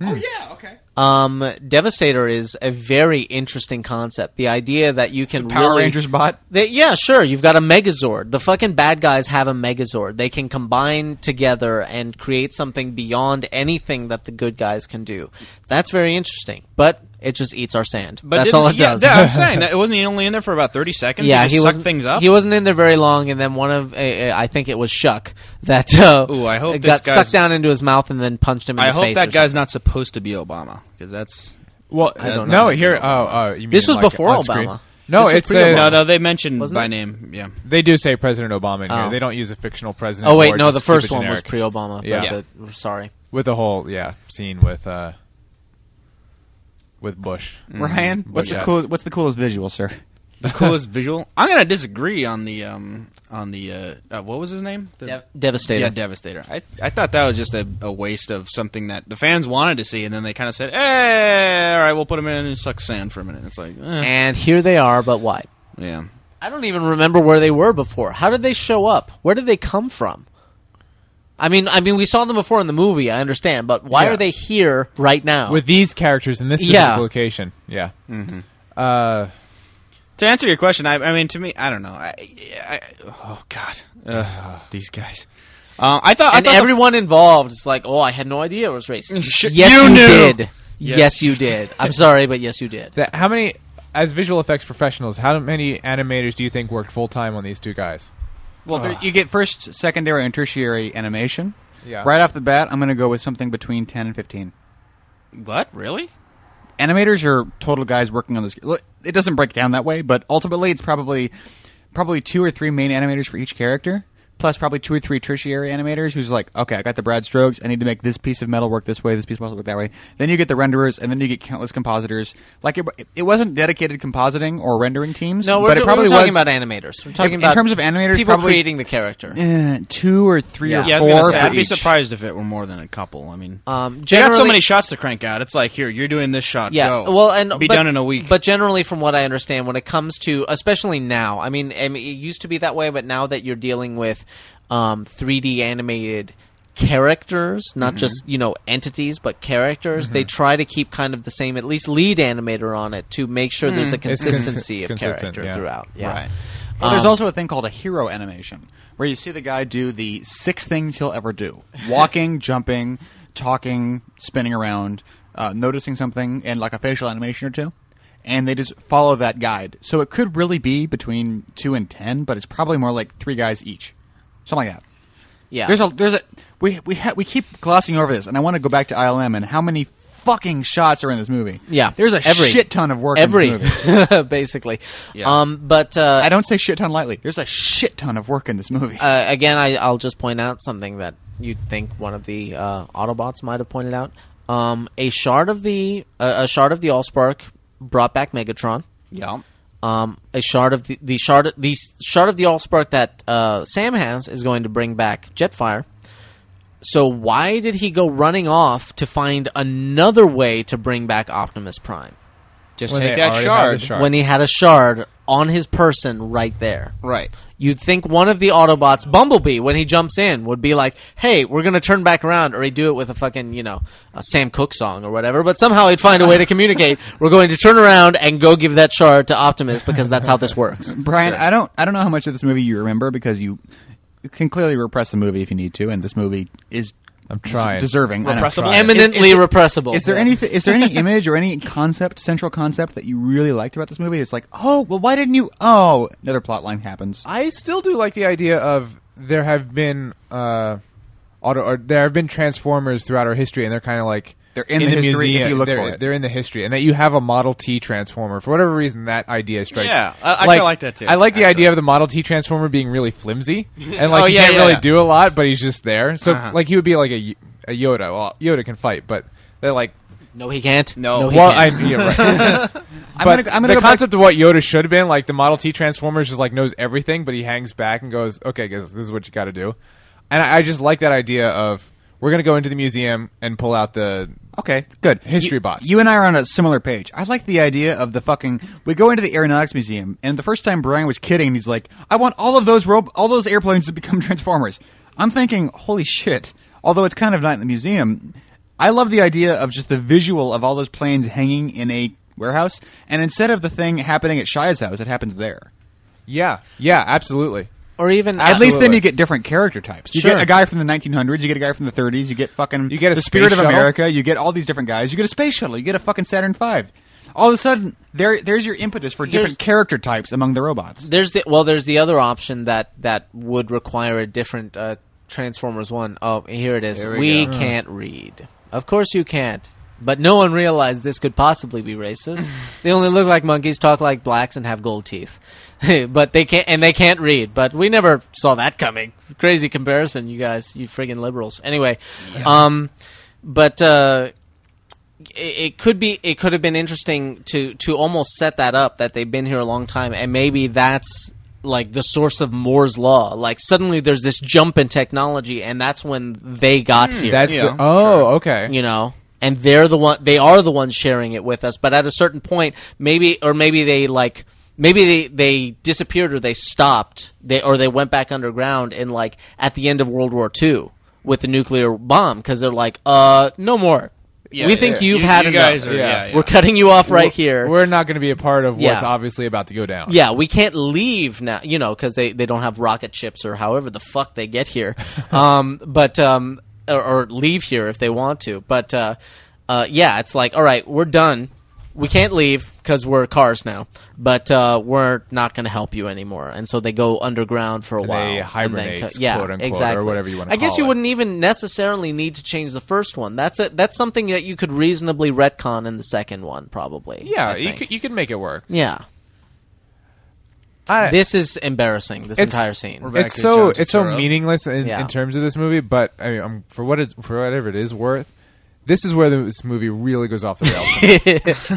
B: Oh, Yeah. Okay.
C: Um, Devastator is a very interesting concept. The idea that you can
B: Power
C: really-
B: Rangers bot.
C: They, yeah, sure. You've got a Megazord. The fucking bad guys have a Megazord. They can combine together and create something beyond anything that the good guys can do. That's very interesting. But it just eats our sand. That's
D: didn't-
C: all it
D: yeah,
C: does.
D: Yeah, I'm saying that it wasn't he only in there for about 30 seconds.
C: Yeah,
D: he, just
C: he
D: sucked
C: wasn't
D: things up.
C: He wasn't in there very long, and then one of uh, uh, I think it was Shuck that uh,
D: Ooh, I hope this
C: got
D: guy's-
C: sucked down into his mouth and then punched him in
D: I
C: the
D: hope
C: face. or
D: that
C: something.
D: guy's not supposed to be Obama because that's
E: Well,
D: don't
E: no,
D: know.
E: here. Oh, oh, you mean
C: This was
E: like
C: before
E: on screen?
C: Obama.
E: No,
C: This was
E: it's
C: pre-Obama.
E: a,
D: no, no. They mentioned
C: Wasn't
D: by
C: it?
D: name. Yeah,
E: They do say President Obama in here.
C: Oh.
E: They don't use a fictional president.
C: Oh wait,
E: or
C: no,
E: just
C: the
E: keep it
C: first one was
E: generic.
C: pre-Obama. but
E: Yeah.
C: the- sorry.
E: with the whole yeah scene with uh with Bush.
C: Mm-hmm.
B: Ryan, what's the
E: Yes.
B: coolest? What's the coolest visual, sir?
D: the coolest visual. I'm gonna disagree on the um on the uh, uh what was his name? The-
C: Dev- Devastator.
D: Yeah, Devastator. I I thought that was just a, a waste of something that the fans wanted to see, and then they kind of said, "Hey, all right, we'll put him in and suck sand for a minute." It's like, eh,
C: And here they are, but why?
D: yeah.
C: I don't even remember where they were before. How did they show up? Where did they come from? I mean, I mean, we saw them before in the movie. I understand, but why
E: Yeah.
C: are they here right now?
E: With these characters in this
C: Yeah. Hmm.
E: specific location. Yeah. Uh,
D: To answer your question, I, I mean, to me, I don't know. I, I, oh God, Ugh, these guys. Um, I thought I
C: and
D: thought the-
C: everyone involved is like, "Oh, I had no idea it was racist."
D: Sh-
C: yes,
D: you
C: you,
D: knew.
C: did.
D: Yes.
C: Yes. you did. I'm sorry, but yes, you did.
E: that how many as visual effects professionals, how many animators do you think worked full time on these two guys?
B: Well, there- you get first, secondary, and tertiary animation.
E: Yeah.
B: Right off the bat, I'm going to go with something between 10 and 15.
D: what really?
B: Animators are total guys working on this. look, It doesn't break down that way, but ultimately, it's probably probably two or three main animators for each character. plus probably two or three tertiary animators who's like, okay, I got the Brad Strokes. I need to make this piece of metal work this way, this piece of metal work that way. Then you get the renderers, and then you get countless compositors. Like it, it wasn't dedicated compositing or rendering teams.
C: No, we're,
B: but it
C: do-
B: probably
C: we're talking
B: was
C: about animators. We're talking
B: in
C: about
B: terms of animators,
C: people
B: probably-
C: creating the character.
B: eh, two or three or
C: Yeah. Yeah,
D: Yeah, I was
B: four.
D: gonna say,
B: for
D: I'd be
B: each.
D: surprised if it were more than a couple. I mean, they
C: Um,
D: got so
C: generally-
D: many shots to crank out. It's like here, you're doing this shot.
C: Yeah.
D: go.
C: Well, and
D: be
C: but-
D: done in a week.
C: But generally, from what I understand, when it comes to, especially now, I mean, I mean, it used to be that way, but now that you're dealing with um, 3D animated characters, not
B: Mm-hmm.
C: just you know entities, but characters, they try to keep kind of the same, at least lead animator on it, to make sure there's a
B: Mm.
E: It's consi-
C: consistency of
E: consistent,
C: character
E: yeah.
C: throughout. Yeah.
B: Right. Well,
C: Um,
B: there's also a thing called a hero animation, where you see the guy do the six things he'll ever do: walking, jumping, talking, spinning around, uh, noticing something, and like a facial animation or two. And they just follow that guide. So it could really be between two and ten, but it's probably more like three guys each, something like that.
C: Yeah.
B: There's a there's a we we ha- we keep glossing over this, and I want to go back to ILM and how many fucking shots are in this movie.
C: yeah,
B: there's a
C: every,
B: shit ton of work.
C: Every,
B: in this movie.
C: basically,
D: Yeah.
C: um, but uh,
B: I don't say shit ton lightly. There's a shit ton of work in this movie.
C: uh, again, I, I'll just point out something that you'd think one of the uh, Autobots might have pointed out. Um, a shard of the uh, a shard of the Allspark brought back Megatron.
D: yeah.
C: Um, a shard of the, the shard the s- shard of the Allspark that uh, Sam has is going to bring back Jetfire. So why did he go running off to find another way to bring back Optimus Prime
D: Just
E: When
D: take
E: they
D: that
E: already had
D: shard.
E: the shard.
C: when he had a shard on his person right there?
D: Right.
C: You'd think one of the Autobots, Bumblebee, when he jumps in, would be like, "Hey, we're gonna turn back around," or he'd do it with a fucking, you know, a Sam Cooke song or whatever. But somehow he'd find a way to communicate. we're going to turn around and go give that shard to Optimus because that's how this works.
B: Brian, I don't I don't know how much of this movie you remember because you can clearly repress a movie if you need to, and this movie is
E: I'm trying.
B: deserving I know.
D: Repressible?
B: Is- is
C: Eminently
B: it-
C: repressible.
B: Is there
C: Yeah.
B: any is there any image or any concept central concept that you really liked about this movie? It's like oh well why didn't you oh another plot line happens.
E: I still do like the idea of there have been uh, auto or there have been transformers throughout our history, and they're kind of like
B: They're in the history if
E: museum.
B: you look
E: they're,
B: for it.
E: They're in the history, and that you have a Model T transformer for whatever reason. That idea strikes.
D: Yeah, I- I kinda like that too,
E: I like the
D: actually.
E: idea of the Model T transformer being really flimsy and like
D: Oh,
E: he
D: yeah,
E: can't
D: yeah,
E: really
D: yeah.
E: do a lot, but he's just there. So
D: Uh-huh.
E: like he would be like a, Y- a Yoda. Well, Yoda can fight, but they're like.
C: No, he can't.
D: No.
C: no he
E: Well, I,
C: can't.
E: yeah, right.
B: I'm
E: But
B: gonna, I'm gonna
E: the
B: go back-
E: concept of what Yoda should have been, like the Model T Transformers, just like knows everything, but he hangs back and goes, "Okay, guys, this is what you got to do." And I, I just like that idea of we're gonna go into the museum and pull out the
B: Okay, good.
E: History
B: you,
E: bots.
B: You and I are on a similar page. I like the idea of the fucking. We go into the aeronautics museum, and the first time Brian was kidding, he's like, "I want all of those rope, all those airplanes to become transformers." I'm thinking, "Holy shit!" Although it's kind of not in the museum. I love the idea of just the visual of all those planes hanging in a warehouse, and instead of the thing happening at Shia's house, it happens there.
E: yeah, yeah, absolutely.
C: or even
B: At least then
E: Absolutely.
B: you get different character types. You
E: Sure.
B: get a guy from the 1900s, you get a guy from the 30s, you get fucking
E: You get a
B: the
E: space
B: Spirit of
E: shuttle.
B: America, you get all these different guys, you get a space shuttle, you get a fucking Saturn V. All of a sudden, there there's your impetus for different
C: Here's-
B: character types among the robots.
C: There's the well. There's the other option that that would require a different uh, Transformers one. Oh, here it is.
E: Here we
C: we
E: go.
C: can't read. Of course you can't. But no one realized this could possibly be racist. they only look like monkeys, talk like blacks, and have gold teeth. but they can't, and they can't read. But we never saw that coming. Crazy comparison, you guys, you friggin' liberals. Anyway, um, but uh, it, it could be it could have been interesting to to almost set that up that they've been here a long time and maybe that's like the source of Moore's law like suddenly there's this jump in technology and that's when they got here
E: That's
D: Yeah,
E: the, oh okay.
C: you know and they're the one they are the ones sharing it with us but at a certain point maybe or maybe they like maybe they they disappeared or they stopped they or they went back underground and like at the end of world war ii with the nuclear bomb because they're like uh no more
D: Yeah,
C: we think
D: yeah.
C: you've
D: You-
C: had
D: you
C: enough
D: guys are-
E: Yeah.
D: yeah, yeah.
C: we're cutting you off right
E: We're-
C: here
E: We're not gonna be a part of what's
C: Yeah.
E: obviously about to go down.
C: yeah, we can't leave now, you know, because they, they don't have rocket ships or however the fuck they get here. um, but um, or, or leave here if they want to. But uh, uh, yeah, it's like, all right, we're done. We can't leave because we're cars now, but uh, we're not going to help you anymore. And so they go underground for a
E: They
C: while. and then
E: hibernate,
C: co- yeah,
E: quote unquote, or
C: exactly.
E: whatever you wanna
C: I guess
E: call
C: you
E: it.
C: wouldn't even necessarily need to change the first one. That's a, that's something that you could reasonably retcon in the second one, probably.
E: yeah.
C: I
E: You
C: think.
E: could, you could make it work.
C: yeah.
E: I,
C: This is embarrassing. This
E: It's-
C: entire scene.
D: back
E: it's
D: to
E: so
D: Jones and
E: it's so
D: Turturro.
E: meaningless in,
C: Yeah.
E: in terms of this movie, but I mean, um, for what it's for whatever it is worth, this is where this movie really goes off the rails.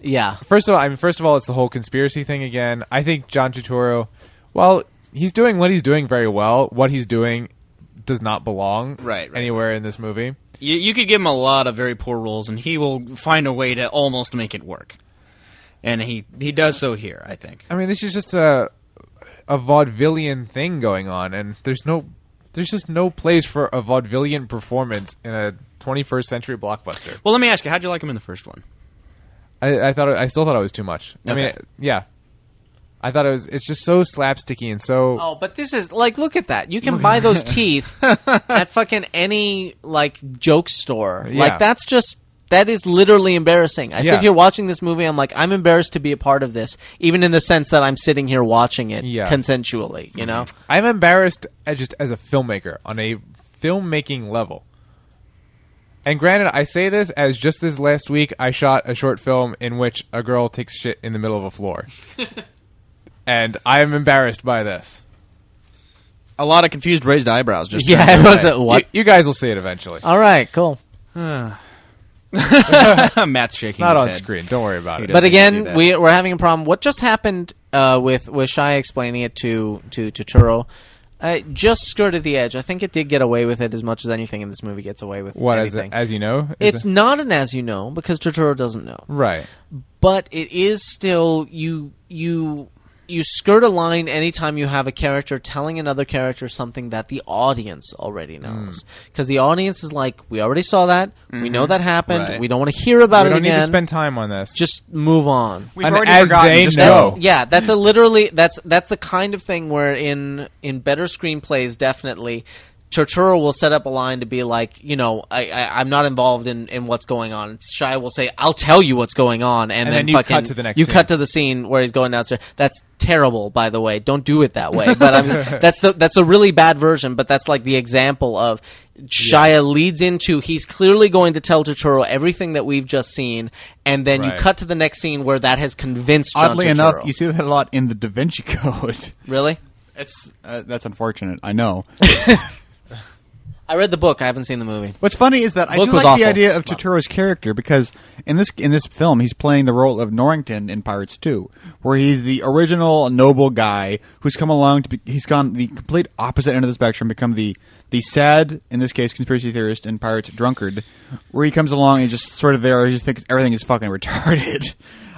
C: Yeah.
E: first of all, I mean, first of all, it's the whole conspiracy thing again. I think John Turturro, while he's doing what he's doing very well, what he's doing does not belong
D: Right, right,
E: anywhere in this movie.
D: You, you could give him a lot of very poor roles, and he will find a way to almost make it work. And he he does so here, I think.
E: I mean, this is just a a vaudevillian thing going on, and there's no there's just no place for a vaudevillian performance in a 21st century blockbuster.
D: Well, let me ask you, how'd you like him in the first one?
E: I, I thought it- I still thought it was too much. I mean,
D: Okay.
E: yeah, I thought it was. It's just so slapsticky and so.
C: Oh, but this is like, look at that. You can buy those teeth at fucking any like joke store.
E: Yeah.
C: Like that's just that is literally embarrassing. I
E: Yeah.
C: sit here watching this movie. I'm like, I'm embarrassed to be a part of this, even in the sense that I'm sitting here watching it
E: Yeah.
C: consensually. You know,
E: I'm embarrassed uh, just as a filmmaker on a filmmaking level. And granted, I say this as just this last week I shot a short film in which a girl takes shit in the middle of a floor. and I am embarrassed by this.
D: A lot of confused raised eyebrows. Just
C: yeah. It was a, what?
E: You, you guys will see it eventually.
C: All right, cool.
D: Matt's shaking.
E: Not
D: his
E: on
D: head.
E: screen. Don't worry about it.
C: But
D: think you see
C: again,
D: that.
C: we, we're having a problem. What just happened uh, with with Shy explaining it to to to Turo, uh, just skirted the edge. I think it did get away with it as much as anything in this movie gets away with.
E: what as,
C: anything.
E: as you know, is
C: It's
E: it-
C: not an as you know because Totoro doesn't know,
E: right.
C: but it is still you you you skirt a line anytime you have a character telling another character something that the audience already
E: Hmm.
C: knows because the audience is like, we already saw that, we know that happened,
D: Right.
C: we don't want to hear about
E: Mm-hmm. We
C: it
E: don't need
C: again.
E: to spend time on this.
C: just move on.
D: We've
E: And
D: already
E: as
D: forgotten.
E: they
D: just
E: know-
D: go.
C: That's- yeah, that's a literally that's that's the kind of thing where in in better screenplays definitely Tortura will set up a line to be like, you know, I, I I'm not involved in in what's going on. Shy will say, "I'll tell you what's going on," and,
E: And then you cut
C: fucking
E: to the next
C: you
E: scene.
C: cut to the scene where he's going downstairs. That's terrible, by the way. Don't do it that way. But I mean, that's the that's a really bad version. But that's like the example of. Shia leads into he's clearly going to tell Totoro everything that we've just seen, and then
E: Right.
C: you cut to the next scene where that has convinced John
B: Oddly enough,
C: Turturro.
B: you see that a lot in the Da Vinci Code.
C: Really?
B: It's uh, that's unfortunate. I know.
C: I read the book. I haven't seen the movie.
B: What's funny is that I
C: Book
B: do
C: was
B: like the
C: awful.
B: idea of Totoro's character because in this in this film he's playing the role of Norrington in Pirates 2, where he's the original noble guy who's come along to be he's gone the complete opposite end of the spectrum, become the the sad in this case conspiracy theorist in Pirates drunkard, where he comes along and just sort of there he just thinks everything is fucking retarded.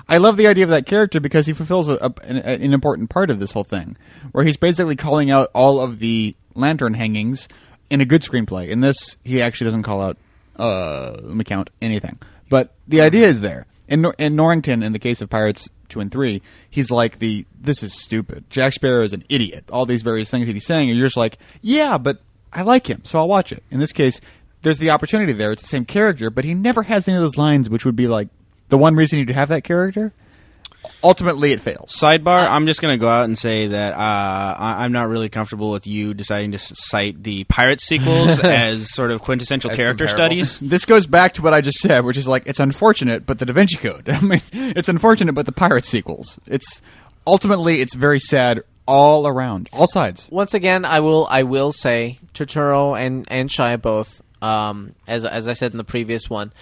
B: I love the idea of that character because he fulfills a, a, an, an important part of this whole thing, where he's basically calling out all of the lantern hangings in a good screenplay. In this, he actually doesn't call out, uh, let me count anything. But the idea is there. In, Nor- in Norrington, in the case of Pirates 2 and 3, he's like, the this is stupid. Jack Sparrow is an idiot. All these various things that he's saying, and you're just like, yeah, but I like him, so I'll watch it. In this case, there's the opportunity there. It's the same character, but he never has any of those lines, which would be like the one reason you'd have that character. Ultimately, it fails.
D: Sidebar: I'm just going to go out and say that uh, I- I'm not really comfortable with you deciding to s- cite the pirate sequels as sort of quintessential
E: As
D: character
E: comparable.
D: studies.
B: This goes back to what I just said, which is like it's unfortunate, but the Da Vinci Code. I mean, it's unfortunate, but the pirate sequels. It's ultimately it's very sad all around, all sides.
C: Once again, I will. I will say Turturro and and Shia both. Um, as as I said in the previous one,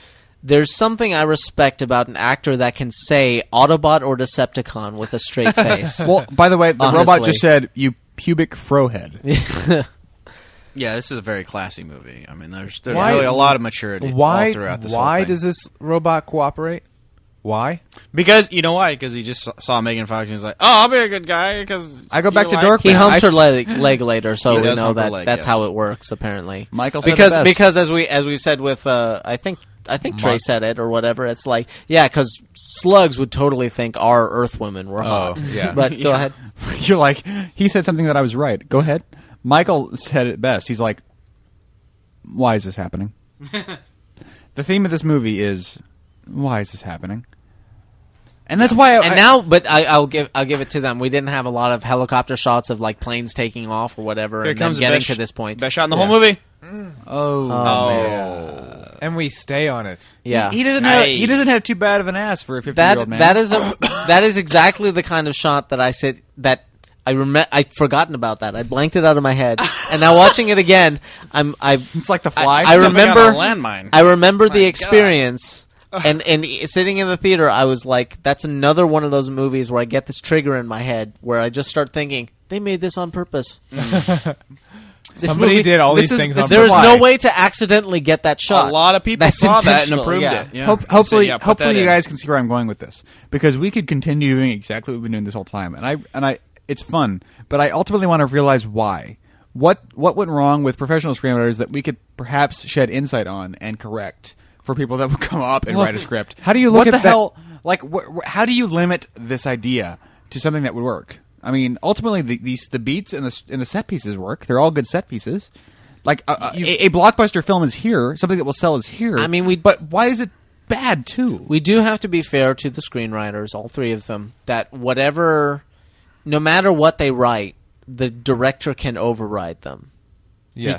C: there's something I respect about an actor that can say Autobot or Decepticon with a straight face.
B: Well, by the way, the robot
C: Honestly.
B: just said you pubic frohead.
D: Yeah, this is a very classy movie. I mean, there's there's
E: Why-
D: really a lot of maturity
E: Why
D: all throughout this.
E: why
D: whole thing.
E: does this robot cooperate? Why?
D: Because you know why? Because he just saw, saw Megan Fox and he's like, "Oh, I'll be a good guy." Because
B: I go back to
D: Dork.
B: Dorkman.
C: he humps
B: I
C: her
B: s-
C: leg, leg later, so
D: He
C: we
D: does
C: know
D: hump her
C: that
D: leg,
C: that's
D: yes.
C: how it works. Apparently,
B: Michael said it
C: because
B: best.
C: because as we as we've said with uh, I think I think Trey
E: Mark-
C: said it or whatever. It's like yeah, because slugs would totally think our Earth women
B: Oh.
C: were hot.
E: yeah.
C: but go ahead.
B: You're like he said something that I was right. Go ahead. Michael said it best. He's like, "Why is this happening?" the theme of this movie is, "Why is this happening?" And that's why.
C: and
B: I,
C: now, but I, I'll give I'll give it to them. We didn't have a lot of helicopter shots of like planes taking off or whatever,
D: Here
C: and then
D: comes the
C: getting
D: best-
C: to this point.
D: best shot in the whole movie.
B: oh,
D: Oh,
E: and we stay on it.
C: yeah.
B: He doesn't have
D: Hey.
B: he doesn't have too bad of an ass for a fifty year
C: that
B: old man.
C: that is a that is exactly the kind of shot that I said that I remember I'd forgotten about that. I blanked it out of my head, and now watching it again, I'm I.
B: It's like the fly.
C: I, I
D: Stepping out
C: remember
D: of a landmine.
C: I remember the
D: God.
C: experience, and and i- sitting in the theater, I was like, that's another one of those movies where I get this trigger in my head where I just start thinking they made this on purpose. This
E: Somebody
C: movie-
E: did all
C: this
E: these
C: is-
E: things
C: this-
E: on
C: There is
E: purpose.
C: no way to accidentally get that shot.
D: A lot of people
C: That's
D: saw that and
C: intentional,
D: approved
C: yeah.
D: it. Yeah.
B: Hope,
D: They said,
B: hopefully,
D: "Yeah, put
B: hopefully
D: that
B: you
D: in."
B: guys can see where I'm going with this because we could continue doing exactly what we've been doing this whole time, and I and I it's fun, but I ultimately want to realize why. What what went wrong with professional screenwriters that we could perhaps shed insight on and correct for people that would come up and
E: Well,
B: write a script?
E: how do you look
B: what
E: at
B: the
E: that-
B: hell? Like, wh- wh- how do you limit this idea to something that would work? I mean, ultimately, the these, the beats and the s- and the set pieces work. They're all good set pieces. Like a, a- a, a blockbuster film is here, something that will sell is here.
C: I mean, we-
B: but why is it bad too?
C: we do have to be fair to the screenwriters, all three of them, that whatever, no matter what they write, the director can override them.
E: Yes.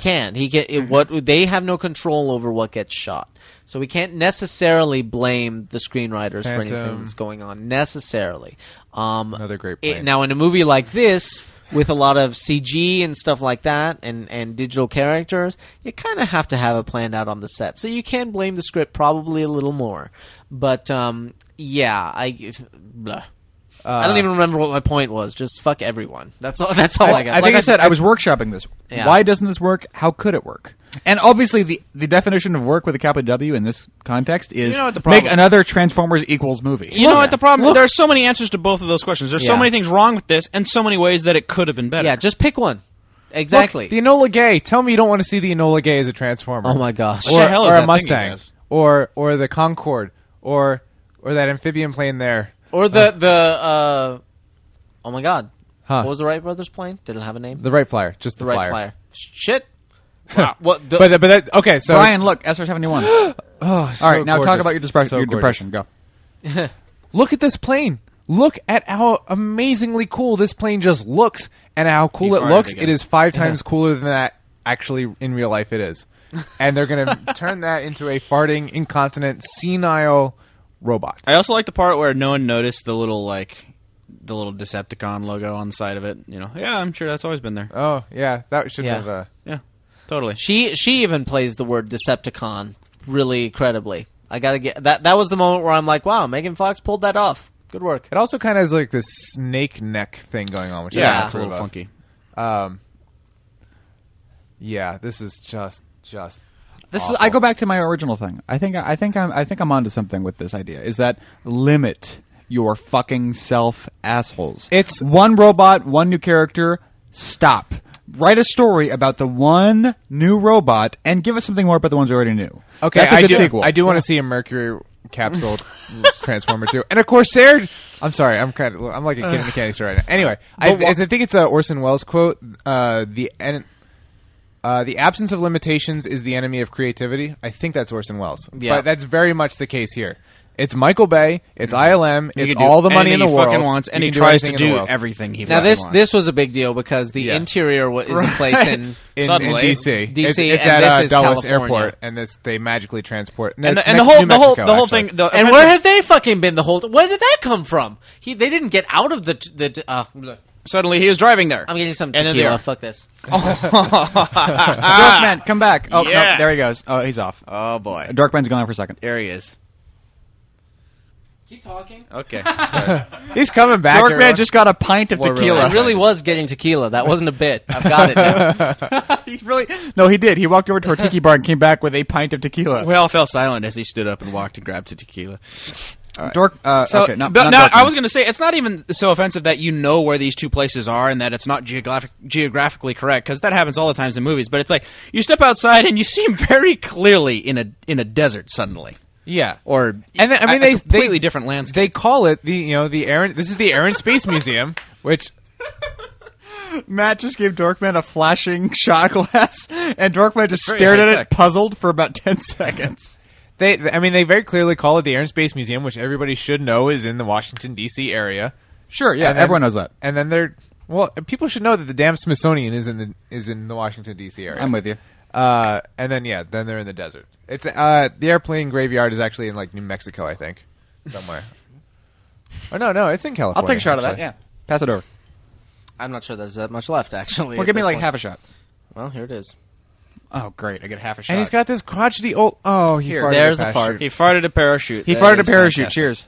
C: He
E: Mm-hmm.
C: can. He get it, what they have no control over what gets shot. So we can't necessarily blame the screenwriters for anything
E: Phantom.
C: that's going on necessarily. Um,
E: Another great
C: it-
E: point.
C: now in a movie like this with a lot of CG and stuff like that and and digital characters, you kind of have to have it planned out on the set. So you can blame the script probably a little more. But um, yeah, I if, blah. I don't
E: Uh,
C: even remember what my point was. Just fuck everyone. That's all. That's all I, got.
B: like
C: Like
B: I said, I, was workshopping this.
C: Yeah.
B: Why doesn't this work? How could it work? And obviously, the, the definition of work with a capital W in this context is
D: You know what the problem-
B: make another Transformers equals movie.
D: You know
C: Look.
D: what the problem?
C: Look.
D: There are so many answers to both of those questions. There's so
C: Yeah.
D: many things wrong with this, and so many ways that it could have been better.
C: Yeah, just pick one. Exactly.
E: Look, the Enola Gay. Tell me you don't want to see the Enola Gay as a transformer.
C: oh my gosh.
D: What the hell is
E: or
D: that
E: a
D: thing you
E: Mustang,
D: guys-
E: or or the Concorde, or or that amphibian plane there.
C: Or the the uh, oh my god,
E: Huh.
C: what was the Wright brothers' plane? Did it have a name?
E: The Wright Flyer, just the,
C: The Wright flyer. Shit. Wow. What? The,
E: But that- but that, okay, so
B: Brian, look, SR seventy one. All right, now talk about your, dispre-
E: depression.
B: your depression. Go.
E: Look at this plane. Look at how amazingly cool this plane just looks, and how cool it
D: farted
E: looks.
D: again.
E: It is five times cooler than that actually in real life it is, and they're gonna turn that into a farting, incontinent, senile robot.
D: I also like the part where no one noticed the little like the little Decepticon logo on the side of it. You know, yeah, I'm sure that's always been there.
E: Oh yeah, that should
C: Yeah.
E: have. Uh,
D: Yeah, totally.
C: she she even plays the word Decepticon really credibly. I gotta get that. That was the moment where I'm like, wow, Megan Fox pulled that off. Good work.
E: it also kind of has like this snake neck thing going on, which I
D: yeah,
E: don't
D: it's a
E: approve
D: little
E: of.
D: funky.
E: Yeah, this is just just.
B: This is, I go back to my original thing. I think I think I'm I think I'm onto something with this idea. Is that limit your fucking self, assholes?
E: It's-
B: one robot, one new character. Stop. Write a story about the one new robot and give us something more about the ones we already knew.
E: Okay,
B: that's a
E: I
B: good
E: do,
B: sequel.
E: I do want to see a Mercury capsule transformer too, and a Corsair. I'm sorry, I'm kind of I'm like a kid in a candy store right now. Anyway, I,
C: But wha-
E: I think it's a Orson Welles quote. Uh, the en- uh, the absence of limitations is the enemy of creativity. I think that's Orson Welles,
C: Yeah.
E: but that's very much the case here. It's Michael Bay. It's ILM. It's
D: Mm-hmm. can do
E: all the money in the
D: anything he
E: world.
D: fucking wants,
E: You
D: and he
E: can
D: tries to
E: anything in the
D: do
E: world.
D: everything he.
C: Now
D: fucking
C: this
D: wants.
C: this was a big deal because the
E: Yeah.
C: interior wa- is in place in,
E: in, in
D: Suddenly.
E: DC.
C: DC,
E: it's, it's
C: and
E: at
C: this
E: uh,
C: is
E: Dulles
C: California.
E: Airport, and this they magically transport. No,
D: and
E: it's
D: the, and the
E: Mex-
D: whole
E: New
D: the whole
E: Mexico,
D: the whole
E: actually.
D: thing. The
C: and where have they fucking been the whole? Where did that come from? He, they didn't get out of the t- the. t- Uh,
D: suddenly he was driving there.
C: I'm getting some
D: And then
C: tequila.
D: there.
C: Fuck this.
B: Darkman, come back. Oh
D: Yeah.
B: no, there he goes. Oh, he's off.
D: Oh boy,
B: Darkman's gone for a second.
D: there he is.
C: Keep talking.
D: Okay,
E: He's coming back. everyone.
B: Darkman just got a pint of
E: We're
B: tequila.
C: I really was getting tequila. That wasn't a bit. I've got it. Now.
B: He's really no, he did. He walked over to a tiki bar and came back with a pint of tequila.
D: we all fell silent as he stood up and walked and grabbed a tequila.
B: Dork. Uh,
D: So,
B: okay, not,
D: but
B: not
D: now
B: Darkman.
D: I was going to say it's not even so offensive that you know where these two places are and that it's not geographic geographically correct because that happens all the times in movies. But it's like you step outside and you seem very clearly in a in a desert suddenly,
E: yeah.
D: or
E: and I
D: a-
E: mean
D: a
E: they
D: completely
E: they,
D: different landscape.
E: They call it the you know the air. and- This is the Air and Space Museum, which
B: Matt just gave Dorkman a flashing shot glass, and Dorkman just
D: Very
B: stared at
D: high-tech.
B: it, puzzled for about ten seconds.
E: they I mean they very clearly call it the Air and Space Museum, which everybody should know is in the Washington D.C. area.
B: Sure, yeah,
E: And then-
B: everyone knows that.
E: And then they're well, people should know that the damn Smithsonian is in the is in the Washington D.C. area.
B: I'm with you.
E: Uh, and then yeah, then they're in the desert. It's uh, the airplane graveyard is actually in like New Mexico, I think, somewhere. oh no, no, it's in California.
B: I'll take a shot of that.
E: actually.
B: Yeah, pass it over.
C: I'm not sure there's that much left, actually.
B: Well,
C: at
B: give me
C: this
B: like
C: point.
B: half a shot.
C: Well, here it is.
B: Oh, great! I get half a shot.
E: And he's got this crotchety old. Oh, he
B: Here.
E: farted
C: There's
E: a
C: the fart.
E: parachute.
D: He farted a parachute.
B: he
D: That
B: farted a
D: is
B: parachute.
D: fantastic.
B: Cheers.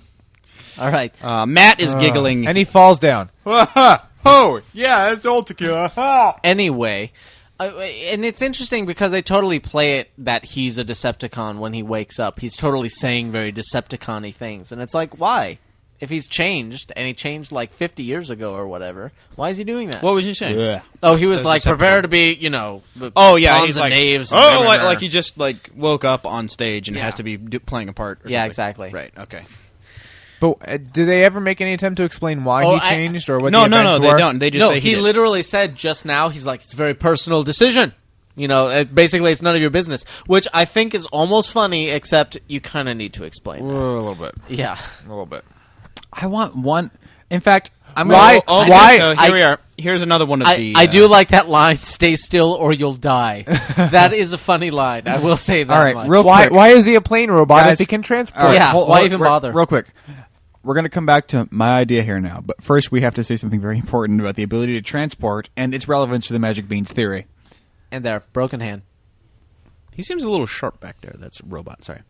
C: All right.
D: Uh, Matt is giggling.
E: And he falls down.
B: oh yeah, that's old tequila. Ha!
C: anyway. Uh, and it's interesting because they totally play it that he's a Decepticon when he wakes up. He's totally saying very Decepticon-y things, and it's like, why? If he's changed and he changed like 50 years ago or whatever, why is he doing that?
D: what was you saying?
C: oh, he was like
D: Decepticon.
C: prepared to be, you know, b-
D: Oh yeah,
C: pawns
D: he's
C: and
D: like
C: knaves. and
D: oh, like,
C: everywhere.
D: like he just like woke up on stage and
C: Yeah.
D: has to be do- playing a part. Or
C: Yeah,
D: something.
C: exactly.
D: Right. Okay.
E: But uh, do they ever make any attempt to explain why
C: Oh,
E: he
C: I-
E: changed or what?
D: No,
E: the
D: no, no.
E: events
D: They
E: were?
D: don't. They just
C: no,
D: say
C: he,
D: he, did.
C: literally said just now. He's like, it's a very personal decision. You know, it, basically, it's none of your business, which I think is almost funny, except you kind of need to explain.
E: Uh,
C: that.
E: A little bit.
C: Yeah,
E: A little bit.
B: I want one. In fact, I'm
E: Why-
B: Gonna,
D: Oh, okay,
E: Why-
D: So here
C: I-
D: we are. Here's another one of
C: I,
D: the.
C: I do
D: uh,
C: like that line. Stay still, or you'll die. that is a funny line. I will say that.
B: All right,
C: much.
B: real-
E: Why?
B: quick.
E: Why is he a plane robot
B: Guys,
E: if he can transport?
B: all right,
C: Yeah,
B: hold-
C: why
B: hold-
C: even
B: re-
C: bother?
B: Real quick. We're going to come back to my idea here now, but first we have to say something very important about the ability to transport and its relevance to the magic beans theory.
C: and there, broken hand.
D: He seems a little sharp back there. That's a robot. Sorry.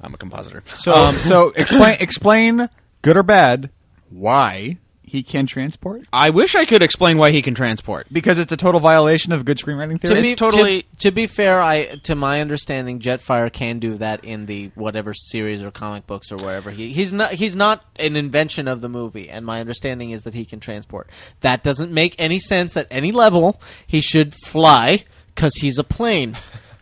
D: I'm a compositor.
B: So, um, so explain, explain, good or bad, why he can transport?
D: I wish I could explain why he can transport.
B: Because it's a total violation of good screenwriting
C: To
B: theory.
C: be
D: It's totally-
C: to, to be fair, I to my understanding, Jetfire can do that in the whatever series or comic books or wherever he he's not he's not an invention of the movie. And my understanding is that he can transport. That doesn't make any sense at any level. He should fly because he's a plane,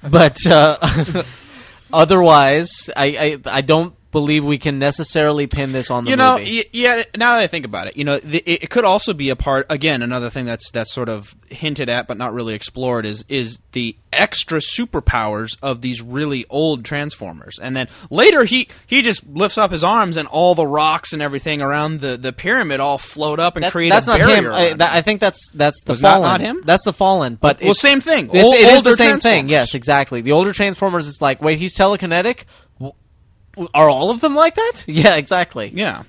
C: but uh, otherwise, I, I I don't believe we can necessarily pin this on the
D: you know,
C: movie.
D: y- yeah. Now that I think about it, you know, the, it, it could also be a part. Again, another thing that's that's sort of hinted at but not really explored is is the extra superpowers of these really old Transformers. And then later, he he just lifts up his arms, and all the rocks and everything around the, the pyramid all float up and
C: that's,
D: create
C: that's
D: a
C: not
D: barrier.
C: him. I,
D: around
C: that, I
D: him.
C: think that's that's the
D: Was that
C: fallen.
D: not him?
C: That's the fallen. But
D: Well,
C: it's-
D: same thing.
C: It's,
D: Ol-
C: it is
D: older
C: the same thing.
D: Transformers.
C: Yes, exactly. The older Transformers is like, wait, he's telekinetic. W- w- Are all of them like that? Yeah, exactly.
D: yeah.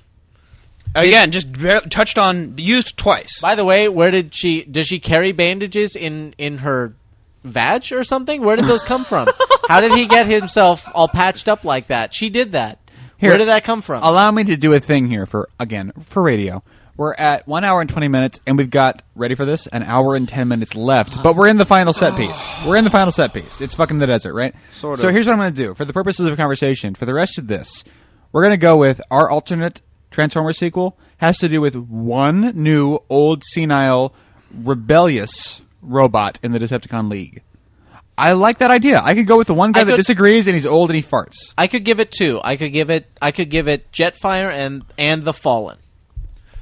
D: Again, just bar- touched on used twice.
C: By the way, where did she? Does she carry bandages in in her vag or something? Where did those come from? How did he get himself all patched up like that? She did that.
B: Here.
C: where did that come from?
B: Allow me to do a thing here for, again, for radio. We're at one hour and 20 minutes, and we've got, ready for this, an hour and 10 minutes left. But we're in the final set piece. We're in the final set piece. It's fucking the desert, right? Sort of. So here's what I'm going to do. For the purposes of conversation, for the rest of this, we're going to go with our alternate Transformers sequel has to do with one new, old, senile, rebellious robot in the Decepticon League. I like that idea. I could go with the one guy
C: I
B: that
C: could-
B: disagrees and he's old and he farts.
C: I could give it two. I could give it. I could give it Jetfire and and the Fallen.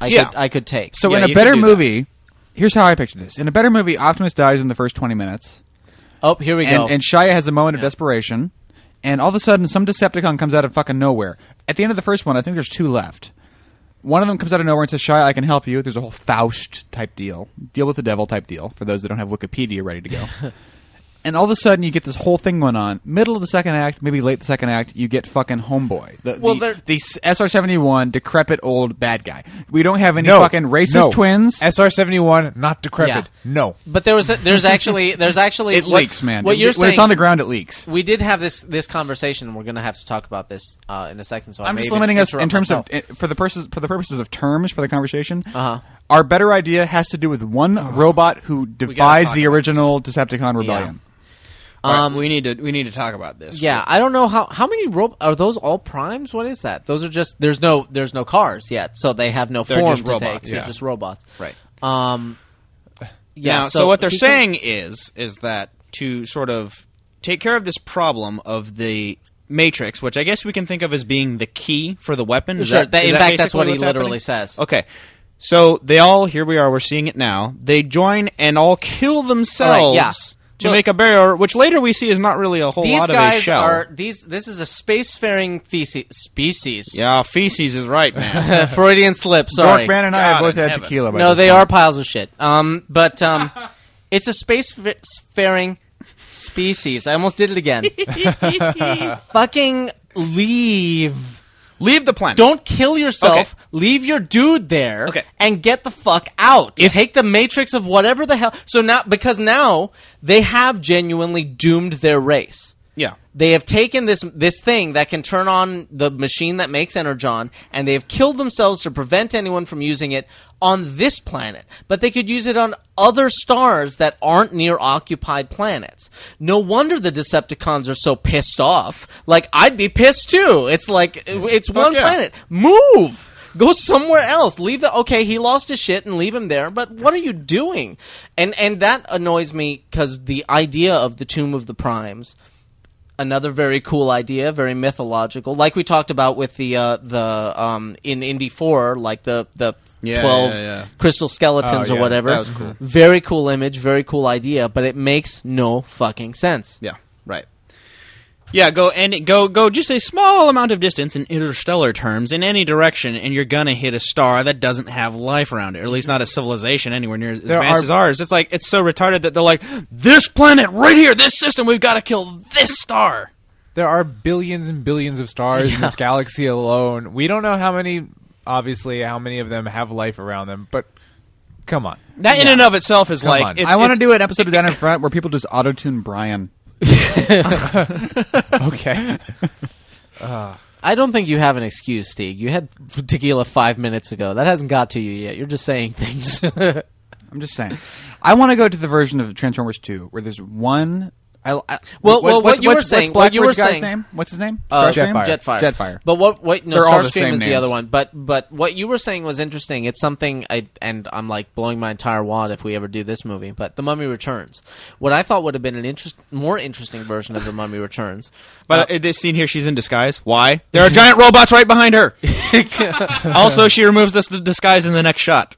C: I
D: Yeah.
C: could I could take.
B: So
D: Yeah,
B: in
D: you
B: a
D: can
B: better
D: do that.
B: movie, here's how I picture this. In a better movie, Optimus dies in the first 20 minutes,
C: oh, here we go.
B: and, and Shia has a moment of desperation, and all of a sudden some Decepticon comes out of fucking nowhere. At the end of the first one, I think there's two left. One of them comes out of nowhere and says, Shia, I can help you. There's a whole Faust type deal, deal with the devil type deal, for those that don't have Wikipedia ready to go. and all of a sudden, you get this whole thing going on. Middle of the second act, maybe late the second act, you get fucking Homeboy. The,
C: Well,
B: the,
C: there-
B: the SR 71 decrepit old bad guy. We don't have any
E: No,
B: fucking racist
E: no.
B: twins.
E: SR seventy one, not decrepit.
C: Yeah.
E: No.
C: But there was a, there's actually there's actually
B: it
C: what-
B: leaks, man.
C: What
B: It-
C: you're
B: when
C: saying
B: it's on the ground, it leaks.
C: We did have this this conversation. and We're going to have to talk about this uh, in a second. So I
B: I'm
C: may
B: just
C: even
B: limiting us in
C: interrupt
B: terms
C: myself.
B: of eh, for the purposes for the purposes of terms for the conversation.
C: Uh-huh.
B: Our better idea has to do with one robot who devised
D: talk
B: the
D: about
B: original Decepticon rebellion.
D: Um, we need to we need to talk about this.
C: yeah. I don't know how how many rob- are those all primes? What is that? Those are just there's no there's no cars yet, so they have no
D: They're
C: form
D: just
C: to
D: robots,
C: take. They're
D: yeah.
C: just robots,
D: Right.
C: Um. Yeah.
D: Now, so, what they're
C: he can-
D: saying is is that to sort of take care of this problem of the matrix, which I guess we can think of as being the key for the weapon. Is
C: Sure, that-
D: is
C: in fact, that's
D: basically
C: what he
D: what's
C: literally
D: happening?
C: says.
D: Okay. So they all here we are. We're seeing it now. They join and all kill themselves
C: yeah.
D: to
C: Look-
D: make a barrier, which later we see is not really a whole
C: these
D: lot of a
C: guys
D: shell.
C: are these. This is a spacefaring feces, species. Uh,
D: yeah, feces is right, man.
C: Freudian slip. Sorry.
B: Dark Man and I
D: God
B: have both
D: in
B: had
D: heaven.
B: tequila. By
C: No,
B: this
C: they
B: point.
C: are piles of shit. Um, but um, it's a spacefaring Species. I almost did it again. Fucking leave.
D: Leave the planet.
C: Don't kill yourself.
D: Okay.
C: Leave your dude there.
D: Okay.
C: And get the fuck out. Take the matrix of whatever the hell. So now, because now they have genuinely doomed their race.
D: Yeah.
C: They have taken this this thing that can turn on the machine that makes energon, and they have killed themselves to prevent anyone from using it on this planet. But they could use it on other stars that aren't near occupied planets. No wonder the Decepticons are so pissed off. Like I'd be pissed too. It's like it's one
D: yeah.
C: planet. Move. Go somewhere else. Leave the okay. He lost his shit and leave him there. But what are you doing? And and that annoys me because the idea of the Tomb of the Primes another very cool idea, very mythological, like we talked about with the uh, the um, in Indy Four, like the the
D: Yeah,
C: twelve
D: yeah, yeah.
C: crystal skeletons
E: Oh,
C: or
E: yeah,
C: whatever.
D: that was cool.
C: Very cool image, very cool idea, but it makes no fucking sense.
D: Yeah, right. Yeah, go and go go just a small amount of distance in interstellar terms in any direction, and you're gonna hit a star that doesn't have life around it, or at least not a civilization anywhere near as
E: There
D: advanced
E: are-
D: as ours. It's like it's so retarded that they're like, this planet right here, this system, we've got to kill this star.
E: there are billions and billions of stars in this galaxy alone. We don't know how many, obviously, how many of them have life around them, but come on.
D: That in and of itself is
E: Come
D: like
E: on.
B: I want to
D: it's-
B: do an episode of Down in Front where people just auto tune Brian.
E: Okay.
C: I don't think you have an excuse, Teague. You had tequila five minutes ago. That hasn't got to you yet. You're just saying things.
B: I'm just saying. I want to go to the version of Transformers 2 where there's one. I, I,
C: well,
B: what's-
C: what
B: what's-
C: you were
B: what's-
C: saying-
B: what's
C: what you were
B: Blackbird's guy's
C: saying-
B: Name? What's his name?
C: Uh,
B: Crush name?
E: Jetfire.
B: Jetfire.
C: But what? Wait, no.
B: They're all the
C: Starscream
B: same
C: is the
B: names.
C: other one. But but what you were saying was interesting. It's something I and I'm like blowing my entire wad if we ever do this movie. But The Mummy Returns. What I thought would have been an interest, more interesting version of The Mummy Returns.
D: But uh, this scene here, she's in disguise. Why? There are giant robots right behind her. also, she removes this disguise in the next shot.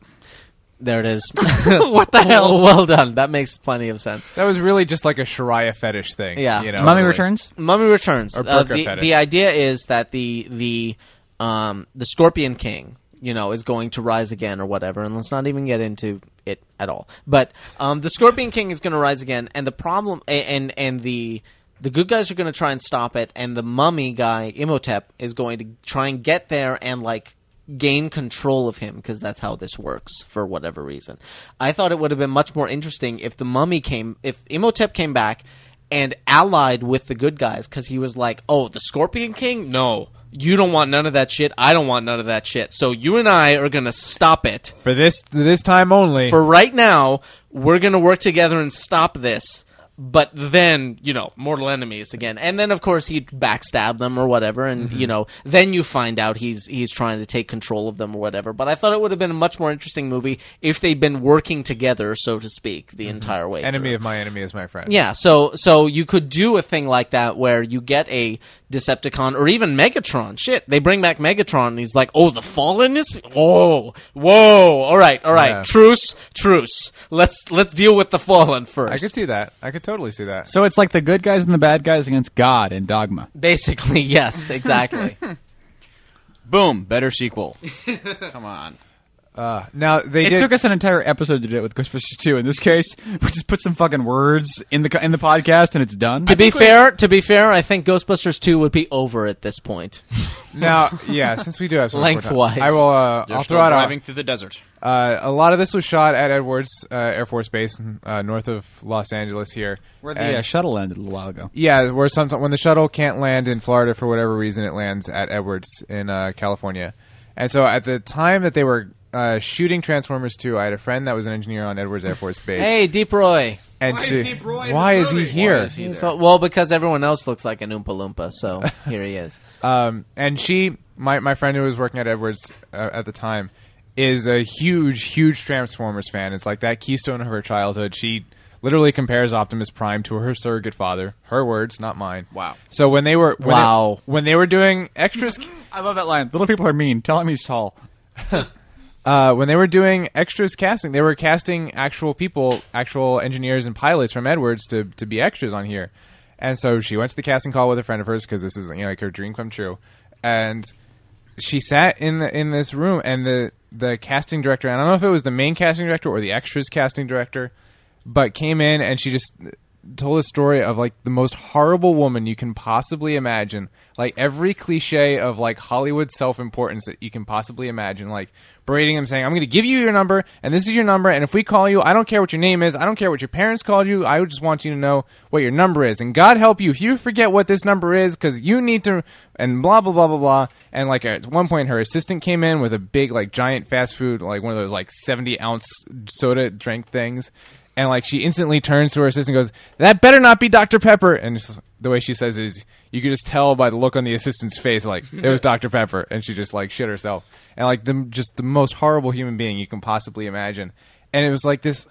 C: There it is. what the hell? Well done. That makes plenty of sense.
E: That was really just like a Shariah fetish thing.
C: Yeah.
E: You know,
B: Mummy
E: really.
B: Returns?
C: Mummy Returns.
E: Or
C: Uh,
E: Burger
C: the,
E: Fetish.
C: the idea is that the the um, the Scorpion King, you know, is going to rise again or whatever. And let's not even get into it at all. But um, the Scorpion King is going to rise again, and the problem a- and and the the good guys are going to try and stop it, and the mummy guy Imhotep is going to try and get there and like gain control of him because that's how this works for whatever reason. I thought it would have been much more interesting if the mummy came, if Imhotep came back and allied with the good guys because he was like, oh, the Scorpion King? No. You don't want none of that shit. I don't want none of that shit. So you and I are going to stop it.
E: For this this time only.
C: For right now, we're going to work together and stop this. But then, you know, mortal enemies again. And then of course he'd backstab them or whatever and you know, then you find out he's he's trying to take control of them or whatever. But I thought it would have been a much more interesting movie if they'd been working together, so to speak, the entire way. through.
E: enemy of my enemy is my friend.
C: Yeah, so so you could do a thing like that where you get a Decepticon or even Megatron. Shit, they bring back Megatron and he's like, "Oh, the Fallen is whoa, whoa, all right, all right,
E: Yeah.
C: truce, truce. Let's let's deal with the Fallen first.
E: I could see that. I could totally see that.
B: So it's like the good guys and the bad guys against God in Dogma.
C: Basically, yes, exactly.
D: Boom! Better sequel. Come on.
E: Uh, now they
B: It
E: did.
B: took us an entire episode to do it with Ghostbusters 2. In this case, we just put some fucking words in the co- in the podcast and it's done.
C: to be fair, to be fair, I think Ghostbusters two would be over at this point.
E: now, yeah. Since we do have some
C: Lengthwise.
E: I will. Uh,
D: They're
E: I'll
D: still
E: throw out
D: driving
E: a,
D: through the desert.
E: uh, a lot of this was shot at Edwards uh, Air Force Base uh, north of Los Angeles here.
B: Where
E: And-
B: the uh, shuttle ended a little while ago.
E: Yeah, where some when the shuttle can't land in Florida for whatever reason, it lands at Edwards in uh, California. And so, at the time that they were uh, shooting Transformers Two, I had a friend that was an engineer on Edwards Air Force Base.
C: Hey, Deep Roy.
E: and
B: Why is
E: she,
B: Deep Roy in this
E: why is he
B: movie?
E: here?
D: Why is he there?
C: So, well, because everyone else looks like an Oompa Loompa, so here he is.
E: Um, and she, my, my friend who was working at Edwards uh, at the time, is a huge, huge Transformers fan. It's like that keystone of her childhood. She literally compares Optimus Prime to her surrogate father. Her words, not mine.
D: Wow.
E: So when they were when it-
C: Wow.
E: when they were doing extras,
B: I love that line. Little people are mean. Tell him he's tall.
E: uh, when they were doing extras casting, they were casting actual people, actual engineers and pilots from Edwards to to be extras on here. And so she went to the casting call with a friend of hers because this is you know, like her dream come true. And she sat in the, in this room, and the the casting director, and I don't know if it was the main casting director or the extras casting director, but came in and she just told a story of like the most horrible woman you can possibly imagine. Like every cliche of like Hollywood self-importance that you can possibly imagine. Like berating him, saying, "I'm going to give you your number, and this is your number, and if we call you, I don't care what your name is, I don't care what your parents called you. I just want you to know what your number is, and God help you if you forget what this number is, because you need to." And blah blah blah blah blah. And like at one point, her assistant came in with a big like giant fast food, like one of those like 70 ounce soda drink things and like she instantly turns to her assistant and goes, "That better not be Dr. Pepper." And just, the way she says it is, you could just tell by the look on the assistant's face, like it was Dr. Pepper, and she just like shit herself, and like the just the most horrible human being you can possibly imagine. And it was like this.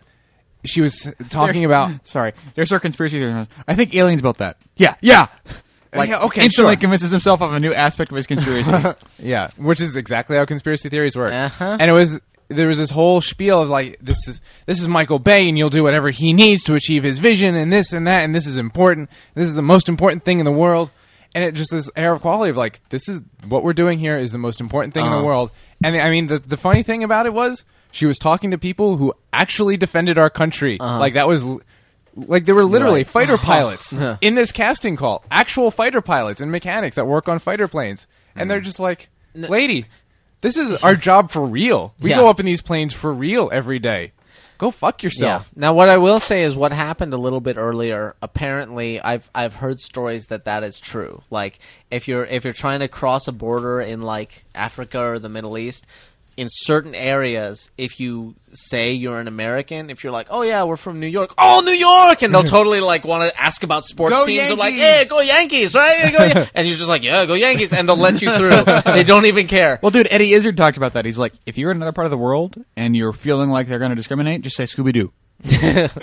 E: She was talking about
B: Sorry, there's our conspiracy theory. I think aliens built that. Yeah, yeah. Like,
E: Yeah, okay,
B: instantly
E: sure.
B: convinces himself of a new aspect of his conspiracy.
E: Yeah, which is exactly how conspiracy theories work.
C: Uh-huh.
E: And it was there was this whole spiel of like this is this is Michael Bay and you'll do whatever he needs to achieve his vision and this and that and this is important. This is the most important thing in the world. And it just this air of quality of like this is what we're doing here is the most important thing in the world. And I mean the the funny thing about it was she was talking to people who actually defended our country. Like that was l- like they were literally fighter pilots in this casting call, actual fighter pilots and mechanics that work on fighter planes, and
B: Mm.
E: they're just like, "Lady, this is our job for real. We
C: Yeah.
E: go up in these planes for real every day. Go fuck yourself."
C: Yeah. Now, what I will say is what happened a little bit earlier. Apparently, I've I've heard stories that that is true. Like if you're if you're trying to cross a border in like Africa or the Middle East, in certain areas, if you say you're an American, if you're like, oh yeah, we're from New York, oh New York, and they'll totally like want to ask about sports
E: Go
C: teams. They're like,
E: Yankees!
C: hey, go Yankees, right? Go Yan-" and you're just like, yeah, go Yankees, and they'll let you through. they don't even care.
B: well, dude, Eddie Izzard talked about that. He's like, if you're in another part of the world and you're feeling like they're going to discriminate, just say Scooby Doo.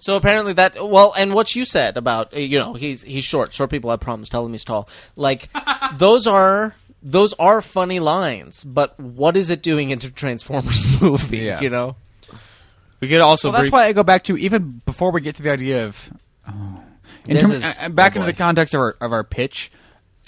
C: So apparently that well, and what you said about uh, you know he's he's short. Short people have problems. Tell him he's tall. Like those are those are funny lines. But what is it doing into Transformers movie?
E: Yeah.
C: You know.
D: We could also.
B: Well, that's
D: brief-
B: why I go back to even before we get to the idea of. oh. in
C: This
B: term-
C: is-
B: uh, uh, back
C: oh,
B: into the
C: boy.
B: context of our of our pitch.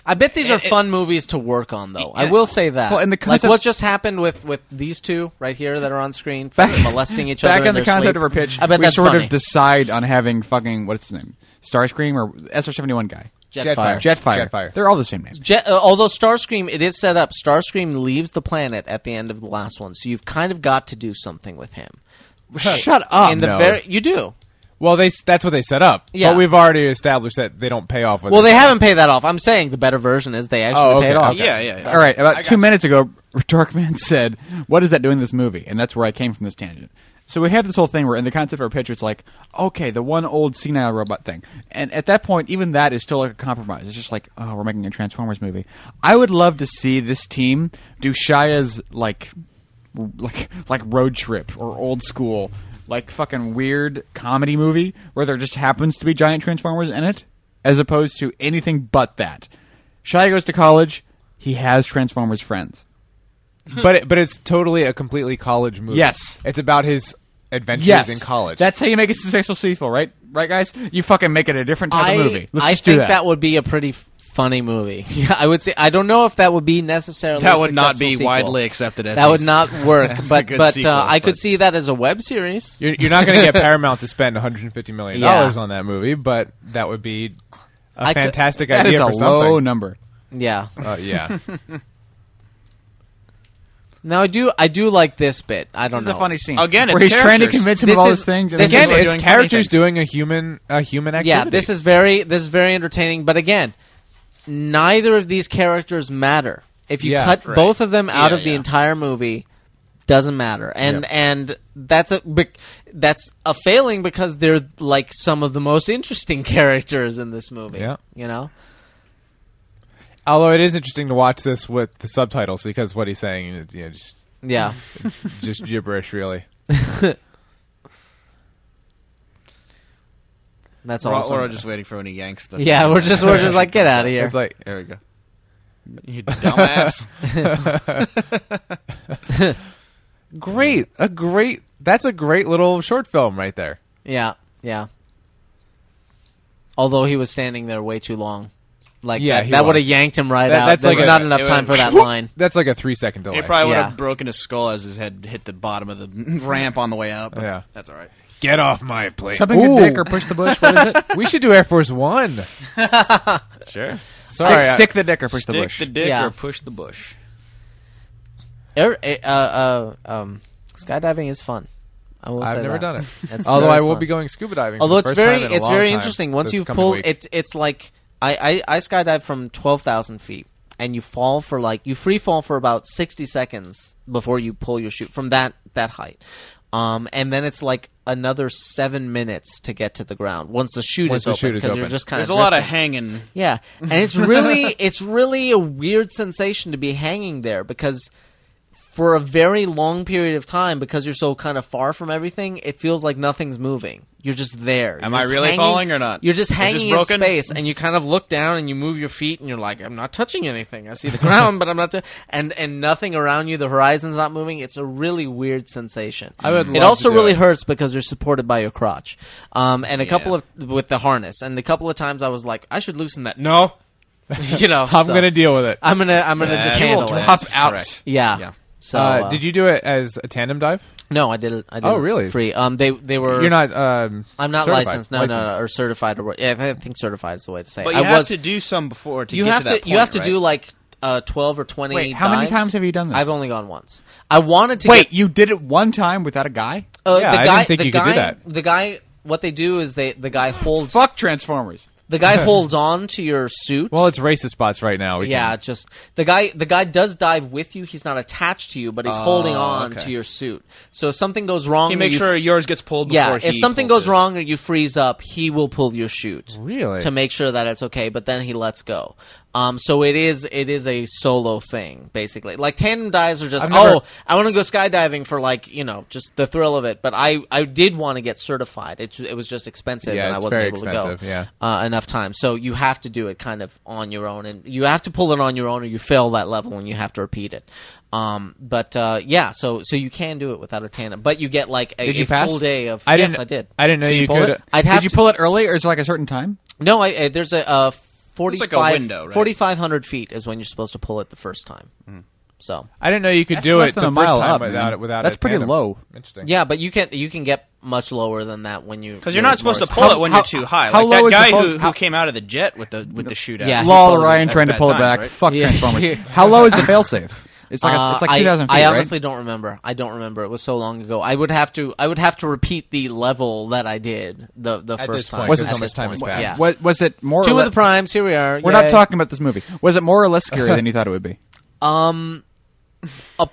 C: I bet these are fun movies to work on, though. I will say that.
B: Well, and the
C: like
B: concept-
C: what just happened with with these two right here that are on screen, molesting each other.
B: Back
C: in
B: on the
C: their
B: concept
C: sleep.
B: of our pitch,
C: I bet
B: we
C: that's
B: sort
C: funny.
B: of decide on having fucking what's his name, Starscream or SR seventy one guy,
C: Jetfire.
B: Jetfire.
E: Jetfire.
B: They're all the same name.
C: Jet, uh, although Starscream, it is set up. Starscream leaves the planet at the end of the last one, so you've kind of got to do something with him.
B: Shut up.
C: In the
E: no.
C: very, you do.
E: Well, they s- that's what they set up.
C: Yeah.
E: But we've already established that they don't pay off. With
C: Well,
E: it.
C: they haven't paid that off. I'm saying the better version is they actually
E: Oh, okay,
C: paid off.
E: okay.
D: Yeah, yeah, yeah.
B: All right, about two minutes ago, Darkman said, "What is that doing in this movie?" And that's where I came from this tangent. So we have this whole thing where, in the concept of our picture, it's like, okay, the one old senile robot thing, and at that point, even that is still like a compromise. It's just like, oh, we're making a Transformers movie. I would love to see this team do Shia's like, r- like, like road trip or old school, like fucking weird comedy movie where there just happens to be giant Transformers in it, as opposed to anything but that. Shia goes to college. He has Transformers friends.
E: but it, but it's totally a completely college movie.
B: Yes.
E: it's about his adventures
B: Yes,
E: in college.
B: That's how you make a successful sequel, right? Right, guys. You fucking make it a different type
C: I,
B: of movie. Let's
C: I
B: just
C: think
B: do that.
C: would be a pretty f- funny movie. Yeah, I would say. I don't know if that would be necessarily.
D: That
C: a
D: would not
C: successful
D: be
C: sequel.
D: widely accepted as
C: That would
D: a-
C: not work.
D: a
C: but
D: good
C: but
D: sequel,
C: uh, I could
D: but-
C: see that as a web series.
E: You're, you're not going to get Paramount to spend 150 million dollars
C: Yeah.
E: on that movie, but that would be a
C: I could-
E: fantastic
B: that
E: idea
B: is a
E: for
B: low
E: something.
B: number.
C: Yeah.
E: Uh, yeah,
C: Now I do I do like this bit. I
B: This
C: don't
B: is
C: know.
B: a funny scene.
D: Again, it's
B: where he's trying to
D: characters.
B: convince him of
C: This
B: all
C: is-
B: these things. and
C: this
B: then
E: again,
C: is-
B: he's
E: it's
B: doing funny
E: characters
B: things.
E: doing a human a human activity.
C: Yeah, this is very this is very entertaining. But again, neither of these characters matter. If you
E: Yeah,
C: cut
D: right.
C: both of them out
D: Yeah,
C: of the
D: yeah.
C: entire movie, doesn't matter. And
E: Yep.
C: and that's a bec- that's a failing because they're like some of the most interesting characters in this movie.
E: Yeah.
C: You know.
E: Although it is interesting to watch this with the subtitles because what he's saying is you know, just
C: Yeah.
E: just gibberish, really.
C: That's
D: We're, all-
C: awesome.
D: we're all just waiting for when he yanks the.
C: yeah, we're just we're just like get out of here.
E: It's like
D: There we go. You dumbass.
E: great, a great. That's a great little short film right there.
C: Yeah, yeah. Although he was standing there way too long, like
E: Yeah,
C: that,
E: he
C: that would have
E: was.
C: yanked him right
E: That-
C: out.
E: that's
C: There's
E: like a-
C: not enough
D: it
C: time for
D: went-
C: that line.
E: That's like a three second delay.
D: He probably would
C: Yeah.
D: have broken his skull as his head hit the bottom of the ramp on the way up. but
E: Yeah.
D: that's all right.
E: Get off my plate.
F: Something
E: Ooh,
F: a dick or push the bush. What is it?
E: we should do Air Force One.
F: Sure.
E: Sorry,
F: stick,
E: I-
F: stick the dick or push the
D: Stick
F: bush.
D: the dick
C: Yeah.
D: or push the bush.
C: Air, uh, uh, um, skydiving is fun. I will
E: I've
C: say
E: never
C: that.
E: done it.
C: It's
E: Although
C: very
E: I will
C: fun.
E: be going scuba diving. for
C: Although it's
E: the first
C: very,
E: time in a
C: it's
E: long
C: very
E: time
C: interesting. Once
E: this
C: you've
E: coming
C: pulled,
E: week.
C: it's it's like I I, I skydive from twelve thousand feet, and you fall for like you free fall for about sixty seconds before you pull your chute from that that height. Um, and then it's like another seven minutes to get to the ground once the chute
E: Once
C: is
E: the
C: open
E: chute is
C: because you're
E: open.
C: just kind
D: There's a
C: of
D: lot of hanging.
C: yeah, and it's really it's really a weird sensation to be hanging there because for a very long period of time, because you're so kind of far from everything, it feels like nothing's moving. You're just there. You're
D: Am I
C: just
D: really
C: hanging-
D: falling or not?
C: You're just
D: Is this
C: hanging in
D: broken?
C: space, and you kind of look down and you move your feet, and you're like, I'm not touching anything. I see the ground, but I'm not. tou-" and and nothing around you. The horizon's not moving. It's a really weird sensation. I
E: would
C: It
E: love
C: also
E: to do
C: really
E: it.
C: hurts because you're supported by your crotch, um, and a couple of with the harness, and a couple of times I was like, I should loosen that. No, you know,
E: I'm
C: so-
E: gonna deal with it.
B: uh,
C: I'm gonna I'm gonna just
D: You will
C: handle it.
D: drop out.
C: Yeah. So
E: Uh, did you do it as a tandem dive?
C: No, I did it. I did
E: Oh,
C: it
E: really?
C: Free. Um, they they were.
E: You're not. Um,
C: I'm not
E: certified.
C: licensed. No, no, no, or certified. Or yeah, I think certified is the way to say. it.
D: But you
C: I
D: have
C: was.
D: to do some before to
C: you
D: get
C: have
D: to that
C: you
D: point,
C: have to
D: right?
C: do like uh, twelve or twenty.
B: Wait, how many
C: dives.
B: times have you done this?
C: I've only gone once. I wanted to.
B: Wait,
C: get-
B: you did it one time without a guy?
C: uh,
E: Yeah,
C: the
E: I
C: guy,
E: didn't think
C: the
E: you
C: guy,
E: could do that.
C: The guy. What they do is they the guy holds
B: Fuck Transformers.
C: the guy holds on to your suit.
E: Well, it's racist spots right now. We
C: yeah,
E: can-
C: just the guy. The guy does dive with you. He's not attached to you, but he's holding on
D: okay.
C: to your suit. So if something goes wrong,
D: You
C: or
D: make
C: you
D: sure yours gets pulled.
C: Yeah,
D: before
C: if
D: he
C: something
D: pulls
C: goes
D: it.
C: wrong or you freeze up, he will pull your chute.
E: Really?
C: To make sure that it's okay, but then he lets go. Um, so it is it is a solo thing basically. Like tandem dives are just
E: I've never-
C: oh I want to go skydiving for like you know just the thrill of it. But I I did want to get certified. It it was just expensive
E: Yeah,
C: and I
E: it's
C: wasn't
E: very
C: able to
E: expensive,
C: go
E: yeah.
C: uh, enough time. So you have to do it kind of on your own, and you have to pull it on your own, or you fail that level and you have to repeat it. Um, but uh, yeah, so so you can do it without a tandem, but you get like a,
B: Did you
C: a
B: pass?
C: full day of.
E: I
C: yes,
E: didn't.
C: I did.
E: I didn't know
B: So
E: you,
B: pull
E: could.
B: it?
C: I'd have
B: did you
C: to-
B: pull it early, or is it like a certain time?
C: No, I, uh, there's a uh, forty
D: like
C: five
D: a window, right? Mm-hmm.
C: forty five hundred feet is when you're supposed to pull it the first time. So
E: I didn't know you could
B: That's
E: do
B: less
E: it
B: than
E: the
B: a
E: first
B: mile
E: time
B: up,
E: without
B: man.
E: it. Without
B: That's
E: a
B: pretty
E: tandem.
B: low.
E: Interesting.
C: yeah, but you can you can get much lower than that when you
D: Because you're not supposed to
C: more
D: pull it when you're too high.
B: how
D: Like that
B: low is the
D: guy
B: phone-
D: who,
B: how-
D: who came out of the jet with the with the shootout.
C: Yeah. He
B: Lol,
C: pulled it.
B: Ryan trying to
D: That's
B: pull it
D: bad
B: back.
D: times, right?
B: Fuck
C: Yeah.
B: Transformers. How low is the failsafe? It's like a,
C: Uh,
B: it's like
C: I-
B: two thousand feet.
C: I,
B: right?
C: honestly don't remember. I don't remember. It was so long ago. I would have to. I would have to repeat the level that I did the the
E: At
C: first
E: this
C: time.
E: point,
B: Was
C: At
B: it
C: this
B: so much
E: time has
C: point,
E: passed?
C: yeah.
B: Was, was it more? or
C: Two of
B: le-
C: the primes. Here we are.
B: We're
C: Yay.
B: not talking about this movie. Was it more or less scary than you thought it would be?
C: Um, up,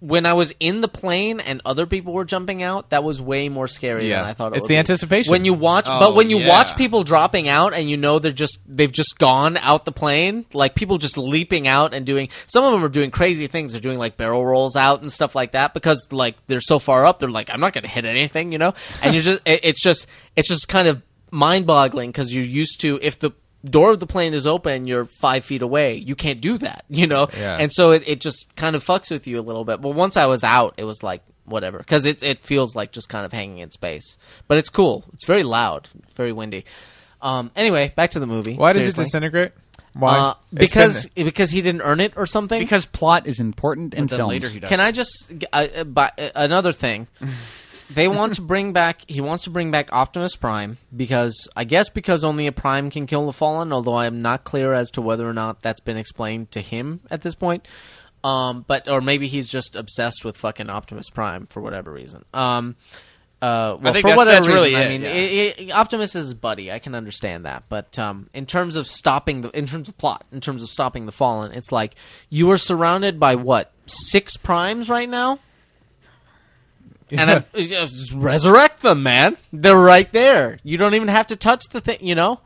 C: when I was in the plane and other people were jumping out, that was way more scary
E: Yeah.
C: than I thought. It
E: It's
C: would
E: the
C: be.
E: anticipation.
C: when you watch,
D: Oh,
C: but when you
D: yeah.
C: watch people dropping out and you know they're just they've just gone out the plane, like people just leaping out and doing. Some of them are doing crazy things. They're doing like barrel rolls out and stuff like that because like they're so far up, they're like I'm not going to hit anything, you know. And you're just it- it's just it's just kind of mind boggling because you're used to if the door of the plane is open you're five feet away you can't do that you know
E: Yeah.
C: and so it, it just kind of fucks with you a little bit but once i was out it was like whatever because it, it feels like just kind of hanging in space but it's cool it's very loud very windy um, anyway back to the movie
E: Why does it
C: Seriously.
E: disintegrate? Why?
C: uh,
E: It's
C: because
E: been-
C: because he didn't earn it or something
B: Because plot is important in
D: Then
B: films.
D: later he does.
C: can I just uh, uh, by, uh, another thing? they want to bring back. He wants to bring back Optimus Prime because I guess because only a Prime can kill the Fallen. Although I am not clear as to whether or not that's been explained to him at this point. Um, but or maybe he's just obsessed with fucking Optimus Prime for whatever reason. Um, uh, well,
D: think
C: for
D: that's-
C: whatever
D: that's
C: reason,
D: really
C: I
D: it,
C: mean,
D: yeah.
C: i i Optimus is his buddy. I can understand that, but um, in terms of stopping the, in terms of plot, in terms of stopping the Fallen, it's like you are surrounded by what six primes right now, and I'm, just resurrect them, man. They're right there. You don't even have to touch the thing, you know.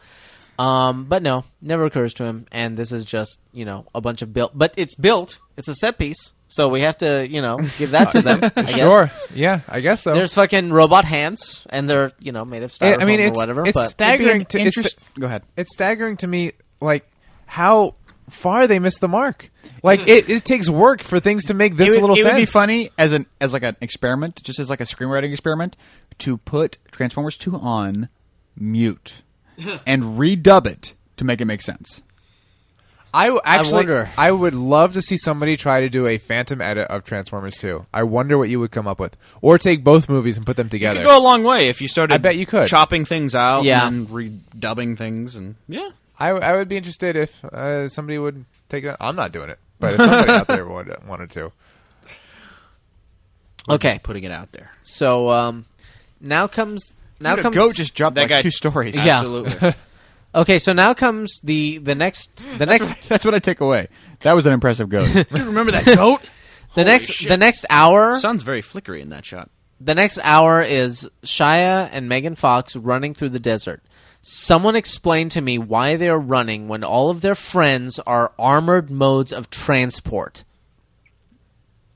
C: Um, but no, never occurs to him, and this is just you know a bunch of built, but it's built. It's a set piece, so we have to you know give that to them. I guess.
E: sure. Yeah, I guess so.
C: There's fucking robot hands, and they're you know made of
E: I-
C: styrofoam
E: I mean,
C: or
E: it's
C: whatever.
E: it's
C: but
E: staggering. To, it's,
B: Interest- Go ahead.
E: it's staggering to me, like how far they missed the mark. Like it, it takes work for things to make this
B: it would,
E: little
B: it
E: sense.
B: would be funny as an as like an experiment, just as like a screenwriting experiment, to put Transformers Two on mute and redub it to make it make sense.
E: I w- actually,
C: wonder.
E: I would love to see somebody try to do a phantom edit of Transformers 2. I wonder what you would come up with, or take both movies and put them
D: You
E: together.
D: could go a long way if you started.
E: I bet you could.
D: chopping things out,
C: Yeah.
D: and redubbing things, and yeah.
E: I, I would be interested if uh, somebody would take that. I'm not doing it, but if somebody out there would, wanted to,
C: Okay,
D: Just putting it out there.
C: so um, now comes now
B: Dude, a
C: comes
B: goat just dropped
D: that
B: like
D: guy-
B: two stories.
C: Yeah.
D: Absolutely.
C: okay. So now comes the the next the next
B: That's what I take away. That was an impressive goat.
D: Do you remember that goat?
C: the next the next hour.
D: Sun's very flickery in that shot.
C: The next hour is Shia and Megan Fox running through the desert. Someone explain to me why they are running when all of their friends are armored modes of transport.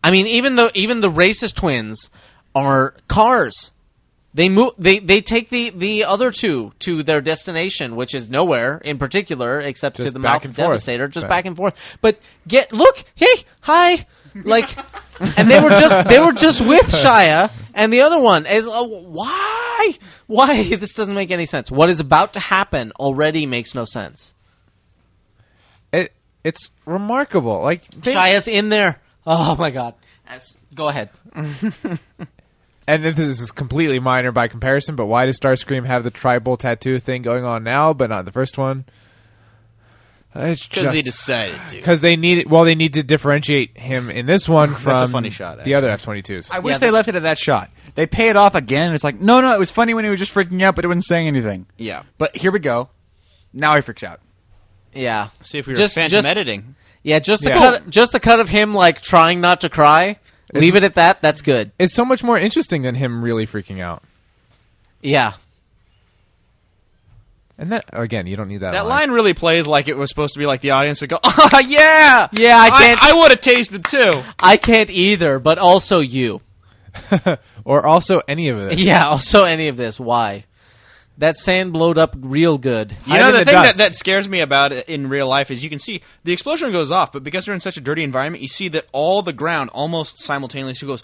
C: I mean, even though even the racist twins are cars. They move. They they take the the other two to their destination, which is nowhere in particular, except to
E: Just
C: the
E: back
C: mouth
E: and
C: of
E: forth.
C: Devastator, just
E: Right.
C: back and forth. But get look, hey, hi, like, and they were just they were just with Shia and the other one is uh, why why this doesn't make any sense. What is about to happen already makes no sense.
E: it it's remarkable. Like they-
C: Shia's in there. Oh my god. As- go ahead.
E: and then this is completely minor by comparison, but why does Starscream have the tribal tattoo thing going on now, but not in the first one? It's
D: Because
E: just
D: he decided to.
E: because they need well, they need to differentiate him in this one from
D: funny shot, actually.
E: the other F twenty twos.
B: I wish
C: Yeah,
B: they
C: but-
B: left it at that shot. They pay it off again. And it's like, no, no, it was funny when he was just freaking out, but it wasn't saying anything.
D: Yeah.
B: But here we go. Now he freaks out.
C: Yeah.
D: See if we were
C: Just-
D: phantom
C: just-
D: editing.
C: Yeah, just the
E: Yeah.
C: cut, just the cut of him like trying not to cry. Leave it at that. That's good.
E: It's so much more interesting than him really freaking out.
C: Yeah.
E: And that again, you don't need that.
D: That line really plays like it was supposed to be like the audience would go, ah, yeah!
C: Yeah, I can't-
D: I, would have tasted too.
C: I can't either, but also you.
E: or also any of this.
C: Yeah, also any of this. Why? That sand blowed up real good.
D: You
E: Hide
D: know,
E: in
D: the,
E: the
D: thing
E: dust.
D: that, that scares me about it in real life is you can see the explosion goes off, but because you're in such a dirty environment, you see that all the ground almost simultaneously goes,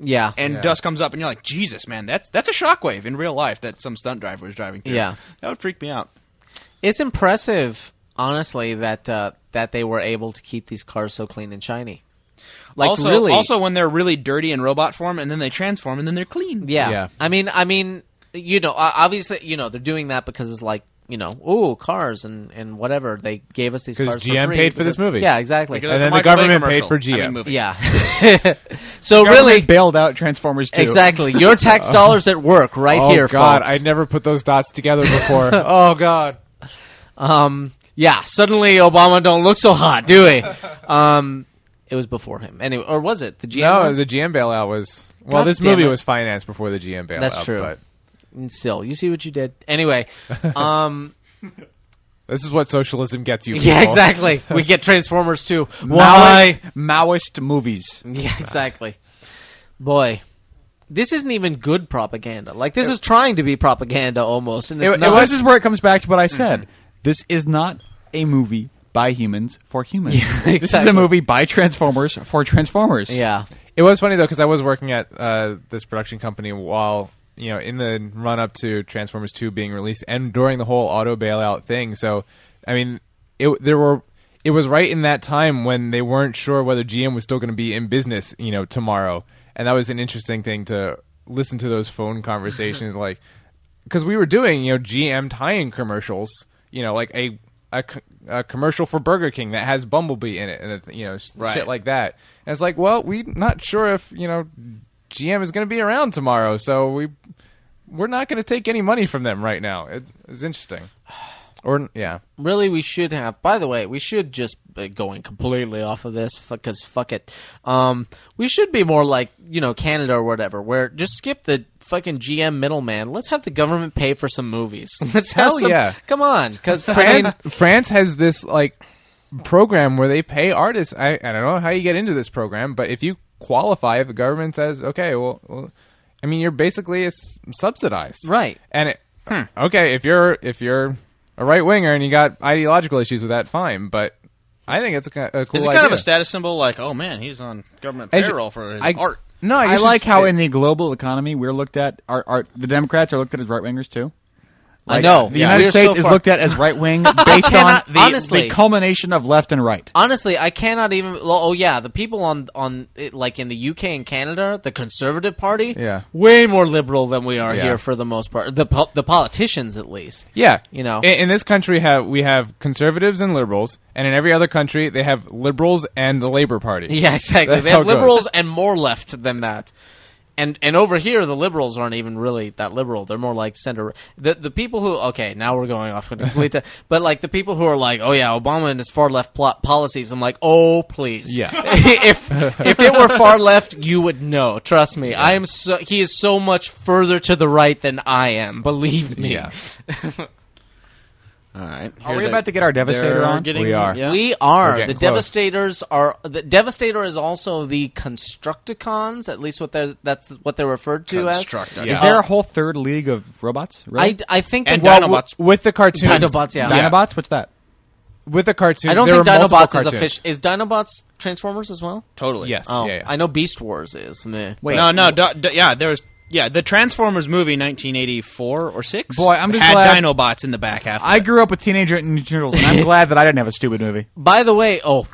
C: Yeah.
D: and dust comes up, and you're like, Jesus, man, that's that's a shockwave in real life that some stunt driver was driving through.
C: Yeah.
D: That would freak me out.
C: It's impressive, honestly, that uh, that they were able to keep these cars so clean and shiny. Like
D: also,
C: really.
D: also when they're really dirty in robot form, and then they transform, and then they're clean.
C: yeah.
E: Yeah.
C: I mean, I mean, you know, o- obviously, you know, they're doing that because it's like, you know, ooh, cars and and whatever. They gave us these
E: 'Cause
C: cars
E: GM
C: for free
E: paid for this
C: because-
E: movie.
C: Yeah, exactly.
D: Because
E: And
D: that's
E: then
D: a
E: the
D: Michael Bay
E: government paid
D: commercial.
E: for
D: I mean,
E: GM.
D: movie.
C: Yeah. so
B: Government
C: really,
B: bailed out Transformers 2.
C: exactly, your tax dollars at work right
E: Oh
C: here,
E: God,
C: folks.
E: I never put those dots together before. oh God.
C: um, yeah, suddenly Obama don't look so hot, do we? Um, it was before him, anyway, or was it the GM?
E: No,
C: one?
E: the GM bailout was well.
C: God
E: this
C: damn
E: movie
C: it.
E: was financed before the GM bailout.
C: That's true.
E: But
C: And Mm, still, you see what you did. Anyway, um,
E: this is what socialism gets you.
C: yeah,
E: people.
C: exactly. We get Transformers too.
B: Why? Maoist movies.
C: Yeah, exactly. Boy, this isn't even good propaganda. Like this is trying to be propaganda almost, and it's
E: it
C: not.
B: This is where it Mm-hmm. comes back to what I said. This is not a movie by humans for humans. This is
C: exactly.
B: a movie by Transformers for Transformers.
C: yeah,
E: It was funny though because I was working at uh, this production company while you know in the run up to Transformers Two being released and during the whole auto bailout thing. So, I mean, it there were it was right in that time when they weren't sure whether GM was still going to be in business, you know, tomorrow, and that was an interesting thing to listen to those phone conversations like because we were doing you know GM tie-in commercials, you know, like a a, c- a commercial for Burger King that has Bumblebee in it, and it- you know s-
D: Right.
E: shit like that. And it's like, well, we're not sure if you know GM is going to be around tomorrow, so we we're not going to take any money from them right now. It, it's interesting. Or yeah,
C: really, we should have. By the way, we should just uh, going completely off of this because fuck it. Um, we should be more like you know Canada or whatever, where just skip the fucking GM middleman. Let's have the government pay for some movies. Let's have
E: Hell
C: some-
E: yeah.
C: Come on, because
E: France France has this like program where they pay artists. I, I don't know how you get into this program, but if you qualify, if the government says, okay, well, well I mean, you're basically s- subsidized,
C: Right.
E: And it,
D: Hmm.
E: okay, if you're if you're a right winger and you got ideological issues with that, fine. But I think it's a, ki- a cool
D: Is it kind
E: idea.
D: of a status symbol like, oh man, he's on government
E: I ju-
D: payroll for his
E: I-
D: art?
E: No,
B: I
E: guess
B: like
E: it's-
B: how
E: it-
B: in the global economy we're looked at. Our, our the Democrats are looked at as right wingers too.
C: I know.
B: The
C: Yeah.
B: United
C: We're so
B: States is
C: far-
B: looked at as right wing based
C: cannot-
B: on the,
C: honestly.
B: the culmination of left and right.
C: Honestly, I cannot even. Oh yeah, the people on on it, like in the UK and Canada, the Conservative Party,
E: Yeah.
C: way more liberal than we are
E: Yeah.
C: here for the most part. The po- the politicians, at least.
E: Yeah,
C: You know.
E: in, in this country, have we have conservatives and liberals, and in every other country, they have liberals and the Labor Party.
C: Yeah, exactly.
E: That's
C: they
E: how
C: have
E: it goes.
C: liberals and more left than that. And and over here, the liberals aren't even really that liberal. They're more like center. The the people who okay, now we're going off complete. but like the people who are like, oh yeah, Obama and his far left plot policies. I'm like, oh please,
E: Yeah.
C: if if it were far left, you would know. Trust me, I am so. He is so much further to the right than I am. Believe me.
E: Yeah.
D: All right.
B: Are we about to get our Devastator on?
D: Getting,
E: We are.
D: Yeah.
C: We are
E: getting
C: the
E: close.
C: Devastators. Are the Devastator is also the Constructicons? At least what they're that's what they're referred to
D: Constructicons.
C: as.
D: Yeah.
B: Is there
C: Uh,
B: a whole third league of robots?
C: I,
B: Really?
C: I think
D: And
C: that-
D: Dino-
E: Well, w-
D: Dinobots.
E: with the cartoons,
C: Dinobots, yeah.
B: Dinobots? What's that?
E: with the cartoon.
C: I don't
E: there
C: think
E: were multiple
C: Dinobots is
E: cartoons.
C: official. Is Dinobots Transformers as well?
D: Totally.
E: Yes.
C: Oh,
E: yeah, yeah.
C: I know Beast Wars is. Meh.
B: Wait.
D: No, no, du- du- yeah, there was yeah, the Transformers movie 1984 or 6.
B: Boy, I'm just
D: had
B: glad-
D: Dinobots in the back half. Of
B: I
D: it.
B: grew up with Teenager Ninja Turtles, and I'm glad that I didn't have a stupid movie.
C: By the way, oh.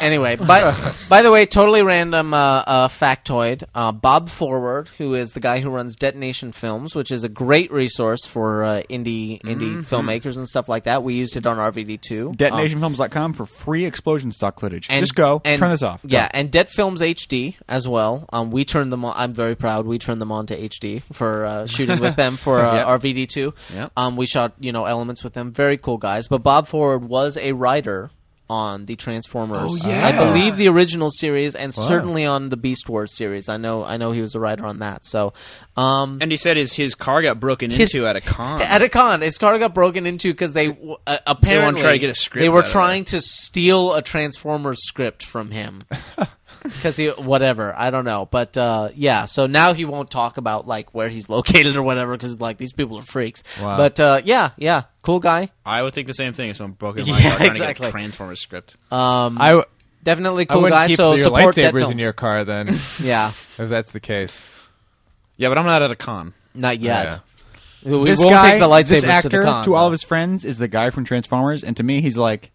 C: anyway, by by the way, totally random uh, uh, factoid. Uh, Bob Forward, who is the guy who runs Detonation Films, which is a great resource for uh, indie indie filmmakers and stuff like that. We used it on RVD two.
B: DetonationFilms.com for free explosion stock footage. Just go.
C: and-
B: turn this off.
C: Yeah,
B: Go.
C: and Dead Films HD as well. Um, we turned them. on I'm very proud. We turned them on to HD for uh, shooting with them for uh,
D: Yep.
C: RVD two.
D: Yep.
C: Um, we shot you know elements with them. Very cool guys. But Bob Forward was a writer on the Transformers.
E: Oh, yeah.
C: I believe the original series, and certainly on the Beast Wars series. I know. I know he was a writer on that. So. Um,
D: and he said his his car got broken
C: His-
D: into at a con.
C: at a con. His car got broken into because they w- uh, apparently
D: try to get a script
C: they were
D: out of
C: trying to steal a Transformers script from him because he whatever I don't know, but uh, yeah. So now he won't talk about like where he's located or whatever because like these people are freaks.
E: Wow.
C: But uh, yeah, yeah, cool guy.
D: I would think the same thing if someone broke into my
C: Yeah,
D: car trying to get
C: exactly.
D: a Transformers script.
C: Um,
E: I, w-
C: definitely
E: I
C: cool
E: wouldn't
C: guy.
E: keep
C: So
E: your
C: support Dead
E: lightsabers in
C: Films.
E: your car then, if
C: yeah,
E: that's the case.
D: yeah, but I'm not at a con.
C: not
E: Yeah.
C: yet. We
B: This
C: won't
B: guy,
C: take the lightsabers
B: this
C: to
B: actor,
C: the con.
B: all of his friends, is the guy from Transformers, and to me, he's like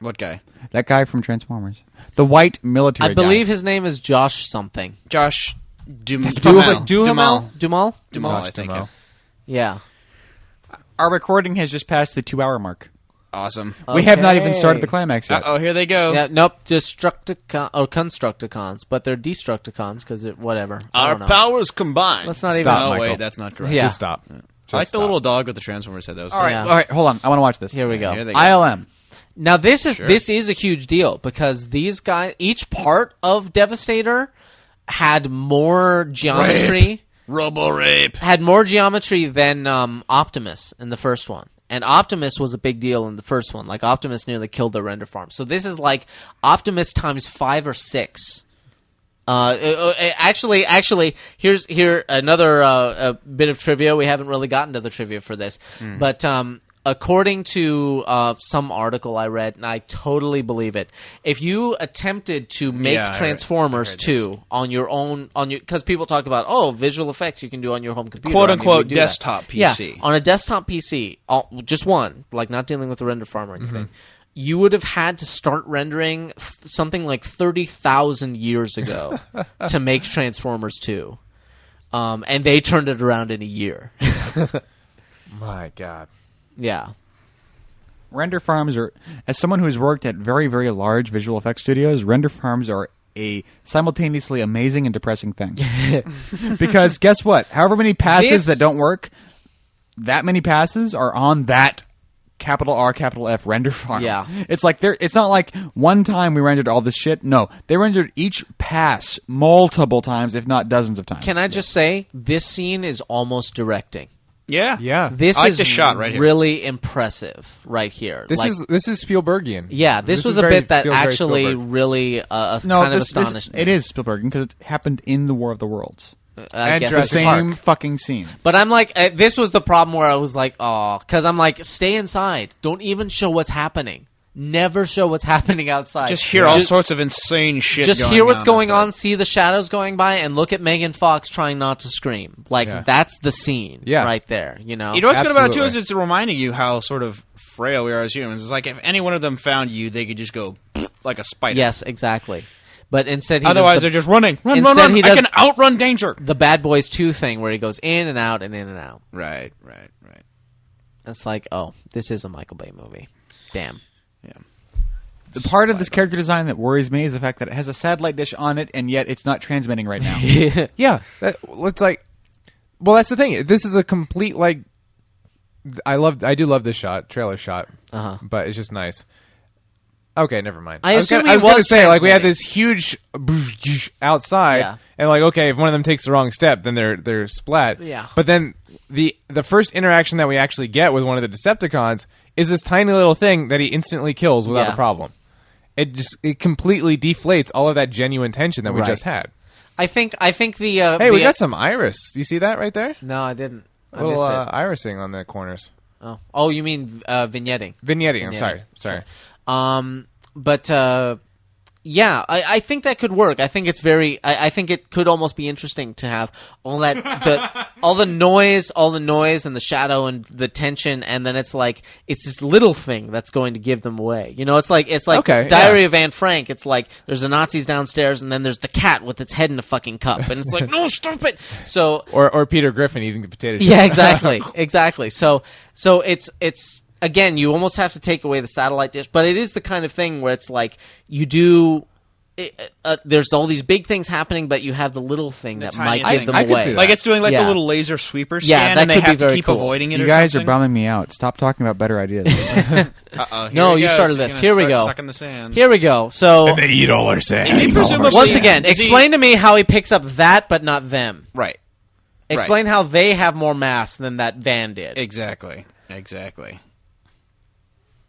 D: What guy?
B: that guy from Transformers, the white military.
C: I believe
B: guy.
C: his name is Josh something.
D: Josh Dum-
C: Duhamel.
D: Duhamel.
C: Duhamel. Duhamel.
D: Duhamel, I
E: Josh
D: think.
E: Duhamel.
C: Yeah.
B: our recording has just passed the two-hour mark.
D: Awesome.
B: We have not even started
C: Okay.
B: the climax yet.
D: Uh-oh, here they go.
C: Uh, Yeah, nope, Destructicon or Constructicons, but they're Destructicons because it whatever. I
D: Our
C: don't know.
D: powers combined.
C: Let's not
E: Stop,
D: no,
E: Michael.
D: wait, that's not correct.
C: Yeah.
E: Just stop. Just
D: I like the
E: stop.
D: little dog with the Transformers head. That was
B: All right,
C: Yeah.
B: all right, hold on. I want to watch this.
C: Here we go.
D: Here they go.
B: ILM.
C: Now this is this is a huge deal because these guys, each part of Devastator had more geometry,
D: Robo rape.
C: had more geometry than um, Optimus in the first one. And Optimus was a big deal in the first one. Like Optimus nearly killed the render farm. So this is like Optimus times five or six. Uh, uh, uh, actually, actually, here's here another uh, uh bit of trivia. We haven't really gotten to the trivia for this,
D: Hmm.
C: but um, according to uh, some article I read, and I totally believe it, if you attempted to make
D: Yeah, I heard-
C: Transformers two on your own on your because people talk about oh visual effects you can do on your home computer
D: Quote,
C: I mean,
D: unquote,
C: we do that.
D: desktop
C: Yeah,
D: PC.
C: on a desktop PC, all, just one, like not dealing with the render farm or
D: Mm-hmm.
C: anything, you would have had to start rendering f- something like 30,000 years ago to make Transformers 2. Um, and they turned it around in a year.
E: My God.
C: yeah.
B: Render farms are, as someone who's worked at very, very large visual effects studios, render farms are a simultaneously amazing and depressing thing. because guess what? However many passes
C: This-
B: that don't work, that many passes are on that capital R capital F render farm.
C: Yeah.
B: It's like there it's not like one time we rendered all this shit. No, they rendered each pass multiple times if not dozens of times.
C: Can I just say, this scene is almost directing.
D: Yeah.
E: Yeah.
C: This
D: I like
C: is
D: this shot right here.
C: really impressive right here.
E: This
C: Like,
E: is this is Spielbergian.
C: yeah, this,
E: This
C: was
E: is
C: a
E: very-
C: bit that
E: feels very
C: actually
E: Spielberg.
C: really uh,
B: no,
C: kind of
B: this- this-
C: astonished me.
B: it is Spielberg because it happened in the War of the Worlds.
C: I
E: And
C: guess
B: The
E: Jurassic
B: same
E: Park.
B: fucking scene.
C: But I'm like, uh, this was the problem where I was like, oh, because I'm like, stay inside. Don't even show what's happening. Never show what's happening outside.
D: Just hear all sorts of insane shit.
C: just hear what's going
D: outside.
C: on, see the shadows going by, and look at Megan Fox trying not to scream. Like
E: Yeah.
C: that's the scene,
E: Yeah.
C: right there. You know,
D: You know what's good about it too is
E: Absolutely.
D: it's reminding you how sort of frail we are as humans. It's like if any one of them found you, they could just go like a spider.
C: yes, exactly. But instead, he does
D: Otherwise,
C: the,
D: they're just running, run, run,
C: Instead,
D: run.
C: he
D: I
C: does-
D: can outrun danger.
C: the Bad Boys Two thing where he goes in and out and in and out.
D: Right, right, right.
C: It's like, oh, this is a Michael Bay movie. Damn.
B: The part of this character design that worries me is the fact that it has a satellite dish on it, and yet it's not transmitting right now.
E: Yeah, that, it's like, well, that's the thing. This is a complete like. I love, I do love this shot, trailer shot,
C: Uh-huh.
E: but it's just nice. Okay, never mind.
C: I
E: was
C: assume
E: gonna,
C: he
E: I was gonna
C: was
E: say like we had
C: transmitting.
E: this huge outside,
C: Yeah.
E: and like okay, if one of them takes the wrong step, then they're they're splat.
C: Yeah.
E: But then the the first interaction that we actually get with one of the Decepticons is this tiny little thing that he instantly kills without
C: Yeah.
E: a problem. It just it completely deflates all of that genuine tension that we
C: Right.
E: just had.
C: I think I think the uh,
E: Hey, we
C: the-
E: got some iris. Do you see that right there?
C: No, I didn't. I
E: little
C: missed it.
E: uh, irising on the corners.
C: Oh, oh, you mean uh, vignetting?
E: Vignetting. I'm
C: Vignetting.
E: sorry. Sorry.
C: Um, but uh, yeah, I, I think that could work. I think it's very. I, I think it could almost be interesting to have all that the all the noise, all the noise, and the shadow and the tension, and then it's like it's this little thing that's going to give them away. You know, it's like it's like
E: Okay,
C: Diary
E: yeah.
C: of Anne Frank. It's like there's the Nazis downstairs, and then there's the cat with its head in a fucking cup, and it's like no, stop it. So
E: Or or Peter Griffin eating the potato. chip.
C: yeah, exactly, exactly. So, so it's it's again, you almost have to take away the satellite dish, but it is the kind of thing where it's like you do. It, uh, there's all these big things happening, but you have the little thing that might
D: tiny
C: give
D: thing.
C: them
E: I could
C: away.
E: see that.
D: Like it's doing like
C: Yeah.
D: the little laser sweeper scan,
C: Yeah, that
D: and they
C: could be
D: have to
C: very
D: keep
C: cool.
D: avoiding it.
B: you
D: or
B: guys are
D: something.
B: bumming me out. Stop talking about better ideas.
D: Uh-oh, here
C: No,
D: he
C: you
D: goes.
C: started
D: He's
C: this.
D: gonna
C: Here we
D: start
C: go.
D: Sucking the sand.
C: Here we go. So
E: They eat all our
D: Is he
E: sand.
D: presumably-
C: once again,
D: Is he-
C: explain to me how he picks up that, but not them.
D: Right.
C: Explain how they have more mass than that van did.
D: Exactly. Exactly.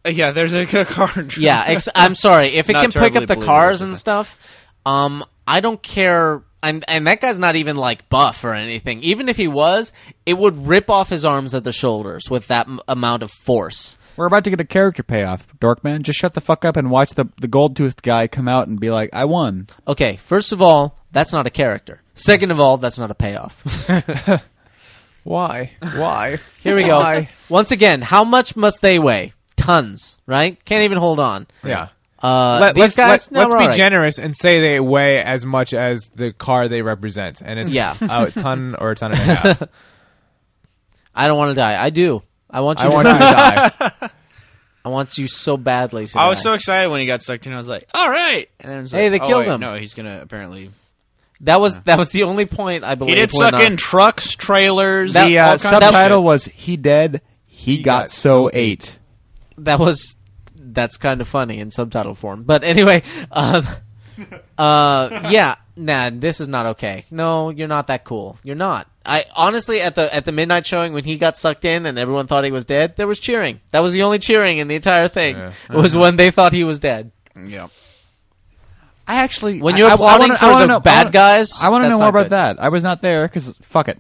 D: Uh, Yeah, there's a, a card.
C: yeah, ex- I'm sorry. If it
D: Not
C: can pick
D: terribly
C: up the
D: believable,
C: cars
D: but-
C: and stuff, um, I don't care. And and that guy's not even like buff or anything. Even if he was, it would rip off his arms at the shoulders with that m- amount of force.
B: We're about to get a character payoff, Dorkman. Just shut the fuck up and watch the the gold toothed guy come out and be like, "I won."
C: Okay, first of all, that's not a character. Second of all, that's not a payoff.
E: Why? Why?
C: Here we go.
E: Why?
C: Once again, how much must they weigh? Tons, right? Can't even hold on.
E: Yeah.
C: Uh,
E: Let,
C: these
E: let's
C: guys,
E: let,
C: no,
E: let's
C: we're
E: be
C: all right.
E: generous and say they weigh as much as the car they represent, and it's
C: Yeah.
E: a ton or a ton and a half.
C: I don't want to die. I do. I want you.
E: I
C: to
E: want you to die.
C: I want you so badly. To
D: I was
C: die.
D: so excited when he got sucked in. I was like, "All right!" And then it was
C: Hey,
D: like,
C: they
D: oh,
C: killed
D: wait,
C: him.
D: No, he's gonna apparently.
C: That was that was the only point I
D: He
C: believe.
D: did
C: when,
D: suck
C: uh,
D: in trucks, trailers.
C: That-
B: The
D: all
B: uh,
D: kinds of
B: subtitle was "He dead, he, got,
E: got
B: so
E: so
B: ate."
C: That was that's kind of funny in subtitle form. But anyway, um, uh, yeah, nah, this is not okay. No, you're not that cool. You're not. I honestly at the at the midnight showing when he got sucked in and everyone thought he was dead, there was cheering. That was the only cheering in the entire thing. Was
D: Uh-huh.
C: when they thought he was dead.
D: shit. Yeah.
B: I actually
C: When you're
B: I, I- I
C: applauding
B: wanna- I
C: for
B: wanna
C: the
B: know-
C: bad
B: I wanna-
C: guys,
B: I want to
C: that's
B: know more
C: not
B: about
C: good.
B: that. I was not there because fuck it.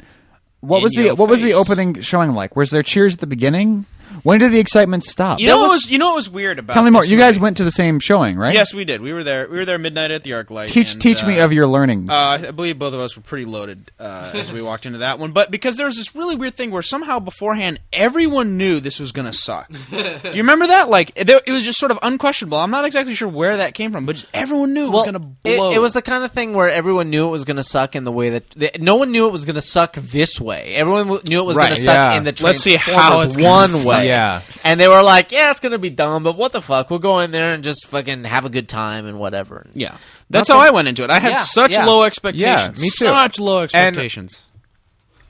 B: What
D: In
B: was the
D: your
B: what was the
D: face.
B: opening showing like? Was there cheers at the beginning? When did the excitement stop?
D: You know
C: was-
D: what was you know what was weird about?
B: Tell me more.
D: this
B: You guys
D: movie?
B: went to the same showing, right?
D: Yes, we did. We were there. We were there midnight at the ArcLight.
B: Teach
D: and,
B: teach me
D: uh,
B: of your learnings.
D: Uh, I believe both of us were pretty loaded uh, as we walked into that one, but because there was this really weird thing where somehow beforehand everyone knew this was gonna suck. Do you remember that? Like it, it was just sort of unquestionable. I'm not exactly sure where that came from, but just everyone knew it was gonna
C: it-
D: blow.
C: It, was the kind of thing where everyone knew it was going to suck in the way that th- no one knew it was going to suck this way. Everyone w- knew it was
D: Right,
C: going to suck
E: yeah.
C: in the
D: Let's see how
C: Transformers
D: it's gonna
C: one
D: suck.
C: way.
E: Yeah.
C: and they were like, "Yeah, it's going to be dumb, but what the fuck? We'll go in there and just fucking have a good time and whatever."
D: yeah. That's how I went into it. I had
C: Yeah,
D: such
C: yeah.
D: low expectations.
E: Yeah, me too.
D: Such low expectations.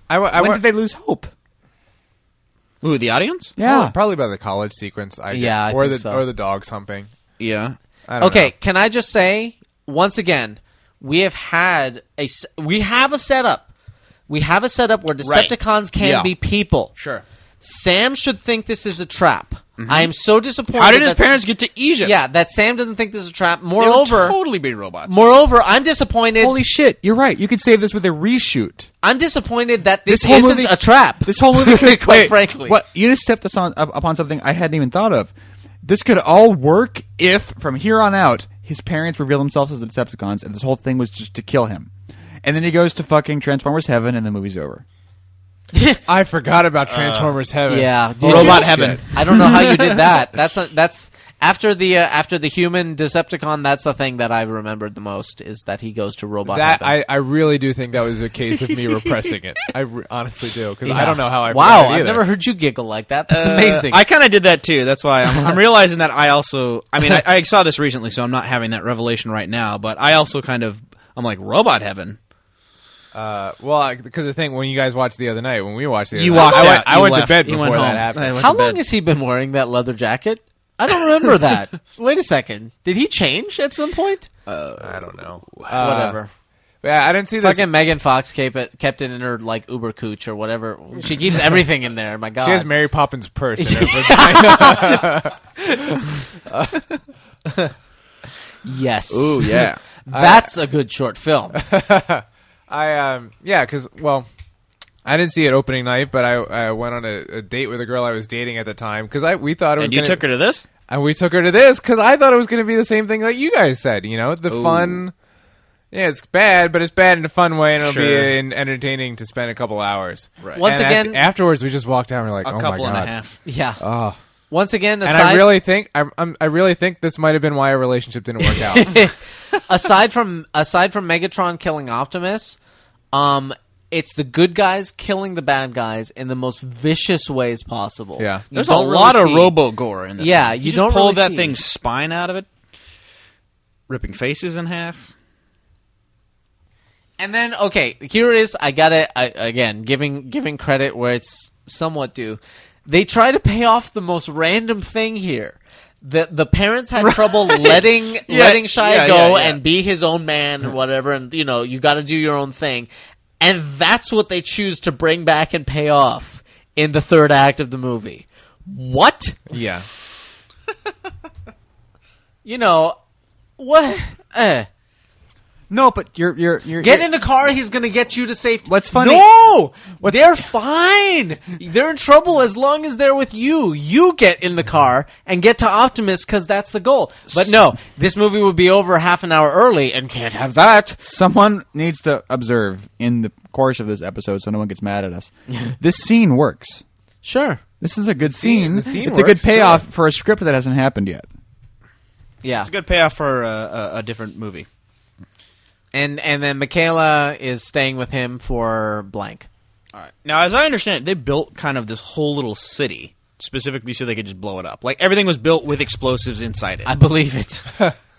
E: I, wa- I
B: when
E: wa-
B: did they lose hope?
D: Ooh, the audience?
B: Yeah,
E: Probably by the college sequence. I
C: Yeah, I
E: or
C: think
E: the
C: so.
E: or the dog humping.
D: Yeah.
E: I don't
C: Okay,
E: know.
C: can I just say once again, we have had a s- we have a setup. We have a setup where
D: Right.
C: Decepticons can
D: Yeah.
C: be people.
D: Sure. Mm-hmm.
C: Sam should think this is a trap. I am so disappointed.
D: How did his
C: that-
D: parents get to Egypt?
C: Yeah, that Sam doesn't think this is a trap.
D: They would
C: Moreover,
D: totally be robots.
C: moreover, I'm disappointed.
B: Holy shit! You're right. You could save this with a reshoot.
C: I'm disappointed that this,
B: This whole
C: isn't
B: movie-
C: a trap.
B: This whole movie, could-
C: quite
B: wait,
C: frankly.
B: what you just stepped us on up, upon something I hadn't even thought of. This could all work if, from here on out, his parents reveal themselves as the Decepticons, and this whole thing was just to kill him. And then he goes to fucking Transformers Heaven, and the movie's over.
E: I forgot about Transformers Heaven.
C: Uh, Yeah, did
E: Holy
C: you-
D: Robot
E: shit.
D: Heaven.
C: I don't know how you did that. That's a, that's after the uh, after the human Decepticon. That's the thing that I remembered the most is that he goes to robot.
E: That
C: Heaven.
E: I, I really do think that was a case of me repressing it. I re- honestly do because I
C: Yeah.
E: don't know how I.
C: Wow,
E: forgot it
C: I've
E: either.
C: never heard you giggle like that. That's
D: Uh,
C: amazing.
D: I kind of did that too. That's why I'm, I'm realizing that I also. I mean, I, I saw this recently, so I'm not having that revelation right now. But I also kind of. I'm like robot heaven.
E: Uh, well, because the thing when you guys watched the other night, when we watched the other
D: You
E: night,
D: walked
E: I went,
D: out.
E: I
D: You
E: went
D: left.
E: to bed
D: You
E: before
D: went home.
E: that
D: I
E: happened.
D: went
C: How
D: to
C: long
D: bed.
C: has he been wearing that leather jacket? I don't remember that. Wait a second. Did he change at some point?
E: I don't know.
C: Whatever.
E: Uh, Yeah, I didn't see this.
C: Fucking Megan Fox kept it, kept it in her like Uber cooch or whatever. She keeps everything in there. My God.
E: She has Mary Poppins purse. In her
C: yes.
D: Ooh, yeah.
C: That's a good short film.
E: I um yeah, because well, I didn't see it opening night, but I, I went on a, a date with a girl I was dating at the time because I we thought it was
D: and you
E: gonna-
D: took her to this?
E: and we took her to this because I thought it was going to be the same thing that you guys said. You know, the fun. Yeah, it's bad, but it's bad in a fun way, and it'll
D: Sure.
E: be en- entertaining to spend a couple hours.
D: Right.
C: Once
E: And
C: again-
E: af- afterwards, we just walked out and we're like,
D: A
E: oh
D: couple
E: my
D: and
E: god.
D: a half.
C: Yeah.
E: Oh.
C: Once again,
E: And
C: aside,
E: I really think I'm, I'm, I really think this might have been why our relationship didn't work out.
C: aside from aside from Megatron killing Optimus, um, it's the good guys killing the bad guys in the most vicious ways possible.
E: Yeah.
C: You
D: There's a
C: don't really
D: lot
C: see-
D: of robo gore in this.
C: Yeah,
D: one.
C: you
D: just
C: don't
D: pull
C: really
D: that
C: see.
D: thing's spine out of it, ripping faces in half.
C: And then okay, here is I gotta I, again giving giving credit where it's somewhat due. They try to pay off the most random thing here. The the parents had trouble letting letting Shia
D: yeah,
C: go
D: yeah, yeah.
C: and be his own man or whatever, and you know you got to do your own thing, and that's what they choose to bring back and pay off in the third act of the movie. What
E: yeah.
C: you know? What? Eh.
B: No, but you're you're you're
C: Get
B: you're-
C: in the car. He's going to get you to safety.
B: What's funny-
C: No, they're fine. They're in trouble as long as they're with you. You get in the car and get to Optimus because that's the goal. But no, this movie would be over half an hour early and can't have that.
B: Someone needs to observe in the course of this episode so no one gets mad at us. this scene works.
C: Sure.
B: This is a good scene.
E: the scene
B: it's a good
E: works,
B: payoff for a script that hasn't happened yet.
C: Yeah.
D: It's a good payoff for uh, a, a different movie.
C: And and then Michaela is staying with him for blank.
D: All right. Now, as I understand it, they built kind of this whole little city specifically so they could just blow it up. Like everything was built with explosives inside it.
C: I believe it.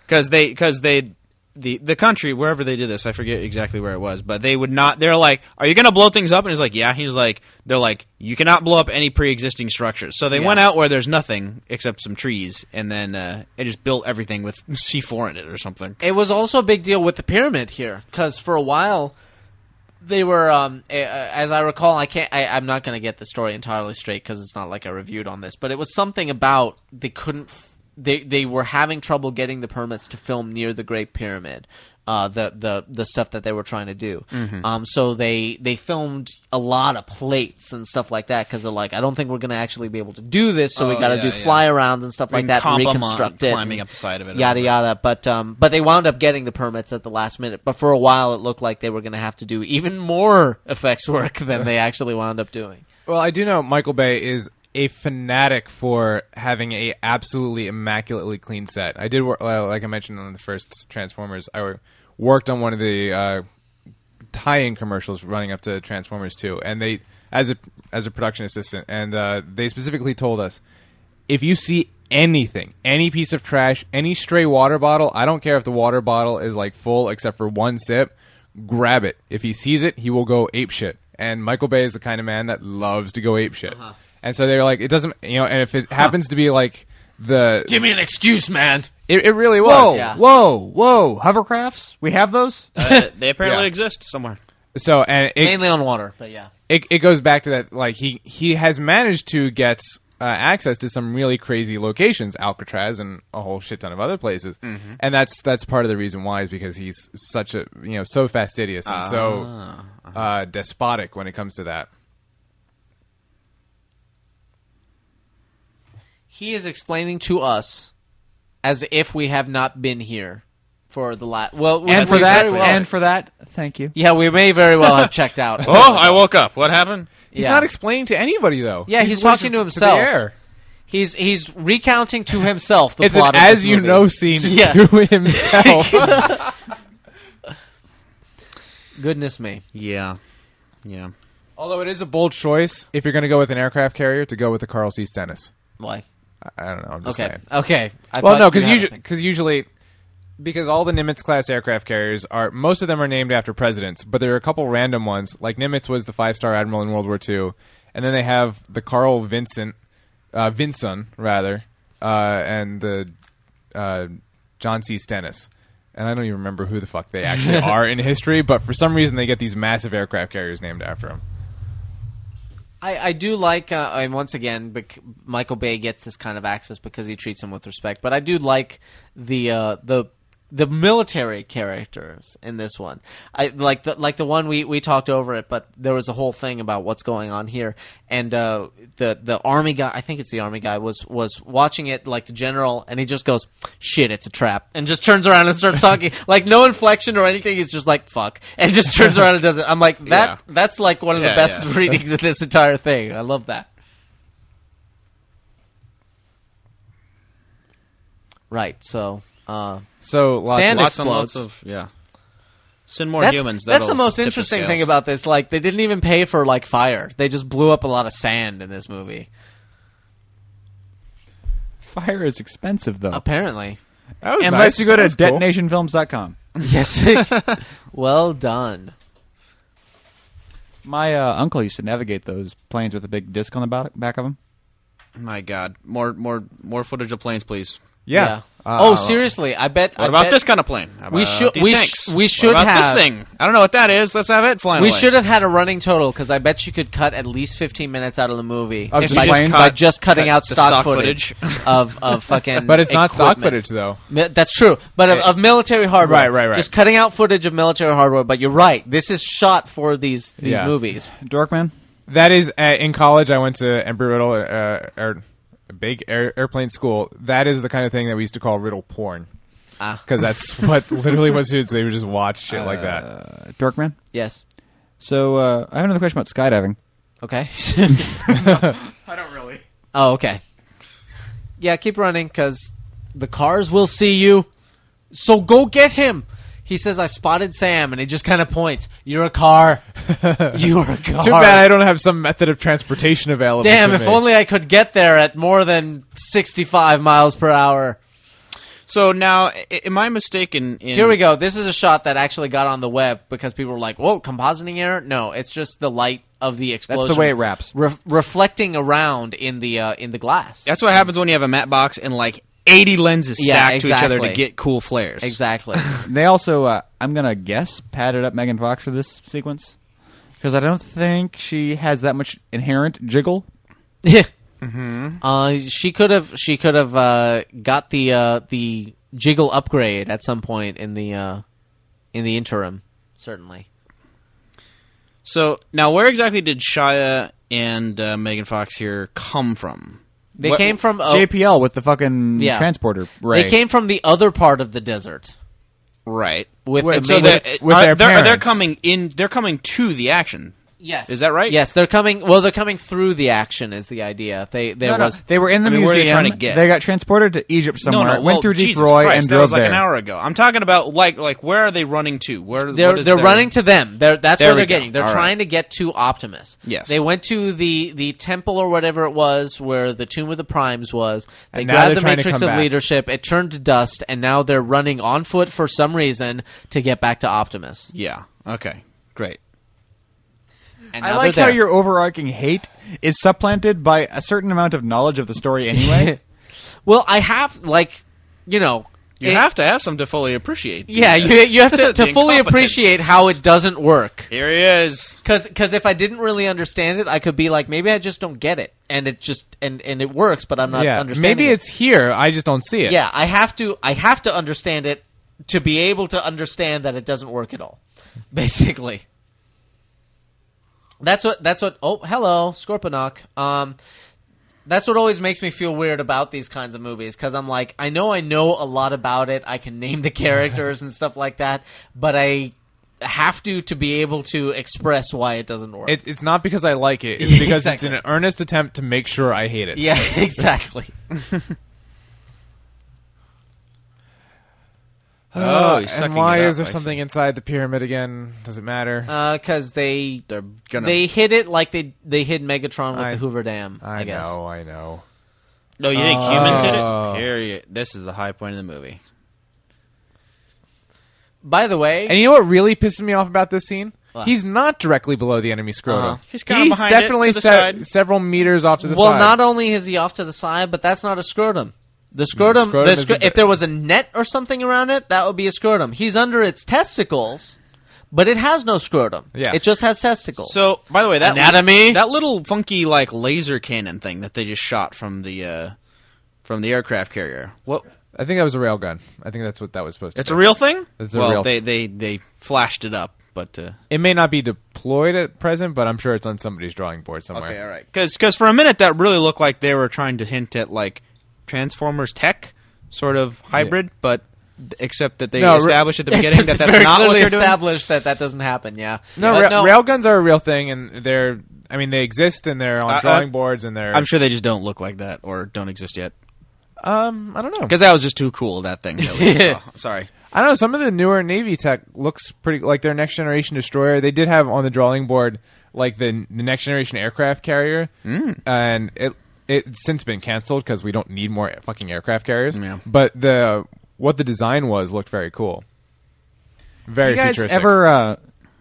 D: because they because they the the country wherever they did this i forget exactly where it was but they would not they're like are you gonna blow things up and he's like yeah he's like they're like you cannot blow up any pre-existing structures so they
C: Yeah.
D: went out where there's nothing except some trees and then uh it just built everything with c4 in it or something
C: It was also a big deal with the pyramid here because for a while they were, um, a- a- as I recall, I can't, I, I'm not going to get the story entirely straight because it's not like I reviewed on this, but it was something about they couldn't, f- they they were having trouble getting the permits to film near the Great Pyramid. Uh, the, the the stuff that they were trying to do,
D: Mm-hmm.
C: um, so they they filmed a lot of plates and stuff like that because they're like, I don't think we're gonna actually be able to do this, so we
D: Oh,
C: got to
D: yeah,
C: do
D: yeah.
C: fly arounds and stuff
D: We
C: like
D: can
C: that, and
D: comp 'em on
C: reconstruct it,
D: climbing
C: and
D: up the side of it or
C: yada
D: whatever.
C: yada yada, But um, but they wound up getting the permits at the last minute. But for a while, it looked like they were going to have to do even more effects work than they actually wound up doing.
E: Well, I do know Michael Bay is a fanatic for having a absolutely immaculately clean set. I did work, well, like I mentioned on the first Transformers, I wor- worked on one of the uh, tie-in commercials running up to Transformers Two, and they as a as a production assistant, and uh, they specifically told us if you see anything, any piece of trash, any stray water bottle, I don't care if the water bottle is like full except for one sip, grab it. If he sees it, he will go ape shit. And Michael Bay is the kind of man that loves to go ape shit.
C: Uh-huh.
E: And so they're like, it doesn't, you know, and if it happens to be like the,
C: Give me an excuse, man.
E: it, it really
B: Whoa,
E: was.
C: Yeah.
B: whoa, whoa! Hovercrafts? We have those.
D: uh, they apparently
E: Yeah.
D: exist somewhere
E: So and it,
C: Mainly on water, but yeah.
E: it, it goes back to that like he he has managed to get uh, access to some really crazy locations alcatraz and a whole shit ton of other places and that's that's part of the reason why is because he's such a you know so fastidious and so uh, despotic when it comes to that
C: He is explaining to us as if we have not been here for the last. Well, we
B: and for
C: may
B: that,
C: very well-
B: and for that, thank you.
C: yeah, we may very well have checked out.
F: Oh, I woke up. What happened?
E: He's
C: Yeah.
E: not explaining to anybody though.
C: Yeah, he's talking
E: looking just
C: to himself.
E: the air.
C: He's he's recounting to himself the
E: It's an
C: plot. of
E: as
C: this
E: you
C: movie.
E: know scene
C: Yeah.
E: to himself.
C: Goodness me.
D: Yeah, yeah.
E: Although it is a bold choice if you're going to go with an aircraft carrier to go with the Carl C. Stennis.
C: Why?
E: I- I don't know. I'm just
C: Okay.
E: saying.
C: Okay. I
E: Well,
C: thought
E: no,
C: you
E: because
C: had a
E: usually,
C: thing.
E: because usually, because all the Nimitz class aircraft carriers are most of them are named after presidents, but there are a couple random ones. Like Nimitz was the five star admiral in World War II, and then they have the Carl Vincent, uh, Vinson rather, uh, and the uh, John C. Stennis. And I don't even remember who the fuck they actually are in history, but for some reason they get these massive aircraft carriers named after them.
C: I, I do like, uh, and once again, bec- Michael Bay gets this kind of access because he treats him with respect. But I do like the uh, the the military characters in this one. I like the like the one we, we talked over it, but there was a whole thing about what's going on here, and uh, the the army guy, I think it's the army guy, was was watching it like the general, and he just goes, "Shit, it's a trap," and just turns around and starts talking, like no inflection or anything. He's just like, "Fuck," and just turns around and does it. I'm like, that
D: Yeah.
C: that's like one of the
D: Yeah,
C: best
D: yeah.
C: readings of this entire thing. I love that. Right. So, uh,
E: So lots
C: Sand-
E: of,
D: lots and lots
C: explodes.
D: of yeah. Send more
C: that's,
D: humans.
C: that's the
D: that'll
C: most
D: tip
C: interesting
D: scales.
C: thing about this. Like, they didn't even pay for like fire. They just blew up a lot of sand in this movie.
B: Fire is expensive though.
C: Apparently,
E: that was
B: Unless
E: nice.
B: you go
E: That
B: to
E: was cool.
B: detonationfilms.com.
C: yes. well done.
B: My uh, uncle used to navigate those planes with a big disc on the bo- back of them.
D: My God, more more more footage of planes, please.
E: yeah. Uh,
C: oh,
E: uh,
C: seriously. I bet.
D: What
C: I
D: about
C: bet-
D: this kind of plane? How
C: We
D: about
C: should-
D: these
C: we
D: tanks?
C: sh- we should
D: what about
C: have-
D: this thing. I don't know what that is. Let's have it flying.
C: We
D: away.
C: should have had a running total because I bet you could cut at least fifteen minutes out of the movie
B: Of
D: just
C: by,
D: planes?
C: by just cutting
D: Cut
C: out
D: the
C: stock,
D: stock
C: footage,
D: footage.
C: of of fucking.
E: But it's not stock
C: equipment.
E: footage though.
C: Mi- That's true, but of, of military hardware,
E: Right, right, right.
C: Just cutting out footage of military hardware. But you're right. This is shot for these these
E: Yeah.
C: movies.
B: Dorkman?
E: That is uh, in college. I went to Embry Riddle, uh, air, a big air, airplane school. That is the kind of thing that we used to call Riddle porn,
C: Ah,
E: because that's what literally what students they would just watch shit like that.
B: Uh, Dorkman?
C: yes.
B: So uh, I have another question about skydiving.
C: Okay. I don't really. Oh, okay. Yeah, keep running because the cars will see you. So go get him. He says, "I spotted Sam," and he just kind of points. You're a car. You're a car.
E: Too bad I don't have some method of transportation available.
C: Damn!
E: to
C: If
E: me.
C: only I could get there at more than sixty-five miles per hour.
D: So now, i- am I mistaken? In,
C: Here we go. This is a shot that actually got on the web because people were like, "Whoa, compositing error." No, it's just the light of the explosion.
B: way it wraps.
C: Re- reflecting around in the uh, in the glass.
D: That's what happens when you have a mat box and like eighty lenses
C: Yeah,
D: stacked to each other
C: exactly.
D: to get cool flares.
C: exactly.
B: They also, uh, I'm going to guess, padded up Megan Fox for this sequence. Because I don't think she has that much inherent jiggle.
C: Yeah.
D: Mm-hmm.
C: Uh, she could have she could have uh, got the uh, the jiggle upgrade at some point in the uh, in the interim. Certainly.
D: So now, where exactly did Shia and uh, Megan Fox here come from?
C: They
D: What-
C: came from uh,
B: JPL with the fucking
C: Yeah.
B: transporter ray.
C: they came from the other part of the desert
D: Right.
C: with the
D: so
C: main-
D: they're,
E: with
D: are, they're,
E: their
D: they're
E: parents.
D: coming in. They're coming to the action.
C: Yes.
D: Is that right?
C: Yes, they're coming. Well, they're coming through the action is the idea. They there
B: No, no,
C: was
B: they were in the
D: I mean, where are
B: museum.
D: they trying to get?
B: They got transported to Egypt somewhere.
D: no, no.
B: went
D: well,
B: through Deep
D: Jesus
B: Roy
D: Christ,
B: and
D: that
B: drove
D: was like
B: there.
D: an hour ago. I'm talking about like like where are they running to? Where
C: they're
D: what is
C: they're
D: their-
C: running to them. They're that's
D: There
C: where
D: we
C: they're
D: go.
C: getting. They're
D: All
C: trying
D: right.
C: to get to Optimus.
D: Yes.
C: They went to the the temple or whatever it was where the tomb of the primes was. They
E: And now
C: grabbed
E: they're
C: the
E: trying to
C: matrix
E: come
C: of
E: back.
C: leadership. It turned to dust, and now they're running on foot for some reason to get back to Optimus.
D: Yeah. Okay. Great.
C: And
B: I
C: now
B: like
C: they're
B: how
C: there.
B: your overarching hate is supplanted by a certain amount of knowledge of the story anyway.
C: well, I have like you know
D: You
C: it-
D: have to have some to fully appreciate. the,
C: yeah
D: uh,
C: you, you have to,
D: the
C: to fully
D: incompetence.
C: appreciate how it doesn't work.
D: Here he is.
C: Cause, cause if I didn't really understand it, I could be like, maybe I just don't get it, and it just and and it works, but I'm not
E: yeah,
C: understanding.
E: maybe
C: it.
E: it's here. I just don't see it.
C: yeah. I have to I have to understand it to be able to understand that it doesn't work at all. Basically, that's what that's what. Oh, hello, Scorponok. Um, That's what always makes me feel weird about these kinds of movies because I'm like, I know I know a lot about it. I can name the characters and stuff like that, but I have to to be able to express why it doesn't work.
E: It, it's not because I like it. It's
C: Yeah,
E: because
C: exactly.
E: it's an earnest attempt to make sure I hate it.
C: yeah, exactly.
E: Uh,
D: Oh, he's sucking
E: and why
D: it up,
E: is there
D: I see.
E: something inside the pyramid again? Does it matter?
C: Uh, Because they
D: They're gonna.
C: they hid it like they they hid Megatron with
E: I-
C: the Hoover Dam. I,
E: I
C: guess.
E: know. I know.
D: no, you think humans did
E: Oh.
D: it? Here, you, this is the high point of the movie.
C: By the way,
E: And you know what really pisses me off about this scene?
C: What?
E: He's not directly below the enemy scrotum.
C: Uh-huh.
D: He's kinda behind it,
E: definitely
D: to the
E: se-
D: side.
E: several meters off to the
C: well,
E: side.
C: not only is he off to the side, but that's not a scrotum. The scrotum,
E: scrotum
C: the
E: is
C: scr-
E: the-
C: if there was a net or something around it, that would be a scrotum. He's under its testicles, but it has no scrotum.
E: Yeah.
C: It just has testicles.
D: So, by the way, that
C: Anatomy?
D: that little funky like laser cannon thing that they just shot from the uh, from the aircraft carrier. What?
E: I think that was a rail gun. I think that's what that was supposed to.
D: It's
E: be.
D: a real thing.
E: It's a
D: well,
E: real-
D: they they they flashed it up, but uh,
E: It may not be deployed at present, but I'm sure it's on somebody's drawing board somewhere.
D: okay, all right. Because for a minute that really looked like they were trying to hint at like Transformers tech sort of hybrid, but except that they
E: No, re-
D: established at the
C: Except
D: beginning that
C: it's
D: that's
C: very
D: not what
C: clearly
D: they're doing.
C: established that that doesn't happen. Yeah.
E: No,
C: But
E: ra- railguns are a real thing, and they're. I mean, they exist, and they're on
D: I- I-
E: drawing boards, and they're.
D: I'm sure they just don't look like that or don't exist yet.
E: Um, I don't know.
D: Because that was just too cool that thing. That we saw. Sorry.
E: I don't know. Some of the newer Navy tech looks pretty like their next generation destroyer. They did have on the drawing board like the, the next generation aircraft carrier, and it it's since been canceled because we don't need more fucking aircraft carriers.
D: Yeah.
E: But the what the design was looked very cool. Very
B: you guys
E: futuristic.
B: ever? Uh,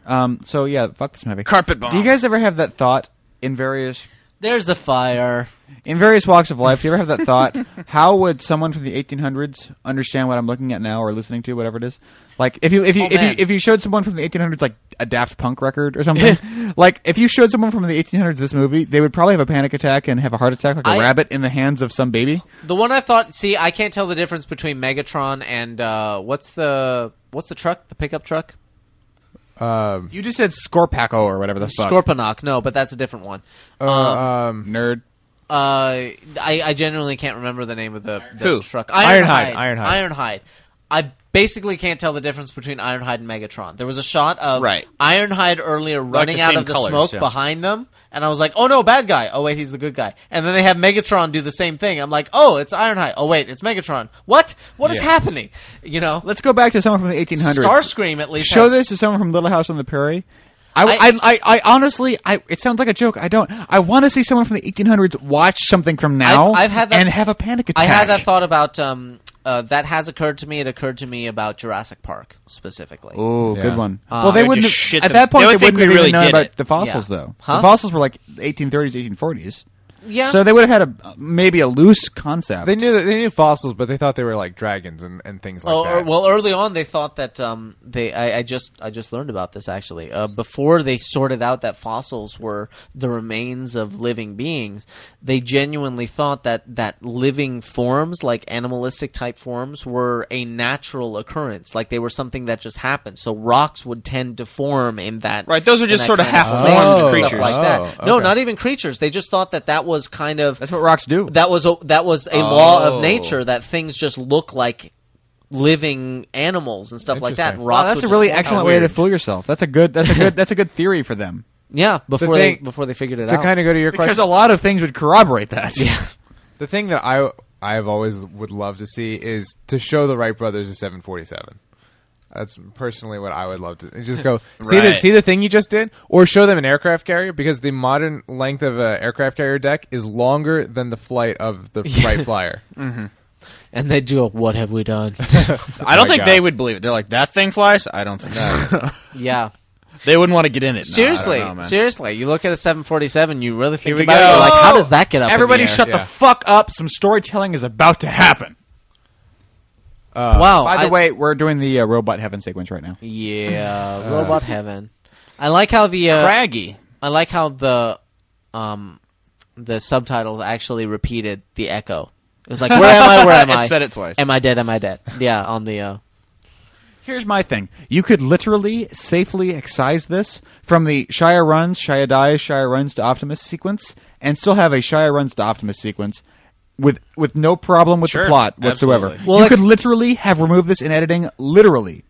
B: um, so yeah, fuck this movie.
D: Carpet bomb.
B: Do you guys ever have that thought in various
C: there's a fire.
B: in various walks of life? Do you ever have that thought? how would someone from the 1800s understand what I'm looking at now or listening to, whatever it is? Like if you if you
C: Oh,
B: if you
C: man.
B: if you showed someone from the 1800s like a Daft Punk record or something, like if you showed someone from the 1800s this movie, they would probably have a panic attack and have a heart attack like a
C: I-
B: rabbit in the hands of some baby.
C: The one I thought. See, I can't tell the difference between Megatron and uh, what's the what's the truck? The pickup truck.
E: Um,
B: You just said Scorpaco or whatever the fuck.
C: Scorponok. No, but that's a different one.
E: uh, um,
B: Nerd.
C: Uh, I, I genuinely can't remember the name of the, the
D: Who?
C: truck.
E: Ironhide, Ironhide.
C: Ironhide. I basically can't tell the difference between Ironhide and Megatron. There was a shot of
D: Right.
C: Ironhide earlier running
D: the
C: out
D: same
C: of the
D: colours,
C: smoke
D: yeah.
C: behind them, and I was like, "Oh no, bad guy! Oh wait, he's the good guy." And then they have Megatron do the same thing. I'm like, "Oh, it's Ironhide! Oh wait, it's Megatron! What? What is happening?" You know,
B: Let's go back to someone from the 1800s.
C: Starscream at least
B: Show
C: has-
B: this to someone from Little House on the Prairie. I,
C: I-
B: I, I, I honestly, I, it sounds like a joke. I don't. I want to see someone from the 1800s watch something from now
C: I've- I've had that-
B: and have a panic attack.
C: I had that thought about. Um, uh, that has occurred to me. It occurred to me about Jurassic Park specifically.
B: Oh,
E: Yeah.
B: good one. well, they
D: would
B: wouldn't
D: just
B: have,
D: shit
B: at
D: them-
B: that point.
D: they
B: They,
D: would think
B: wouldn't
D: we
B: have
D: really
B: even known
D: did
B: about
D: it.
B: the fossils,
C: Uh, Yeah.
B: though.
C: Huh?
B: The fossils were like 1830s, 1840s.
C: Yeah.
B: So they would have had a maybe a loose concept.
E: they knew that they knew fossils, but they thought they were like dragons and, and things like
C: Oh,
E: that.
C: or, well, early on they thought that um, they. I, I just I just learned about this actually. Uh, before they sorted out that fossils were the remains of living beings, they genuinely thought that that living forms, like animalistic type forms, were a natural occurrence. Like they were something that just happened. So rocks would tend to form in that.
D: Right, those are
C: in
D: just
C: that
D: sorta
C: kind of
D: half-formed
C: formation and stuff
D: creatures.
C: like that.
E: Oh,
C: No,
E: okay.
C: not even creatures. They just thought that that was kind of
B: That's what rocks do.
C: that was a, that was a law
D: Oh.
C: of nature that things just look like living animals and stuff like that. And
E: Interesting.
C: rocks
B: Wow, Oh, that's
C: would
B: a
C: just
B: really
C: form
B: excellent
C: out.
B: way to fool yourself. That's a good. That's a good. that's a good theory for them.
C: Yeah, before
E: thing-
C: they before they figured it
E: to
C: out.
E: kind of go to your
B: Because
E: question,
B: a lot of things would corroborate that.
C: yeah,
E: the thing that I I've always would love to see is to show the Wright brothers a 747. That's personally what I would love to and just go see the
D: Right.
E: see the thing you just did, or show them an aircraft carrier because the modern length of an aircraft carrier deck is longer than the flight of the Wright flyer.
C: and they do a what have we done?
D: I don't
E: my
D: think
E: God.
D: they would believe it. They're like, that thing flies? I don't think so.
C: yeah.
D: they wouldn't want to get in it. No, I don't
C: Seriously,
D: know, man.
C: seriously, you look at a 747, you really think
E: we
C: about it.
E: go.
C: You're like, how does that get up?
B: Everybody,
C: in the air?
B: shut
E: Yeah.
B: the fuck up! Some storytelling is about to happen.
C: Wow.
D: Oh.
B: By the
C: Oh, I-
B: way, we're doing the uh, robot heaven sequence right now.
C: yeah,
D: Uh.
C: robot heaven. I like how the uh,
D: Craggy.
C: I like how the um the subtitles actually repeated the echo. It was like, where am I? Where am
D: It
C: I?
D: said it twice.
C: Am I dead? Am I dead? Yeah, on the uh,
B: Here's my thing. You could literally safely excise this from the Shia runs, Shia dies, Shia runs to Optimus sequence, and still have a Shia runs to Optimus sequence with with no problem with
D: Sure.
B: the plot whatsoever.
D: Absolutely.
C: Well,
B: you
C: ex-
B: could literally have removed this in editing, literally.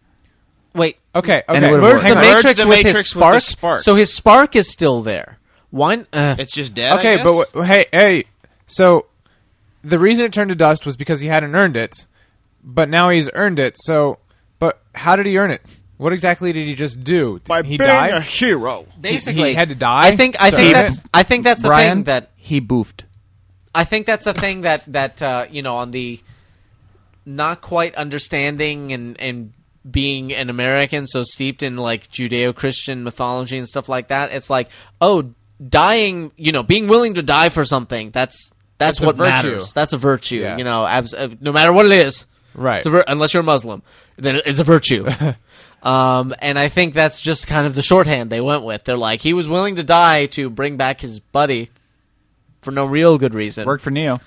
C: Wait,
E: Okay,
B: And it
E: okay.
B: would've
E: Merge
B: worked.
C: the
B: Hang on.
C: Matrix,
D: Merge the
C: with his
D: Matrix with
C: spark,
D: the spark.
C: So his spark is still there. Why? Uh,
D: It's just dead. I
E: okay, but
D: guess?
E: w- hey, hey. So the reason it turned to dust was because he hadn't earned it, but now he's earned it. So, but how did he earn it? What exactly did he just do? Did he died.
F: hero.
C: basically,
E: had to die?
C: I think. I
E: So-
C: think
E: He-
C: that's. I think that's the
B: Brian,
C: thing that.
B: he boofed.
C: I think that's the thing that that uh, you know on the not quite understanding and and being an American so steeped in like Judeo-Christian mythology and stuff like that. It's like oh, dying. You know, being willing to die for something. That's that's,
E: That's a
C: what
E: virtue.
C: matters. That's a virtue.
E: Yeah.
C: You know, abs- uh, no matter what it is.
E: Right.
C: It's a vir- unless you're a Muslim, then it- it's a virtue. um, and I think that's just kind of the shorthand they went with. They're like, he was willing to die to bring back his buddy for no real good reason.
B: Worked for Neo.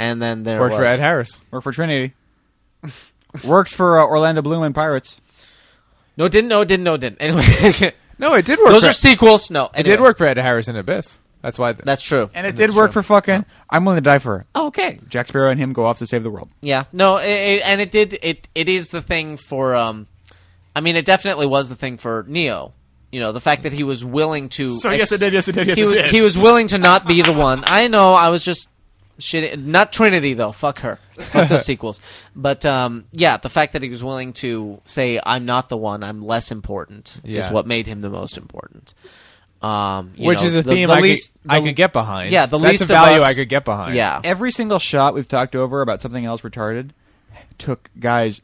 C: and then there
E: worked
C: was
E: for Ed Harris.
B: Worked for Trinity. Worked for uh, Orlando Bloom and Pirates.
C: no, didn't no, didn't no, didn't. Anyway,
E: No, it did work.
C: those
E: for,
C: are sequels. No,
E: It did work for Ed Harris in Abyss. That's why. th-
C: That's true.
B: And it did work for fucking I'm willing to die for. Oh, okay. Jack Sparrow and him go off to save the world.
C: Yeah, no, it, it, and it did. It it is the thing for. Um, I mean, it definitely was the thing for Neo. You know, the fact that he was willing to.
F: So yes, it did, yes, it did, yes,
C: he
F: it
C: was
F: did.
C: he was willing to not be the one. I know. I was just shit. Not Trinity though. Fuck her. Fuck those sequels. But um, yeah, the fact that he was willing to say, "I'm not the one. I'm less important," is
E: Yeah.
C: what made him the most important. Um, you
E: Which
C: know,
E: is a
C: the-
E: theme
C: the
E: I,
C: least,
E: could, I
C: the-
E: could get behind.
C: Yeah, the
E: That's
C: least
E: a value
C: of us,
E: I could get behind.
C: Yeah,
B: every single shot we've talked over about something else retarded took guys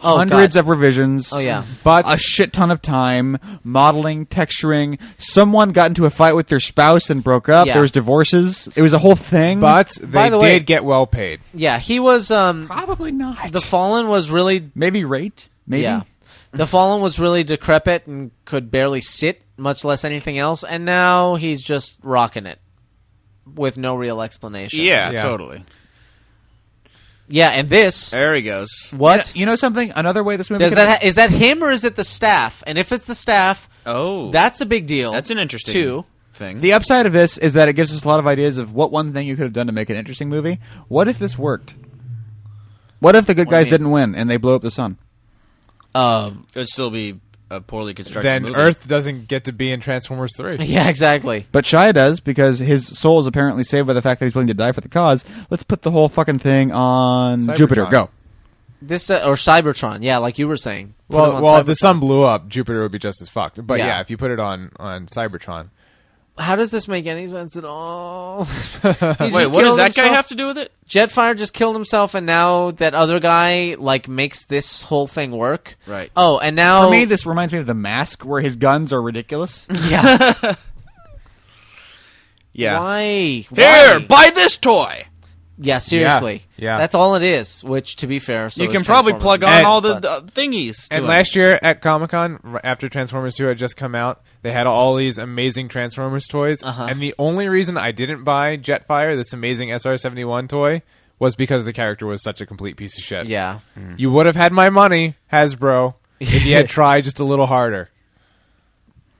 C: Oh,
B: hundreds
C: God.
B: of revisions.
C: Oh, yeah.
E: But-
B: a shit ton of time modeling, texturing. Someone got into a fight with their spouse and broke up.
C: Yeah.
B: There was divorces. It was a whole thing.
E: but they
C: By the
E: did
C: way-
E: get well paid.
C: yeah. He was um,
B: probably not.
C: the Fallen was really
B: maybe rate. Maybe.
C: Yeah. The Fallen was really decrepit and could barely sit, much less anything else, and now he's just rocking it with no real explanation.
D: yeah,
E: Yeah.
D: totally.
C: Yeah, and this
D: There he goes.
C: what
B: You know something? Another way this movie
C: does
B: could
C: that ha- is that him or is it the staff? And if it's the staff,
D: Oh,
C: that's a big deal.
D: that's an interesting
C: Two.
D: thing.
B: The upside of this is that it gives us a lot of ideas of what one thing you could have done to make an interesting movie. What if this worked? What if the good
C: do you
B: guys
C: mean?
B: didn't win and they blow up the sun?
C: Um,
D: It'd still be a poorly constructed.
E: Then
D: movie.
E: Earth doesn't get to be in Transformers Three.
C: yeah, exactly.
B: But Shia does because his soul is apparently saved by the fact that he's willing to die for the cause. Let's put the whole fucking thing on
E: Cybertron.
B: Jupiter. Go.
C: This uh, or Cybertron. Yeah, like you were saying. Put him
E: Well,
C: on
E: well, if the
C: Cybertron.
E: sun blew up, Jupiter would be just as fucked. But
C: Yeah.
E: yeah, if you put it on on Cybertron,
C: how does this make any sense at all?
D: Wait, what does that guy have to do with it?
C: Jetfire just killed himself, and now that other guy like makes this whole thing work.
D: Right.
C: Oh, and now
B: For me, this reminds me of The Mask, where his guns are ridiculous.
C: yeah.
D: Yeah.
C: Why?
D: Here,
C: Why?
D: buy this toy.
C: yeah, seriously.
E: Yeah.
C: That's all it is. Which, to be fair, so
D: you
C: is
D: can probably
C: Transformers.
D: plug on
E: And-
D: all the
C: but-
D: the thingies.
E: and
D: to it.
E: last year at Comic Con, after Transformers Two had just come out, they had all these amazing Transformers toys.
C: Uh-huh.
E: And the only reason I didn't buy Jetfire, this amazing SR seventy one toy, was because the character was such a complete piece of shit.
C: Yeah.
E: You would have had my money, Hasbro, if you had tried just a little harder.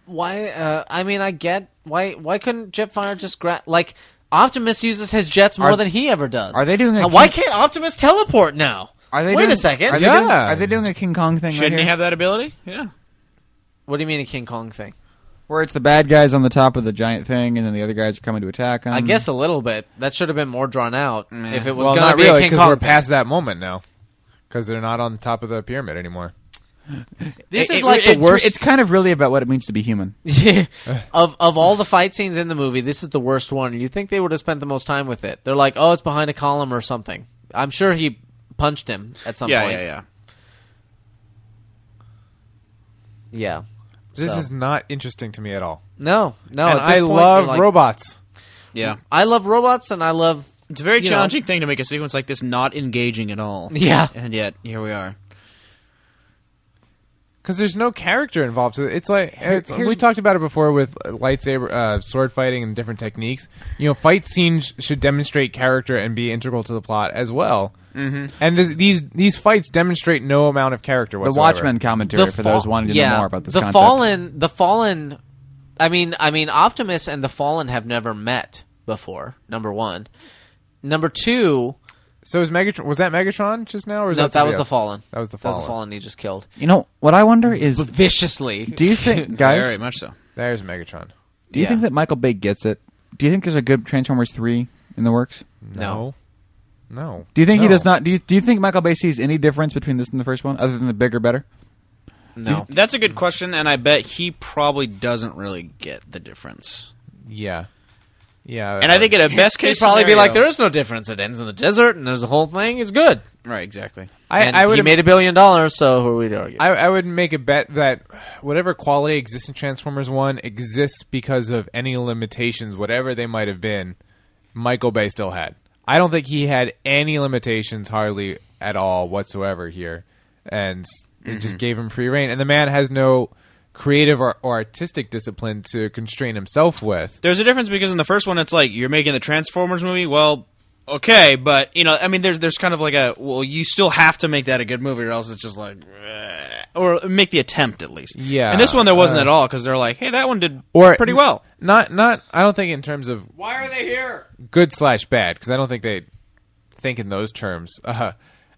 C: Why? Uh, I mean, I get why. Why couldn't Jetfire just grab like? Optimus uses his jets more than he ever does.
B: are they doing a
C: Now, why
B: King-
C: can't Optimus teleport now?
B: Are they
C: Wait
B: doing,
C: a second.
B: Are they,
E: Yeah.
B: doing, are they doing a King Kong thing?
D: shouldn't
B: right
D: he
B: here?
D: have that ability? Yeah.
C: what do you mean a King Kong thing?
B: where it's the bad guys on the top of the giant thing, and then the other guys are coming to attack him?
C: I guess a little bit. That should have been more drawn out. If it was
E: well,
C: going to
E: not
C: be a
E: really,
C: King
E: because
C: Kong,
E: we're
C: thing.
E: past that moment now. Because they're not on the top of the pyramid anymore.
C: this
B: It-
C: is
B: it-
C: like the
B: it's-
C: worst.
B: It's kind of really about what it means to be human.
C: of of all the fight scenes in the movie, this is the worst one. You think they would have spent the most time with it? They're like, oh, it's behind a column or something. I'm sure he punched him at some
D: Yeah,
C: point.
D: yeah, yeah.
C: yeah.
E: This
C: So-
E: is not interesting to me at all.
C: no, no.
E: and
C: at this
E: I
C: point,
E: love
C: you're like,
E: robots.
D: Yeah.
C: I love robots, and I love.
D: It's a very
C: you know,
D: challenging thing to make a sequence like this not engaging at all.
C: Yeah.
D: And yet, here we are.
E: because there's no character involved. So It's like it's- we talked about it before with lightsaber, uh, sword fighting, and different techniques. You know, fight scenes should demonstrate character and be integral to the plot as well. Mm-hmm. And this, these these fights demonstrate no amount of character
B: The
E: whatsoever.
B: Watchmen commentary
C: The
B: for
C: Fall-
B: those wanting to know
C: yeah,
B: more about this
C: The
B: concept.
C: Fallen, the Fallen. I mean, I mean, Optimus and the Fallen have never met before. Number one. Number two.
E: So is Megatron? Was that Megatron just now, or is
C: No,
E: that
C: that was
E: somebody
C: the
E: else?
C: Fallen.
E: That was the
C: That was the
E: Fallen.
C: Fallen. He just killed
B: You know what I wonder is,
C: viciously.
B: do you think, guys?
D: Very much so.
E: There's Megatron.
B: Do you
C: Yeah.
B: think that Michael Bay gets it? Do you think there's a good Transformers three in the works?
C: No.
E: No.
B: Do you think he
E: No.
B: does not? Do you, do you think Michael Bay sees any difference between this and the first one, other than the bigger, better?
C: No.
D: That's a good question, and I bet he probably doesn't really get the difference.
E: Yeah. Yeah.
D: And I think in a best
C: He'd
D: case,
C: probably be like,
D: scenario-
C: "There is no difference. It ends in the desert, and there's a whole thing. It's good."
D: Right, exactly.
E: I,
C: and
E: I
C: he
E: would
C: made a billion dollars, so who are we to argue?
E: I, I would make a bet that whatever quality exists in Transformers One exists because of any limitations, whatever they might have been. Michael Bay still had. I don't think he had any limitations, hardly at all whatsoever here, and it just gave him free reign. And the man has no creative or, or artistic discipline to constrain himself with.
D: There's a difference because in the first one, it's like you're making the Transformers movie. Well, okay, but you know, I mean, there's there's kind of like a well, you still have to make that a good movie, or else it's just like, eh, or make the attempt at least.
E: Yeah.
D: And this one, there wasn't
E: Uh,
D: at all because they're like, hey, that one did
E: Or
D: pretty well.
E: Not, not. I don't think in terms of why are they here? Good slash bad, because I don't think they think in those terms. Uh,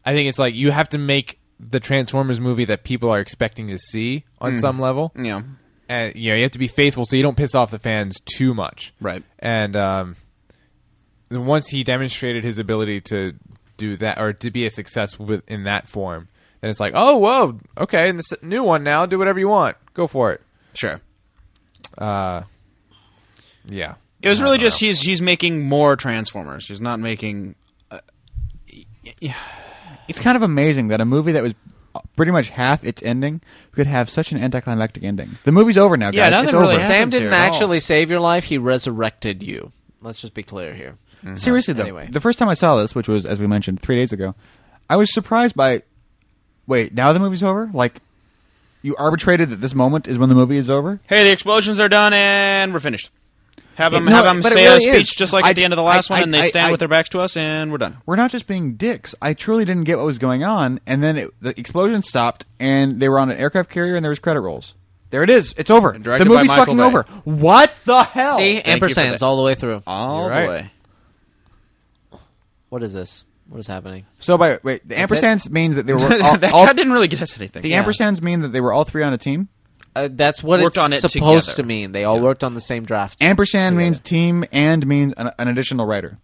E: I think it's like you have to make the Transformers movie that people are expecting to see on
D: Mm.
E: some level,
D: Yeah.
E: and you know you have to be faithful so you don't piss off the fans too much,
D: Right.
E: And um, then once he demonstrated his ability to do that or to be a success with in that form, then it's like, oh, whoa, okay, and this new one now, do whatever you want, go for it.
D: Sure.
E: Yeah.
D: It was really just he's he's making more Transformers. He's not making
B: It's kind of amazing that a movie that was uh, pretty much half its ending could have such an anticlimactic ending. The movie's over now, guys.
D: Yeah,
B: it's
D: nothing
B: over.
D: really happened.
C: Sam
D: happens
C: didn't
D: here at all.
C: actually save your life; he resurrected you. Let's just be clear here.
B: Seriously though,
C: Anyway.
B: the first time I saw this, which was as we mentioned three days ago, I was surprised by. Wait, now the movie's over? Like, you arbitrated that this moment is when the movie is over?
D: hey, the explosions are done and we're finished. Have them
B: no,
D: have them
B: but it
D: say a
B: really
D: speech
B: is.
D: just like
B: I-
D: at the end of the last
B: I-
D: one,
B: I-
D: and they
B: I-
D: stand
B: I-
D: with their backs to us, and we're done.
B: we're not just being dicks. I truly didn't get what was going on, and then it, the explosion stopped, and they were on an aircraft carrier, and there was credit rolls. There it is. It's over. The
D: directed by
B: movie's
D: Michael
B: fucking
D: Bay.
B: over. What the hell?
C: See,
D: you for
C: ampersands
D: that.
C: all the way through.
D: All
E: You're
D: the
E: right.
D: way.
C: What is this? What is happening?
B: So by wait, the ampersands means that they were all,
D: that
B: all-
D: shot didn't really get us anything.
B: the
C: Yeah.
B: ampersands mean that they were all three on a team.
C: Uh, that's what
D: Worked
C: it's
D: on it
C: supposed
D: together.
C: to mean. They all worked on the same draft.
B: Ampersand means team and means an, an additional writer.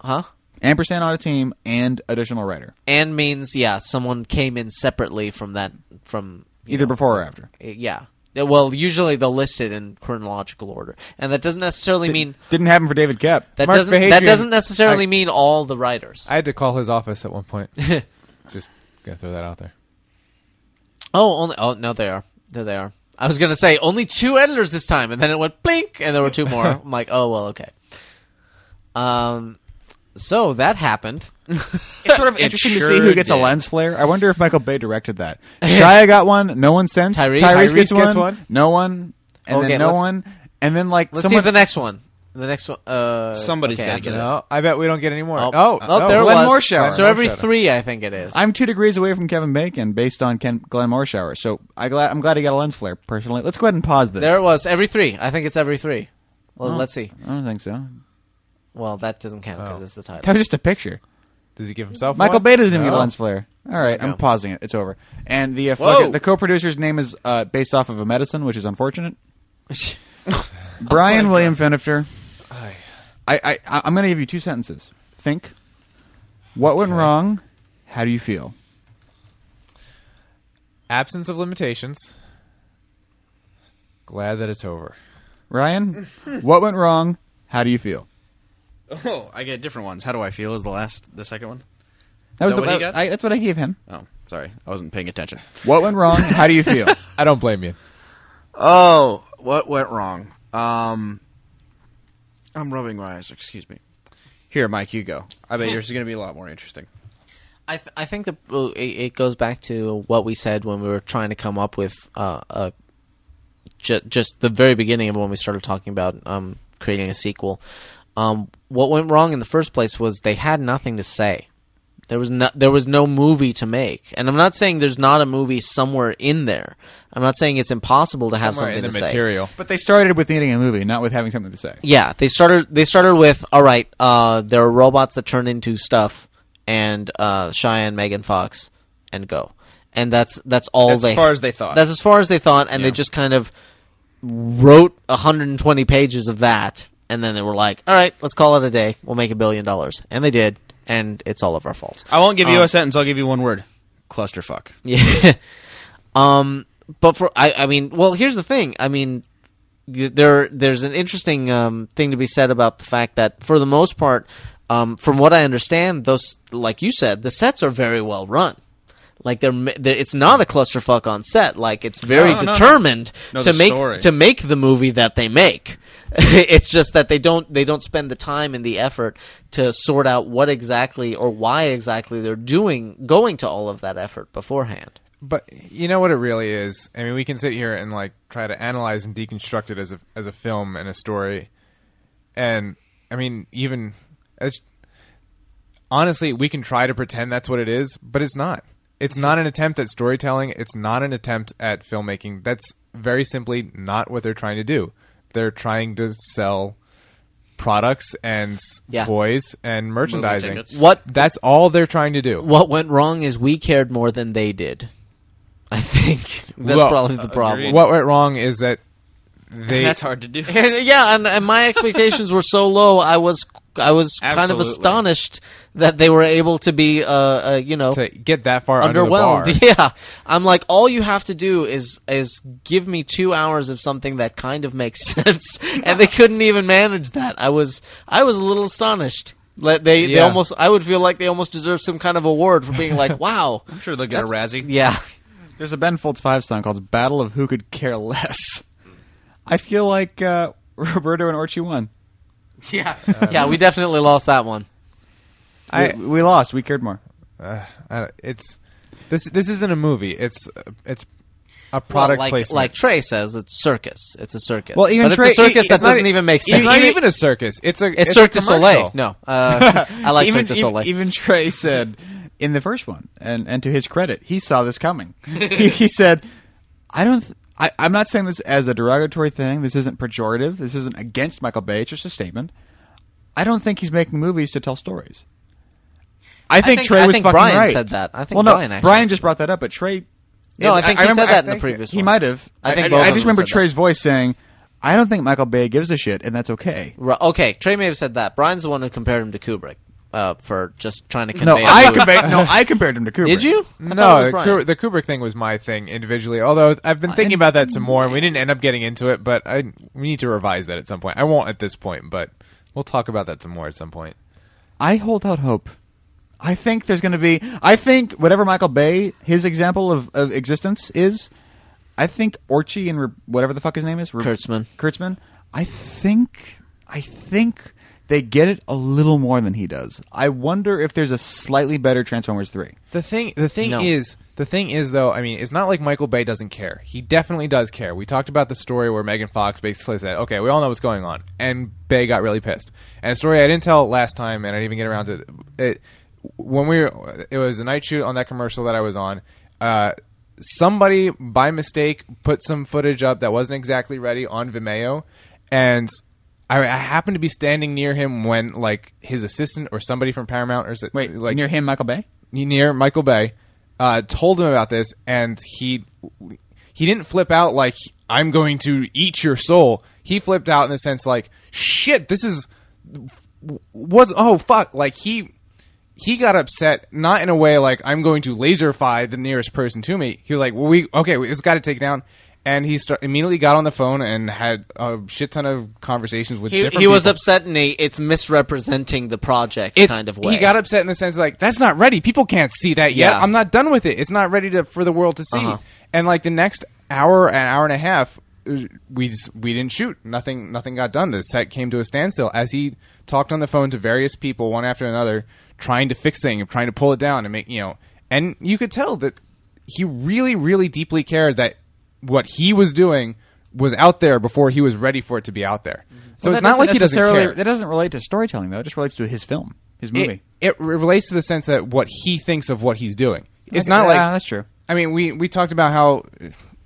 C: huh?
B: Ampersand on a team and additional writer,
C: And means yeah, someone came in separately from that from you
B: either
C: know,
B: before or after.
C: uh, yeah. Uh, Well, usually they'll list it in chronological order, and that doesn't necessarily mean
B: Didn't happen for David Kep.
C: that
E: Mark
C: doesn't that
E: Verhagen-
C: doesn't necessarily
E: I-
C: mean all the writers.
E: I had to call his office at one point. Just gonna throw that out there.
C: oh, only oh no, they are there they are. I was gonna say only two editors this time, and then it went blink, and there were two more. I'm like, oh well, okay. Um, so that happened.
B: It's sort of interesting to see who
D: sure
B: gets a
D: did.
B: lens flare. I wonder if Michael Bay directed that. Shia got one, no one since.
C: Tyrese-
E: Tyrese
B: gets,
E: gets
B: one,
E: one.
B: no one, and
C: Okay,
B: then no
C: let's-
B: one, and then like
C: Let's
B: someone.
C: see the next one. The next one. Uh,
D: Somebody's
C: okay,
D: gotta
C: I
D: get
C: it.
D: us.
E: No, I bet we don't get any more.
C: Oh,
E: Oh,
C: oh,
E: no.
C: there it
B: Glenn
C: was.
B: Morshower.
C: So every
E: Morshower.
C: three, I think it is.
B: I'm two degrees away from Kevin Bacon, based on Ken Glenn Morshower. So I glad I'm glad he got a lens flare. Personally, let's go ahead and pause this.
C: there it was. Every three. I think it's every three. Well, let's see.
B: I don't think so.
C: Well, that doesn't count because it's the
B: That
C: title.
B: was just a picture.
E: Does he give himself
B: Michael
E: one?
B: Bay doesn't even
E: No.
B: get a lens flare. All right, I'm pausing it. It's over. And the uh,
D: Whoa.
B: fucking- the co-producer's name is uh, based off of a medicine, which is unfortunate.
D: uh,
B: Brian William Fenifter. I, I, I I'm going to give you two sentences. Think. What went wrong? How do you feel?
E: Absence of limitations. Glad that it's over.
B: Ryan, what went wrong? How do you feel?
D: Oh, I get different ones. How do I feel? Is the last the second one?
B: That
D: that
B: the,
D: what he got?
B: I, that's what I gave him.
D: Oh, sorry, I wasn't paying attention.
B: What went wrong? How do you feel?
E: I don't blame you.
D: Oh, what went wrong? Um, I'm rubbing my eyes. Excuse me. Here, Mike, you go. I bet yours is going to be a lot more interesting.
C: I, th- I think the uh, it it goes back to what we said when we were trying to come up with uh, a ju- just the very beginning of when we started talking about um, creating a sequel. Um, what went wrong in the first place was they had nothing to say. There was no there was no movie to make, and I'm not saying there's not a movie somewhere in there. I'm not saying it's impossible to have
E: somewhere in
C: something
E: the
C: to say.
E: material.
B: But they started with needing a movie, not with having something to say.
C: Yeah, they started. They started with all right. Uh, there are robots that turn into stuff, and uh, Cheyenne, Megan Fox, and go. And that's that's all
D: That's
C: they.
D: as far as they thought.
C: That's as far as they thought, and they just kind of wrote 120 pages of that, and then they were like, "All right, let's call it a day. We'll make a billion dollars," and they did, and it's all of our fault.
D: I won't give you a sentence. I'll give you one word: clusterfuck.
C: Yeah. um, but for I, I mean, well, here's the thing. I mean, y- there there's an interesting um, thing to be said about the fact that for the most part, um, from what I understand, those like you said, the sets are very well run. Like they're, ma- they're it's not a clusterfuck on set. Like it's very
D: No, no, no.
C: determined
D: No,
C: to
D: the
C: make
D: story.
C: to make the movie that they make. it's just that they don't they don't spend the time and the effort to sort out what exactly or why exactly they're doing going to all of that effort beforehand.
E: But you know what it really is. I mean, we can sit here and like try to analyze and deconstruct it as a as a film and a story, and I mean, even as honestly, we can try to pretend that's what it is, but it's not. It's not an attempt at storytelling. It's not an attempt at filmmaking. That's very simply not what they're trying to do. They're trying to sell products and s-
C: Yeah.
E: toys and merchandising.
D: tickets.
C: What
E: That's all they're trying to do.
C: what went wrong is we cared more than they did. I think that's
E: Well,
C: probably the problem.
E: What went wrong is that they
D: That's hard to do.
C: yeah, and, and my expectations were so low. I was I was kind of
D: Absolutely.
C: astonished that they were able to be uh, uh you know
E: to get that far under the bar.
C: underwhelmed. Yeah, I'm like, all you have to do is is give me two hours of something that kind of makes sense, and they couldn't even manage that. I was I was a little astonished. Like they, they
E: Yeah.
C: almost I would feel like they almost deserve some kind of award for being like, wow.
D: I'm sure they'll get a
C: That's-
D: Razzie.
C: Yeah,
B: There's a Ben Folds 5 song called Battle of Who Could Care Less. I feel like uh, Roberto and Orchie won.
C: yeah, yeah. We definitely lost that one.
E: I-
B: we, we lost. We cared more.
E: Uh, I don't- it's this. This isn't a movie. It's it's a product
C: like,
E: placement.
C: like Trey says, it's circus. It's a circus.
B: Well, even
C: but
B: Trey-
C: it's a circus
B: e-
C: that
B: it's not
C: doesn't
B: e-
C: even make
E: it's
C: sense.
E: not even a circus. It's a
C: it's
E: a
C: Cirque du Soleil.
E: commercial.
C: No, uh, I like
B: even,
C: Cirque du
B: even-
C: Soleil.
B: even Trey said in the first one, and, and to his credit, he saw this coming. he, he said, "I don't. Th- I, I'm not saying this as a derogatory thing. This isn't pejorative. This isn't against Michael Bay. It's just a statement. I don't think he's making movies to tell stories. I think
C: think-
B: Trey
C: I
B: was
C: think
B: fucking
C: Brian
B: right.
C: said that. I think
B: well, no,
C: Brian actually said
B: just brought that up, but Trey.
C: No, I think he
B: remember-
C: said that in
B: I-
C: the previous
B: He
C: one.
B: might have.
C: I think
B: I,
C: both of
B: just
C: them
B: remember
C: said that.
B: Trey's voice saying, "I don't think Michael Bay gives a shit, and that's okay."
C: Ru- Okay, Trey may have said that. Brian's the one who compared him to Kubrick uh, for just trying to convey.
B: No,
C: a
B: I
C: mood.
B: compared. No, I compared him to Kubrick.
C: Did you? I thought
E: No,
C: it
E: the
C: was Brian.
E: Kubrick, the Kubrick thing was my thing individually. Although I've
C: Uh,
E: been thinking about that some more, and we didn't end up getting into it. But I we need to revise that at some point. I won't at this point, but we'll talk about that some more at some point.
B: I hold out hope. I think there's going to be. I think whatever Michael Bay, his example of, of existence is, I think Orchie and Re- whatever the fuck his name is, Re-
C: Kurtzman.
B: Kurtzman. I think. I think they get it a little more than he does. I wonder if there's a slightly better Transformers three.
E: The thing, the thing
C: No.
E: is, the thing is though. I mean, it's not like Michael Bay doesn't care. He definitely does care. We talked about the story where Megan Fox basically said, "Okay, we all know what's going on," and Bay got really pissed. And a story I didn't tell last time, and I didn't even get around to it. it when we, were, it was a night shoot on that commercial that I was on. Uh, somebody by mistake put some footage up that wasn't exactly ready on Vimeo, and. I, I happened to be standing near him when, like, his assistant or somebody from Paramount or s-
B: Wait,
E: like
B: like near him, Michael Bay.
E: near Michael Bay, uh, told him about this, and he he didn't flip out like I'm going to eat your soul. He flipped out in the sense like shit, this is what's oh fuck like he he got upset not in a way like i'm going to laserfy the nearest person to me he was like well we okay we- it's got to take down and he start, immediately got on the phone and had a shit ton of conversations with
C: He,
E: different
C: he was
E: people.
C: upset in a it's misrepresenting the project
E: It's-
C: kind of way.
E: He got upset in the sense like that's not ready. People can't see that yet.
C: Yeah.
E: I'm not done with it. It's not ready to for the world to see.
C: Uh-huh.
E: And like the next hour, an hour and a half, uh, we just, we didn't shoot. Nothing nothing got done. The set came to a standstill as he talked on the phone to various people one after another, trying to fix things, trying to pull it down, and make you know. And you could tell that he really really deeply cared that what he was doing was out there before he was ready for it to be out there.
C: Mm-hmm.
E: So
B: Well,
E: it's
B: that
E: not like he doesn't
B: necessarily-
E: care.
B: That doesn't relate to storytelling though. It just relates to his film, his movie.
E: It, it relates to the sense that what he thinks of what he's doing. It's
B: Okay,
E: not like
B: yeah, that's true.
E: I mean, we we talked about how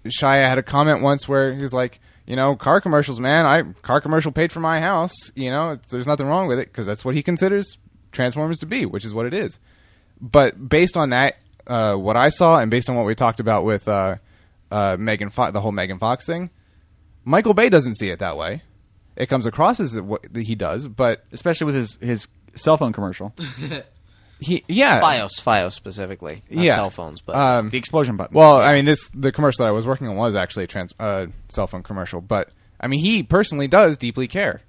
E: Shia had a comment once where he was like, you know, car commercials, man. I car commercial paid for my house. You know, it's- there's nothing wrong with it because that's what he considers Transformers to be, which is what it is. But based on that, uh, what I saw, and based on what we talked about with uh, uh, Megan, Fo- the whole Megan Fox thing, Michael Bay doesn't see it that way. It comes across as what he does, but
B: especially with his his cell phone commercial,
E: he yeah
C: FiOS, FiOS specifically, not
E: Yeah.
C: cell phones, but
E: Um,
B: the explosion button.
E: Well, I mean, this the commercial that I was working on was actually a trans, uh, cell phone commercial, but I mean, he personally does deeply care.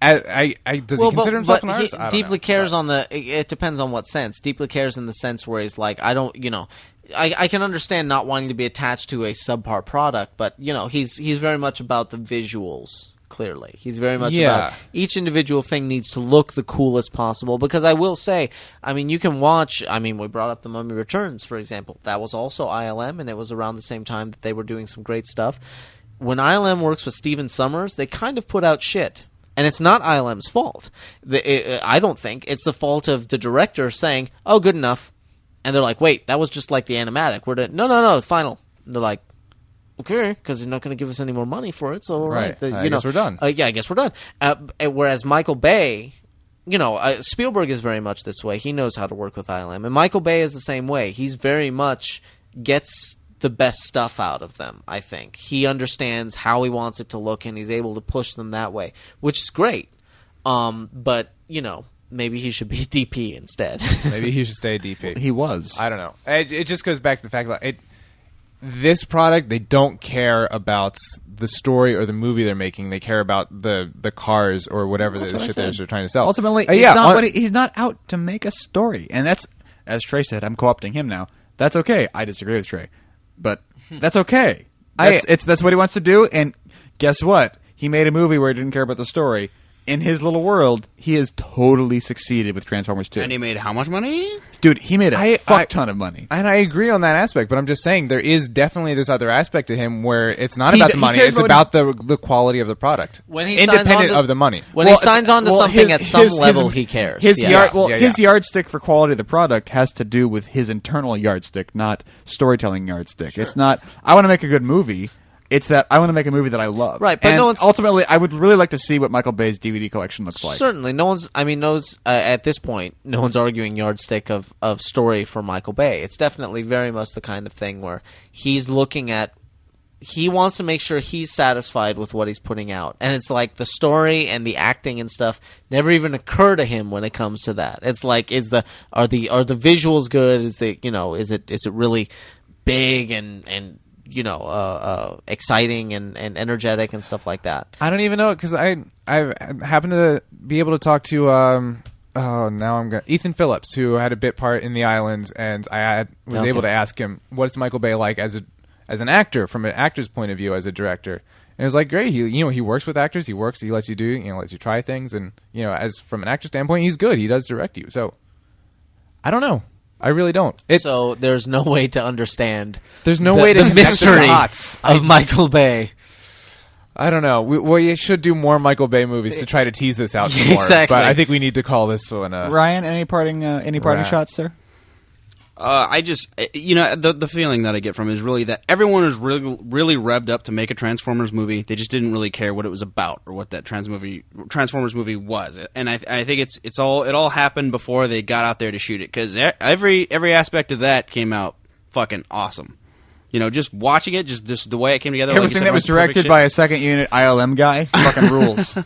E: I, I, I does he consider himself an artist?
C: he
E: I don't
C: deeply
E: know.
C: cares on the. It it depends on what sense. Deeply cares in the sense where he's like, I don't, you know, I, I can understand not wanting to be attached to a subpar product, but you know, he's he's very much about the visuals. Clearly, he's very much
E: Yeah.
C: about each individual thing needs to look the coolest possible. Because I will say, I mean, you can watch. I mean, we brought up the Mummy Returns, for example. That was also ILM, and it was around the same time that they were doing some great stuff. When ILM works with Steven Summers, they kind of put out shit and it's not ILM's fault. The, uh, I don't think it's the fault of the director saying, "Oh, good enough," and they're like, "Wait, that was just like the animatic. We're to, no, no, no, it's final." And they're like, "Okay," because they're not going to give us any more money for it. So all right,
E: Right.
C: the-
E: I
C: you know,
E: guess we're done.
C: Uh, yeah, I guess we're done. Uh, b- uh, whereas Michael Bay, you know, uh, Spielberg is very much this way. He knows how to work with ILM, and Michael Bay is the same way. He's very much gets the best stuff out of them. I think he understands how he wants it to look, and he's able to push them that way, which is great. Um, but you know, maybe he should be DP instead.
E: Maybe he should stay a DP.
B: he was.
E: I don't know. It, it just goes back to the fact that it this product they don't care about the story or the movie they're making. They care about the the cars or whatever the shit they're they're trying to sell.
B: Ultimately,
E: Uh,
B: he's,
E: yeah,
B: not
E: on-
B: what he- he's not out to make a story, and that's as Trey said. I'm co-opting him now. That's okay. I disagree with Trey, but that's okay.
E: Hmm. I-
B: That's, it's that's what he wants to do, and guess what? He made a movie where he didn't care about the story. In his little world, he has totally succeeded with Transformers 2.
D: And he made how much money?
B: Dude, he made a
E: I-
B: fuck
E: I-
B: ton of money.
E: And I agree on that aspect, but I'm just saying there is definitely this other aspect to him where it's not
B: He
E: about
B: d-
E: the
B: he
E: money;
B: cares
E: it's
B: about
E: about the the quality of the product.
C: When he signs
E: independent
C: on to-
E: of the money,
C: when
B: Well,
C: he signs on to
B: well,
C: something
B: his-
C: at some
B: his- his-
C: level, he cares.
B: His
C: Yeah.
B: yard, well,
E: Yeah,
B: his
E: yeah.
B: yardstick for quality of the product has to do with his internal yardstick, not storytelling yardstick. It's not I want to make a good movie. It's that I want to make a movie that I love.
C: Right, but
B: And
C: no one's-
B: ultimately, I would really like to see what Michael Bay's DVD collection looks like.
C: Certainly, no one's. I mean, knows uh, at this point, no one's arguing yardstick of of story for Michael Bay. It's definitely very much the kind of thing where he's looking at. He wants to make sure he's satisfied with what he's putting out, and it's like the story and the acting and stuff never even occur to him when it comes to that. It's like, is the are the are the visuals good? Is the you know is it is it really big and and you know uh, uh, exciting and and energetic and stuff like that?
E: I don't even know it because I I happen to be able to talk to um oh now I'm gonna Ethan Phillips who had a bit part in The Islands and I had, was
C: Okay.
E: able to ask him what's Michael Bay like as a as an actor from an actor's point of view as a director and it was like great he you know he works with actors he works he lets you do you know lets you try things and you know as from an actor standpoint he's good he does direct you so I don't know I really don't it
C: so there's no way to understand.
E: There's no
C: the-
E: way to
C: the
E: connect the
C: mystery
E: dots.
C: of Michael Bay.
E: I don't know we, we should do more Michael Bay movies to try to tease this out some more
C: Exactly.
E: but I think we need to call this one uh,
B: Ryan, any parting uh, any parting
E: Right.
B: shots, sir?
D: Uh, I just, uh, you know, the the feeling that I get from it is really that everyone is really really revved up to make a Transformers movie. They just didn't really care what it was about or what that trans movie Transformers movie was. And I, I think it's it's all it all happened before they got out there to shoot it because every every aspect of that came out fucking awesome. You know, just watching it, just just the way it came together. like you
B: Everything
D: said,
B: that was
D: Ryan's perfect
B: directed
D: shit.
B: by a second unit ILM guy fucking rules.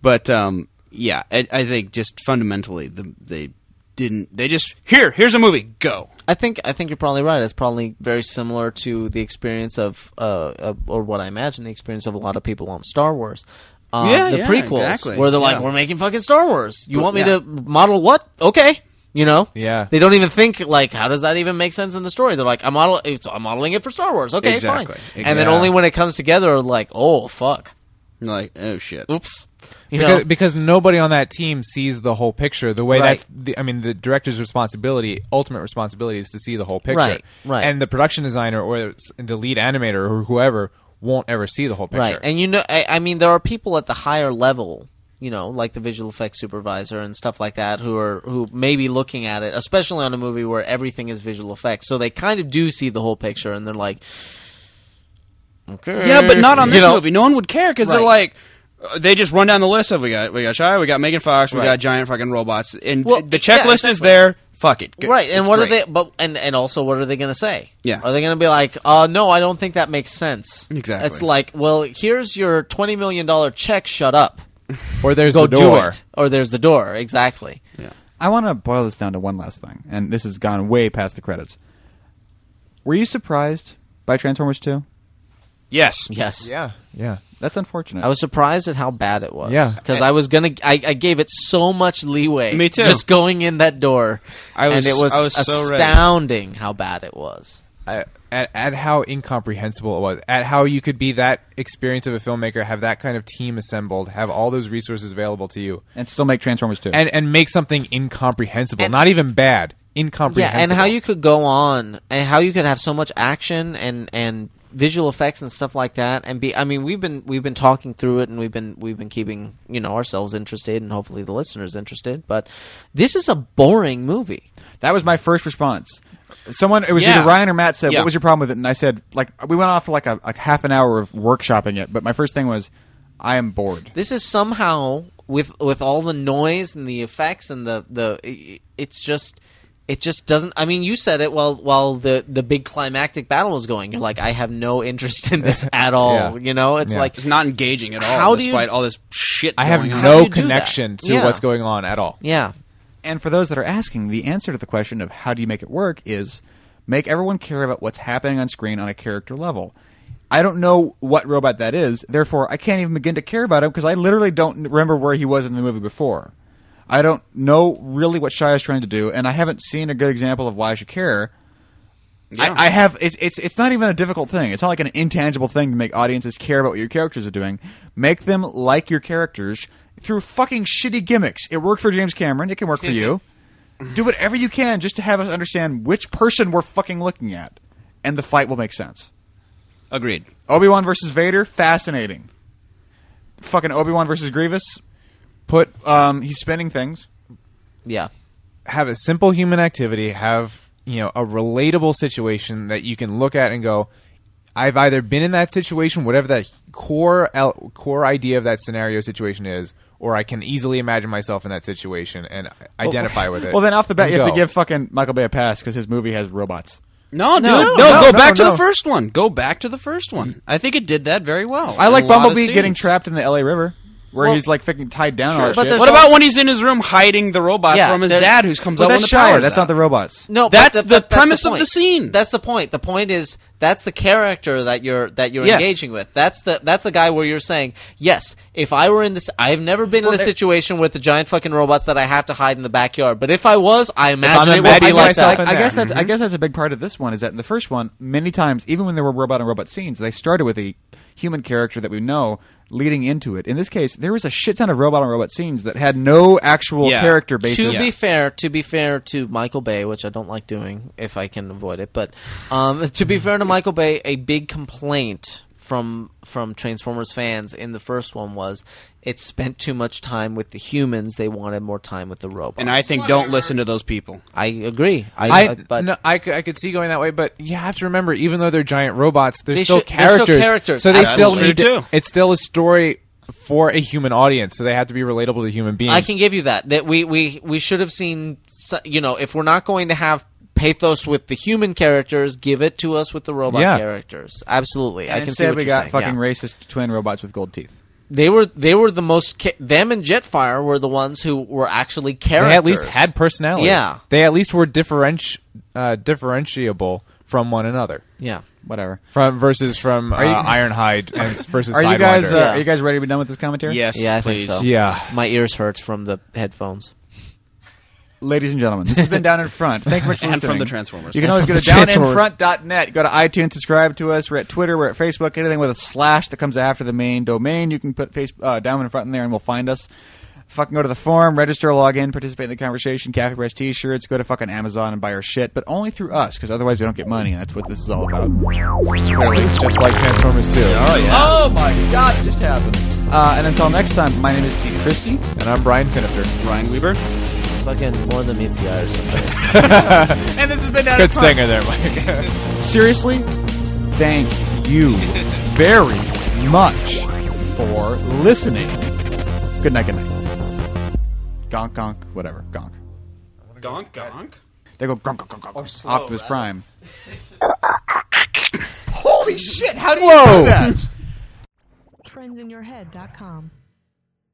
D: But um, yeah, I, I think just fundamentally, the, they didn't. They just here, here's a movie, go.
C: I think I think you're probably right. It's probably very similar to the experience of, uh, of or what I imagine the experience of a lot of people on Star Wars. Um,
D: Yeah,
C: the
D: yeah,
C: prequels
D: exactly.
C: where they're like,
D: Yeah.
C: "We're making fucking Star Wars. You want me
D: yeah.
C: to model what? Okay, You know?
E: Yeah.
C: They don't even think like, how does that even make sense in the story? They're like, I'm model, it's, I'm modeling it for Star Wars. Okay,
D: Exactly.
C: fine. And then only when it comes together, are like, oh fuck,
D: Like, oh shit.
C: oops. You
E: because,
C: know?
E: because nobody on that team sees the whole picture. The way
C: Right.
E: that's, the, I mean, the director's responsibility, ultimate responsibility, is to see the whole picture.
C: Right, right.
E: And the production designer or s- the lead animator or whoever won't ever see the whole picture.
C: Right, and you know, I, I mean, there are people at the higher level, you know, like the visual effects supervisor and stuff like that, who are who may be looking at it, especially on a movie where everything is visual effects, so they kind of do see the whole picture, and they're like, okay,
D: Yeah, but not on
C: Mm. You
D: this
C: know?
D: movie. No one would care because they're
C: Right.
D: like, uh, they just run down the list of we got we got Shia, we got Megan Fox, we
C: Right.
D: got giant fucking robots, and
C: Well,
D: the
C: yeah,
D: checklist is
C: exactly.
D: there. Fuck it. G-
C: Right, and
D: it's
C: what
D: great.
C: are they? But and and also, what are they going to say?
D: Yeah.
C: are they going to be like, "Uh, no, I don't think that makes sense."
D: Exactly.
C: It's like, well, here's your twenty million dollar check. Shut up.
E: Or there's
C: Go
E: the
C: do
E: door.
C: it. Or there's the door. Exactly.
B: I want to boil this down to one last thing, and this has gone way past the credits. Were you surprised by Transformers 2?
D: Yes.
C: Yes.
E: Yeah, yeah.
B: That's unfortunate.
C: I was surprised at how bad it was.
E: Yeah.
C: because I was gonna, I, I gave it so much leeway.
D: Me too.
C: Just going in that door,
D: I was-
C: and it was,
D: I was so ready.
C: astounding how bad it was.
E: I- At, at how incomprehensible it was, at how you could be that experience of a filmmaker, have that kind of team assembled, have all those resources available to you,
B: and still make Transformers 2.
E: and and make something incomprehensible,
C: And-
E: not even bad,
C: Yeah,
E: incomprehensible.
C: and how you could go on, and how you could have so much action and and visual effects and stuff like that, and be. I mean, we've been we've been talking through it, and we've been we've been keeping you know ourselves interested, and hopefully the listeners interested. But this is a boring movie.
B: that was my first response. Someone, it was
D: Yeah.
B: either Ryan or Matt said,
D: Yeah.
B: What was your problem with it? And I said, like, we went off for like a, a half an hour of workshopping it, but my first thing was, I am bored.
C: This is somehow with with all the noise and the effects and the the i- i- it's just it just doesn't I mean you said it while while the the big climactic battle was going you're like I have no interest in this at all
E: Yeah.
C: you know it's
E: Yeah.
C: like
D: It's not engaging at all,
C: How do you-
D: despite all this shit.
E: I have
D: going on.
C: How do
E: no
C: you do that?
E: connection to
C: Yeah.
E: what's going on at all.
C: yeah
B: And for those that are asking, the answer to the question of how do you make it work is make everyone care about what's happening on screen on a character level. I don't know what robot that is, therefore I can't even begin to care about him because I literally don't remember where he was in the movie before. I don't know really what Shia is trying to do, and I haven't seen a good example of why I should care.
D: Yeah.
B: I, I have it's it's it's not even a difficult thing. It's not like an intangible thing to make audiences care about what your characters are doing. Make them like your characters through fucking shitty gimmicks. It worked for James Cameron. It can work for you. Do whatever you can just to have us understand which person we're fucking looking at, and the fight will make sense.
D: Agreed.
B: Obi Wan versus Vader, fascinating. Fucking Obi Wan versus Grievous.
E: Put
B: Um, he's spinning things.
C: yeah
E: have a simple human activity, have you know a relatable situation that you can look at and go, I've either been in that situation, whatever that core el- core idea of that scenario situation is, or I can easily imagine myself in that situation and identify with it.
B: Well, then off the bat,
E: and
B: you have to
E: go.
B: give fucking Michael Bay a pass because his movie has robots.
D: No, dude.
E: no,
D: No,
E: no,
D: go
E: no,
D: back to
E: no.
D: the first one. Go back to the first one. I think it did that very well.
B: I
D: in
B: like
D: a lot of
B: Bumblebee getting
D: scenes.
B: trapped in the L.A. River, where
C: Well-
B: he's like fucking tied down. and all that
C: but
B: shit.
C: there's
D: What
C: So-
D: about when he's in his room hiding the robots
C: Yeah,
D: from his
C: there's-
D: dad, who's comes
B: Well,
D: up
B: that's
D: when the
B: Shire.
D: power's
B: That's
D: out?
B: not the robots.
C: No, but
D: That's the
C: but that's
D: premise of the
C: point.
D: scene.
C: That's the point. The point is that's the character that you're that you're
D: Yes.
C: engaging with. That's the that's the guy where you're saying, yes, if I were in this, I've never been in a situation with the giant fucking robots that I have to hide in the backyard. But if I was, I imagine it would be
E: imagining
C: like
E: myself
C: that.
E: in
B: I guess
E: there.
B: that's I guess that's a big part of this one is that in the first one, many times, even when there were robot and robot scenes, they started with a human character that we know leading into it. In this case, there was a shit ton of robot and robot scenes that had no actual
D: Yeah.
B: character basis.
C: To be fair, to be fair to Michael Bay, which I don't like doing if I can avoid it, but um, to be fair to Michael Bay, a big complaint from from Transformers fans in the first one was it spent too much time with the humans. They wanted more time with the robots.
D: And I think don't listen to those people.
C: I agree. I, uh,
E: I,
C: but
E: no, I, c- I could see going that way, but you have to remember, even though they're giant robots, they're,
C: They
E: still
C: should- they're still
E: characters,
C: characters.
E: So they
C: That's
E: still
D: true,
E: need to,
D: too.
E: It's still a story for a human audience, so they have to be relatable to human beings.
C: I can give you that. That we we we should have seen. so- You know, if we're not going to have pathos with the human characters, give it to us with the robot
E: Yeah.
C: characters. Absolutely, I
B: And
C: can see
B: instead,
C: what
B: we
C: you're
B: got
C: saying,
B: fucking
C: yeah.
B: racist twin robots with gold teeth.
C: They were they were the most ca- them and Jetfire were the ones who were actually characters.
E: They at least had personality.
C: Yeah.
E: They at least were differenti- uh, differentiable from one another.
C: yeah.
B: Whatever.
E: From versus from uh,
B: you-
E: Ironhide and s- versus
B: Are you guys uh,
E: Sidewinder.
C: Yeah.
B: are you guys ready to be done with this commentary?
D: Yes,
C: Yeah, I
D: please.
C: think so.
E: Yeah.
C: My ears hurt from the headphones.
B: Ladies and gentlemen, this has been Down in Front. Thank you very much for
D: And
B: listening.
D: from the Transformers.
B: You can always go to
E: From the Transformers.
B: downinfront.net. Go to iTunes, subscribe to us. We're at Twitter, we're at Facebook. Anything with a slash that comes after the main domain, you can put face, uh, Down in Front in there and we'll find us. Fucking go to the forum, register, log in, participate in the conversation, Cafe Press t shirts, go to fucking Amazon and buy our shit, but only through us, because otherwise we don't get money, and that's what this is all about.
E: just like Transformers 2.
B: Oh my god, it just happened. Uh, and until next time, my name is T. Christie.
E: And I'm Brian Finifter.
D: Ryan Weaver.
F: Fucking more than meets the eye or something.
B: And this has been Down in
E: Good
B: Front.
E: stinger there, Mike.
B: seriously, thank you very much for listening. Good night, good night. Gonk, gonk, whatever, gonk.
D: Gonk, gonk.
B: They go gonk, gonk, gonk, gonk. Optimus Prime. Holy shit, how do you do that?
A: Friendsinyourhead.com.